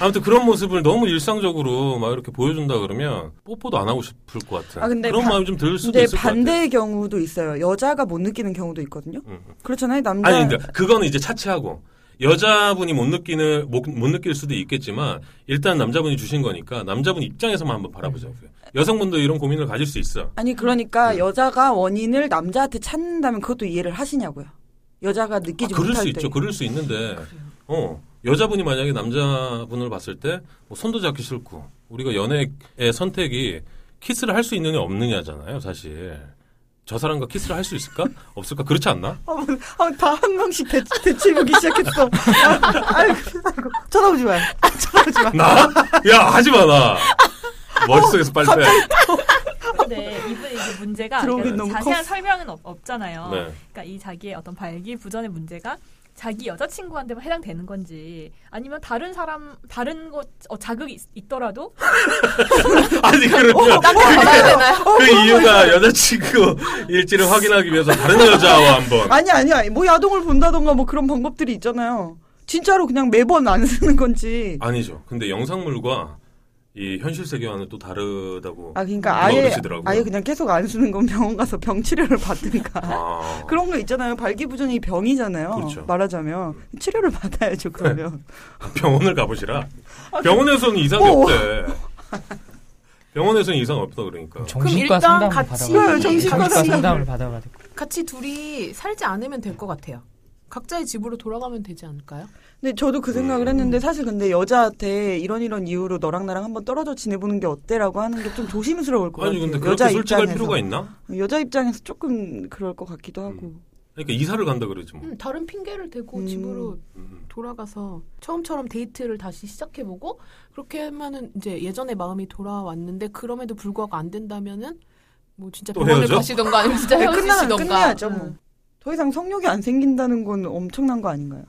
[SPEAKER 1] 아무튼 그런 모습을 너무 일상적으로 막 이렇게 보여준다 그러면 뽀뽀도 안 하고 싶을 것 같은
[SPEAKER 2] 아, 근데
[SPEAKER 1] 그런
[SPEAKER 2] 바-
[SPEAKER 1] 마음이 좀 들 수도
[SPEAKER 2] 근데
[SPEAKER 1] 있을 것
[SPEAKER 2] 반대의 경우도 있어요. 여자가 못 느끼는 경우도 있거든요.
[SPEAKER 1] 음, 음.
[SPEAKER 2] 그렇잖아요. 남자
[SPEAKER 1] 같아요. 아니 근데 그거는 이제 차치하고 여자분이 못 느끼는 못, 못 느낄 수도 있겠지만 일단 남자분이 주신 거니까 남자분 입장에서만 한번
[SPEAKER 2] 음.
[SPEAKER 1] 바라보자고요. 여성분도 이런 고민을 가질 수 있어.
[SPEAKER 2] 아니
[SPEAKER 1] 음,
[SPEAKER 2] 그러니까 여자가 원인을 남자한테 찾는다면 그것도 이해를 하시냐고요. 여자가
[SPEAKER 1] 아,
[SPEAKER 2] 느끼지
[SPEAKER 1] 그럴
[SPEAKER 2] 못할
[SPEAKER 1] 수
[SPEAKER 2] 때.
[SPEAKER 1] 있죠. 그럴 수 있는데, 어, 여자분이 만약에 남자분을 봤을 때, 뭐 손도 잡기 싫고, 우리가 연애의 선택이 키스를 할 수 있느냐, 없느냐잖아요, 사실. 저 사람과 키스를 할 수 있을까? 없을까? 그렇지 않나?
[SPEAKER 2] 어머, 어, 다한 명씩 대, 대치보기 시작했어. 아, 아이고, 아이고. 쳐다보지 마요. 쳐다보지 마.
[SPEAKER 1] 나? 야, 하지 마, 나. 머릿속에서 빨리 빼.
[SPEAKER 3] 근데 이분의 이제 문제가
[SPEAKER 2] 들어오긴
[SPEAKER 3] 그러니까
[SPEAKER 2] 너무
[SPEAKER 3] 자세한
[SPEAKER 2] 컸어.
[SPEAKER 3] 설명은 없, 없잖아요.
[SPEAKER 1] 네.
[SPEAKER 3] 그러니까 이 자기의 어떤 발기부전의 문제가 자기 여자친구한테만 뭐 해당되는 건지 아니면 다른 사람 다른 것 어, 자극이 있, 더라도
[SPEAKER 1] 아니,
[SPEAKER 2] 어,
[SPEAKER 1] 그러면.
[SPEAKER 2] 네,
[SPEAKER 5] 받아야 되나요?
[SPEAKER 1] 그 이유가 여자친구 일지를 확인하기 위해서 다른 여자와 한번.
[SPEAKER 2] 아. 아니, 아니야. 뭐 야동을 본다던가 뭐 그런 방법들이 있잖아요. 진짜로 그냥 매번 안 쓰는 건지.
[SPEAKER 1] 아니죠. 근데 영상물과 이 현실 세계와는 또 다르다고.
[SPEAKER 2] 아, 그러니까
[SPEAKER 1] 누가
[SPEAKER 2] 아예,
[SPEAKER 1] 음, 그러시더라고요.
[SPEAKER 2] 아예 그냥 계속 안 쓰는 건 병원 가서 병 치료를 받든가.
[SPEAKER 1] 아.
[SPEAKER 2] 그런 거 있잖아요. 발기부전이 병이잖아요.
[SPEAKER 1] 그렇죠. 네.
[SPEAKER 2] 말하자면. 치료를 받아야죠, 그러면.
[SPEAKER 1] 병원을 가보시라.
[SPEAKER 2] 아, 그
[SPEAKER 1] 병원에서는 이상이
[SPEAKER 2] 어.
[SPEAKER 1] 없대. 병원에서는 이상 없다 그러니까.
[SPEAKER 4] 정신과
[SPEAKER 5] 일단
[SPEAKER 4] 상담을
[SPEAKER 5] 같이-
[SPEAKER 4] 받아봐야
[SPEAKER 2] 네,
[SPEAKER 4] 돼.
[SPEAKER 2] 정신과
[SPEAKER 4] 정신과
[SPEAKER 2] 상담을.
[SPEAKER 4] 상담을 받아봐야 돼.
[SPEAKER 5] 같이 둘이 살지 않으면 될 것 같아요. 각자의 집으로 돌아가면 되지 않을까요?
[SPEAKER 2] 근데 저도 그 생각을
[SPEAKER 1] 네.
[SPEAKER 2] 했는데 사실 근데 여자한테 이런 이런 이유로 너랑 나랑 한번 떨어져 지내보는 게 어때라고 하는 게 좀 조심스러울 것
[SPEAKER 1] 아니
[SPEAKER 2] 같아요.
[SPEAKER 1] 근데 그렇게 솔직할 필요가 있나?
[SPEAKER 2] 여자 입장에서 조금 그럴 것 같기도 하고.
[SPEAKER 1] 그러니까 이사를 간다 그러지 뭐.
[SPEAKER 5] 음, 다른 핑계를 대고
[SPEAKER 2] 음.
[SPEAKER 5] 집으로
[SPEAKER 1] 음.
[SPEAKER 5] 돌아가서 처음처럼 데이트를 다시 시작해보고 그렇게 하면은 이제 예전의 마음이 돌아왔는데 그럼에도 불구하고 안 된다면은 뭐 진짜
[SPEAKER 1] 또
[SPEAKER 5] 병원을
[SPEAKER 1] 헤어져?
[SPEAKER 5] 가시던가 아니면 진짜
[SPEAKER 2] 네, 끝나면
[SPEAKER 5] 헤어지시던가 음.
[SPEAKER 2] 끝내야죠. 뭐. 더 이상 성욕이 안 생긴다는 건 엄청난 거 아닌가요?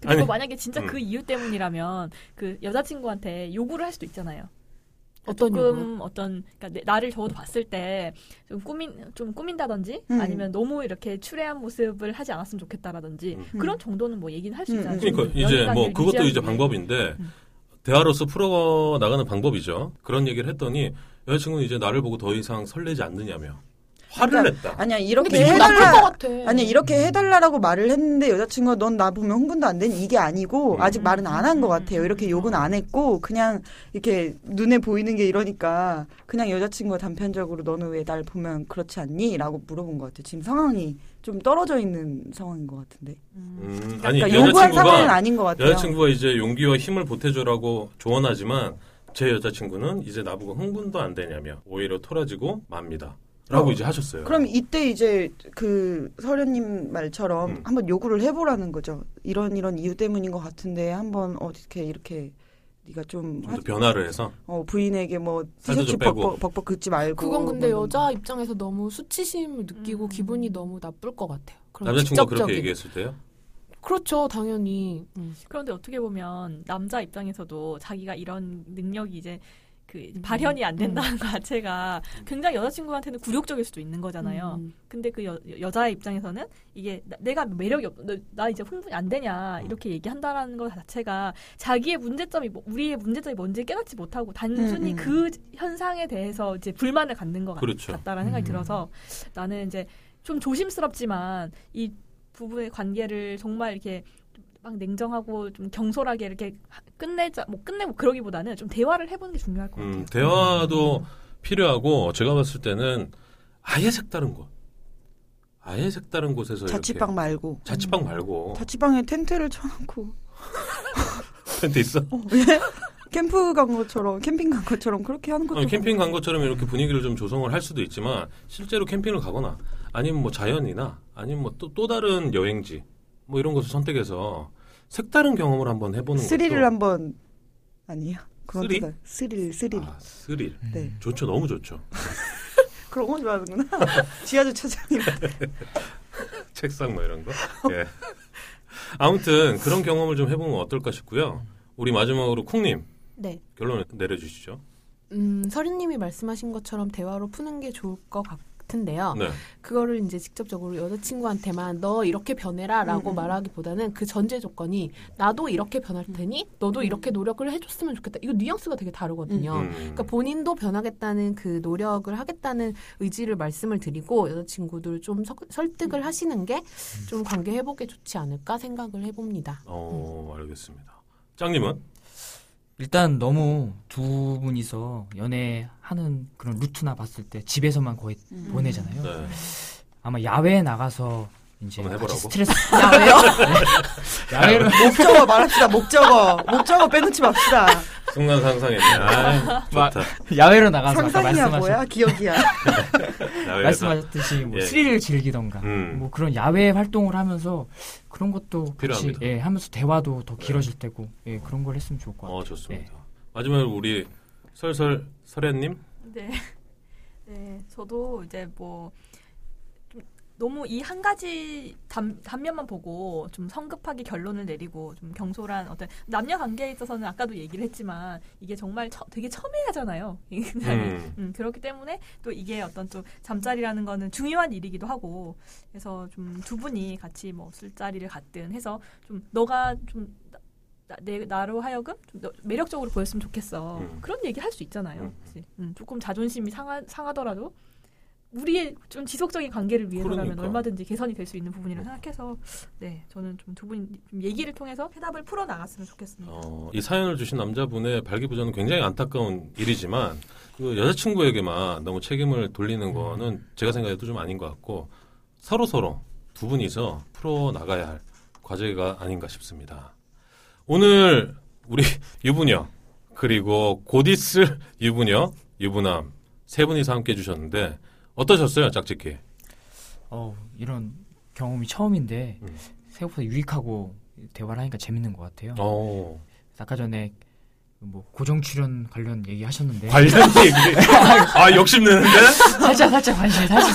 [SPEAKER 3] 그리고
[SPEAKER 1] 아니.
[SPEAKER 3] 만약에 진짜
[SPEAKER 1] 음.
[SPEAKER 3] 그 이유 때문이라면 그 여자친구한테 요구를 할 수도 있잖아요. 그러니까
[SPEAKER 5] 어떤 요구?
[SPEAKER 3] 조금 어떤 그러니까 내- 나를 적어도 봤을 때 좀 꾸민 좀 꾸민다든지
[SPEAKER 2] 음.
[SPEAKER 3] 아니면 너무 이렇게 추레한 모습을 하지 않았으면 좋겠다라든지
[SPEAKER 1] 음.
[SPEAKER 3] 그런 정도는 뭐 얘기는 할 수
[SPEAKER 2] 음, 음.
[SPEAKER 3] 있잖아요.
[SPEAKER 1] 그러니까 이제 뭐
[SPEAKER 3] 연관을
[SPEAKER 1] 그것도
[SPEAKER 3] 유지하기
[SPEAKER 1] 이제
[SPEAKER 3] 위해.
[SPEAKER 1] 방법인데
[SPEAKER 3] 음.
[SPEAKER 1] 대화로서 풀어 나가는 방법이죠. 그런 얘기를 했더니 여자친구는 이제 나를 보고 더 이상 설레지 않느냐며 화를 냈다.
[SPEAKER 2] 아니야
[SPEAKER 5] 근데
[SPEAKER 2] 이렇게
[SPEAKER 5] 기분 나쁠
[SPEAKER 2] 해달라.
[SPEAKER 5] 것 같아.
[SPEAKER 2] 아니 이렇게 해달라라고 말을 했는데 여자친구가 넌 나 보면 흥분도 안 되니 이게 아니고
[SPEAKER 1] 음.
[SPEAKER 2] 아직 말은 안 한 것 같아요. 이렇게 욕은 안 했고 그냥 이렇게 눈에 보이는 게 이러니까 그냥 여자친구가 단편적으로 너는 왜 날 보면 그렇지 않니?라고 물어본 것 같아요. 지금 상황이 좀 떨어져 있는 상황인 것 같은데.
[SPEAKER 1] 음, 아니
[SPEAKER 2] 그러니까 요구한 상황은
[SPEAKER 1] 여자친구가
[SPEAKER 2] 아닌 것 같아요.
[SPEAKER 1] 여자친구가 이제 용기와 힘을 보태주라고 조언하지만 제 여자친구는 이제 나보고 흥분도 안 되냐며 오히려 토라지고 맙니다. 라고
[SPEAKER 2] 어.
[SPEAKER 1] 이제 하셨어요.
[SPEAKER 2] 그럼 이때 이제 그 서련님 말처럼
[SPEAKER 1] 음.
[SPEAKER 2] 한번 요구를 해보라는 거죠. 이런 이런 이유 때문인 것 같은데 한번 어떻게 이렇게 네가 좀
[SPEAKER 1] 좀더 변화를 해서
[SPEAKER 2] 어, 부인에게 뭐
[SPEAKER 1] 살도 좀
[SPEAKER 2] 티셔츠
[SPEAKER 1] 빼고.
[SPEAKER 2] 벅벅, 벅벅 긁지 말고.
[SPEAKER 5] 그건 근데
[SPEAKER 2] 뭐,
[SPEAKER 5] 여자 입장에서 너무 수치심을 느끼고
[SPEAKER 3] 음.
[SPEAKER 5] 기분이 너무 나쁠 것 같아요. 그런
[SPEAKER 1] 남자친구가
[SPEAKER 5] 직접적인.
[SPEAKER 1] 그렇게 얘기했을 때요?
[SPEAKER 5] 그렇죠, 당연히. 음.
[SPEAKER 3] 그런데 어떻게 보면 남자 입장에서도 자기가 이런 능력이 이제 그 발현이 안 된다는 것 자체가 굉장히 여자친구한테는 굴욕적일 수도 있는 거잖아요.
[SPEAKER 5] 음.
[SPEAKER 3] 근데 그 여, 여자의 입장에서는 이게 나- 내가 매력이 없, 너- 나 이제 흥분이 안 되냐 이렇게 얘기한다라는 것 자체가 자기의 문제점이 뭐- 우리의 문제점이 뭔지 깨닫지 못하고 단순히
[SPEAKER 2] 음, 음.
[SPEAKER 3] 그 현상에 대해서 이제 불만을 갖는 것 같,
[SPEAKER 1] 그렇죠.
[SPEAKER 3] 다라는 생각이
[SPEAKER 4] 음.
[SPEAKER 3] 들어서 나는 이제 좀 조심스럽지만 이 부분의 관계를 정말 이렇게 막 냉정하고 좀 경솔하게 이렇게 하- 끝내자 뭐 끝내고 그러기보다는 좀 대화를 해보는 게 중요할 것 같아요.
[SPEAKER 1] 음, 대화도 필요하고 제가 봤을 때는 아예 색다른 곳. 아예 색다른 곳에서
[SPEAKER 2] 자취방
[SPEAKER 1] 이렇게
[SPEAKER 2] 음.
[SPEAKER 1] 어.
[SPEAKER 2] 말고.
[SPEAKER 1] 자취방 말고
[SPEAKER 2] 자취방에 텐트를 쳐놓고.
[SPEAKER 1] 텐트 있어?
[SPEAKER 2] 어, 예? 캠프 간 것처럼, 캠핑 간 것처럼 그렇게 하는 것도. 뭐
[SPEAKER 1] 아니, 캠핑 간 것처럼 이렇게 분위기를 좀 조성을 할 수도 있지만 실제로 캠핑을 가거나 아니면 뭐 자연이나 아니면 뭐 또 또 다른 여행지 뭐 이런 것을 선택해서 색다른 경험을 한번 해보는
[SPEAKER 2] 스릴을
[SPEAKER 1] 것도
[SPEAKER 2] 한번. 아니에요. 그런
[SPEAKER 1] 스릴?
[SPEAKER 2] 뜻 스릴, 스릴.
[SPEAKER 1] 아, 스릴
[SPEAKER 2] 네.
[SPEAKER 1] 좋죠 너무 좋죠
[SPEAKER 2] 그런 거 좋아하는구나. 지하주차장이.
[SPEAKER 1] 책상 뭐 이런 거 예. 아무튼 그런 경험을 좀 해보면 어떨까 싶고요 우리 마지막으로 쿵님
[SPEAKER 5] 네.
[SPEAKER 1] 결론을 내려주시죠
[SPEAKER 5] 음, 서린님이 말씀하신 것처럼 대화로 푸는 게 좋을 것 같은데요.
[SPEAKER 1] 네
[SPEAKER 5] 그거를 이제 직접적으로 여자친구한테만 너 이렇게 변해라라고
[SPEAKER 2] 음, 음.
[SPEAKER 5] 말하기보다는 그 전제 조건이 나도 이렇게 변할 테니 너도 이렇게 노력을 해줬으면 좋겠다. 이거 뉘앙스가 되게 다르거든요.
[SPEAKER 1] 음.
[SPEAKER 5] 그러니까 본인도 변하겠다는 그 노력을 하겠다는 의지를 말씀을 드리고 여자친구들 좀 석- 설득을 하시는 게 좀 관계 회복에 좋지 않을까 생각을 해봅니다.
[SPEAKER 1] 어 알겠습니다 짱님은
[SPEAKER 4] 일단 너무 두 분이서 연애하는 그런 루트나 봤을 때 집에서만 거의 보내잖아요.
[SPEAKER 1] 네.
[SPEAKER 4] 아마 야외에 나가서 이제
[SPEAKER 1] 한번
[SPEAKER 4] 같이
[SPEAKER 1] 해보라고?
[SPEAKER 4] 스트레스
[SPEAKER 2] 야외요?
[SPEAKER 4] 야외로
[SPEAKER 2] 목적어 말합시다. 목적어. 목적어 빼놓지 맙시다.
[SPEAKER 1] 순간 상상했네. 아,
[SPEAKER 4] 마-
[SPEAKER 1] 좋다.
[SPEAKER 4] 야외로 나가서 아까
[SPEAKER 2] 상상이야 네,
[SPEAKER 4] 말씀하신
[SPEAKER 2] 뭐야? 기억이야.
[SPEAKER 1] 야외에다.
[SPEAKER 4] 말씀하셨듯이 뭐
[SPEAKER 1] 예.
[SPEAKER 4] 스릴을 즐기던가
[SPEAKER 1] 음.
[SPEAKER 4] 뭐 그런 야외 활동을 하면서 그런 것도 같이
[SPEAKER 1] 필요합니다. 네.
[SPEAKER 4] 예, 하면서 대화도 더 길어질 테고 예, 그런 걸 했으면 좋을 것 같아요.
[SPEAKER 1] 어, 좋습니다.
[SPEAKER 5] 네.
[SPEAKER 1] 마지막으로 우리 설설 설애님
[SPEAKER 3] 네. 네, 저도 이제 뭐, 좀 너무 이 한 가지 단, 단면만 보고 좀 성급하게 결론을 내리고 좀 경솔한 어떤 남녀 관계에 있어서는 아까도 얘기를 했지만 이게 정말 처- 되게 첨예하잖아요.
[SPEAKER 5] 네.
[SPEAKER 3] 굉장히.
[SPEAKER 1] 음.
[SPEAKER 3] 음, 그렇기 때문에 또 이게 어떤 또 잠자리라는 거는 중요한 일이기도 하고 그래서 좀 두 분이 같이 뭐 술자리를 갔든 해서 좀 너가 좀 나, 나- 내, 나로 하여금 좀 너- 매력적으로 보였으면 좋겠어
[SPEAKER 1] 음.
[SPEAKER 3] 그런 얘기 할 수 있잖아요
[SPEAKER 1] 음.
[SPEAKER 3] 그치? 음, 조금 자존심이 상하, 상하더라도 우리의 좀 지속적인 관계를 위해서라면
[SPEAKER 1] 그러니까. 음.
[SPEAKER 3] 얼마든지 개선이 될 수 있는 부분이라 생각해서 네 저는 좀 두 분이 좀 얘기를 통해서 해답을 풀어 나갔으면 좋겠습니다.
[SPEAKER 1] 어, 이 사연을 주신 남자분의 발기부전은 굉장히 안타까운 일이지만 그 여자친구에게만 너무 책임을 돌리는
[SPEAKER 2] 음.
[SPEAKER 1] 거는 제가 생각해도 좀 아닌 것 같고 서로 서로 두 분이서 풀어 나가야 할 과제가 아닌가 싶습니다. 오늘 우리 유부녀 그리고 곧 있을 유부녀 유부남 세 분이서 함께 해주셨는데 어떠셨어요, 짝짓기?
[SPEAKER 4] 어우, 이런 경험이 처음인데
[SPEAKER 1] 음.
[SPEAKER 4] 생각보다 유익하고 대화를 하니까 재밌는 것 같아요.
[SPEAKER 1] 어,
[SPEAKER 4] 아까 전에 뭐 고정 출연 관련 얘기 하셨는데
[SPEAKER 1] 관련 얘기. 아 욕심내는데?
[SPEAKER 4] 살짝 살짝 관심이 다시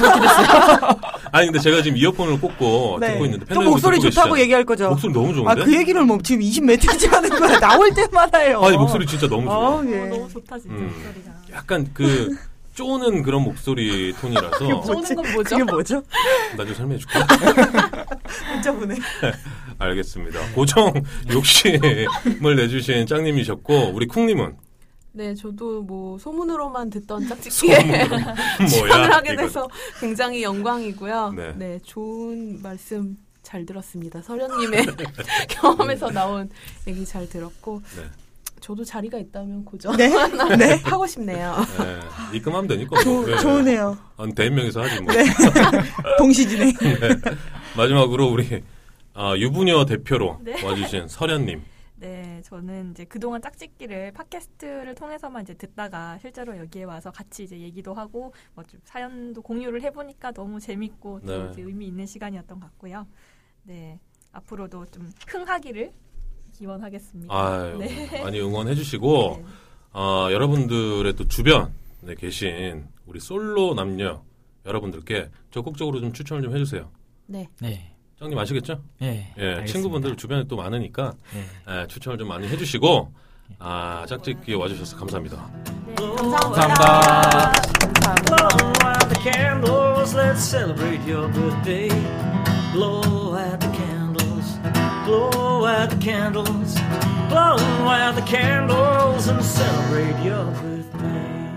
[SPEAKER 1] 아니 근데 제가 지금 이어폰을 꽂고
[SPEAKER 2] 네.
[SPEAKER 1] 듣고 있는데
[SPEAKER 2] 좀
[SPEAKER 1] 팬들도
[SPEAKER 2] 목소리
[SPEAKER 1] 듣고
[SPEAKER 2] 좋다고
[SPEAKER 1] 계시잖아요.
[SPEAKER 2] 얘기할 거죠.
[SPEAKER 1] 목소리 너무 좋은데?
[SPEAKER 2] 아, 그 얘기를 뭐 지금 20m지 하는 거야. 나올 때마다 해요.
[SPEAKER 1] 아니 목소리 진짜 너무 좋아.
[SPEAKER 2] 어,
[SPEAKER 3] 어,
[SPEAKER 2] 예.
[SPEAKER 3] 너무 좋다 진짜
[SPEAKER 1] 음.
[SPEAKER 3] 목소리가. 약간
[SPEAKER 1] 약간 그 쪼는 그런 목소리 톤이라서
[SPEAKER 3] 오는 건 뭐죠?
[SPEAKER 2] 그게 뭐죠?
[SPEAKER 1] 나좀 설명해 줄게. 네,
[SPEAKER 2] 문자 보내.
[SPEAKER 1] 알겠습니다. 고정 욕심을 내주신 짱님이셨고 우리 쿵님은
[SPEAKER 5] 네, 저도 뭐 소문으로만 듣던
[SPEAKER 1] 뭐,
[SPEAKER 5] 짝짓기에 출연을
[SPEAKER 1] 어, 뭐야?
[SPEAKER 5] 하게 예. 돼서 굉장히 영광이고요.
[SPEAKER 1] 네.
[SPEAKER 5] 네. 좋은 말씀 잘 들었습니다. 서련님의 경험에서 나온 얘기 잘 들었고
[SPEAKER 1] 네.
[SPEAKER 5] 저도 자리가 있다면 고정
[SPEAKER 2] 네? 네?
[SPEAKER 5] 하고 싶네요.
[SPEAKER 1] 네, 입금하면 되니까. 뭐. 네.
[SPEAKER 2] 조, 좋으네요.
[SPEAKER 1] 한 대인 명에서 하지 뭐.
[SPEAKER 2] 동시진행.
[SPEAKER 1] 마지막으로 우리 아, 유부녀 대표로
[SPEAKER 3] 네.
[SPEAKER 1] 와주신 설현님.
[SPEAKER 3] 네, 저는 이제 그동안 짝짓기를 팟캐스트를 통해서만 이제 듣다가 실제로 여기에 와서 같이 이제 얘기도 하고 뭐 좀 사연도 공유를 해보니까 너무 재밌고 또
[SPEAKER 1] 네.
[SPEAKER 3] 이제 의미 있는 시간이었던 것 같고요. 네, 앞으로도 좀 흥하기를 기원하겠습니다.
[SPEAKER 1] 아유,
[SPEAKER 3] 네.
[SPEAKER 1] 많이 응원해주시고
[SPEAKER 3] 네.
[SPEAKER 1] 아, 여러분들의 또 주변에 계신 우리 솔로 남녀 여러분들께 적극적으로 좀 추천을 좀 해주세요.
[SPEAKER 4] 네.
[SPEAKER 1] 짱님 아시겠죠?
[SPEAKER 4] 예.
[SPEAKER 1] 예,
[SPEAKER 4] 알겠습니다.
[SPEAKER 1] 친구분들 주변에 또 많으니까
[SPEAKER 4] 예.
[SPEAKER 1] 예, 추천을 좀 많이 해주시고 아, 짝짓기에 와주셔서 감사합니다.
[SPEAKER 3] 네,
[SPEAKER 4] 감사합니다.
[SPEAKER 10] Blow out the candles, let's celebrate your birthday. Blow out the candles, blow out the candles, blow out the candles and celebrate your birthday.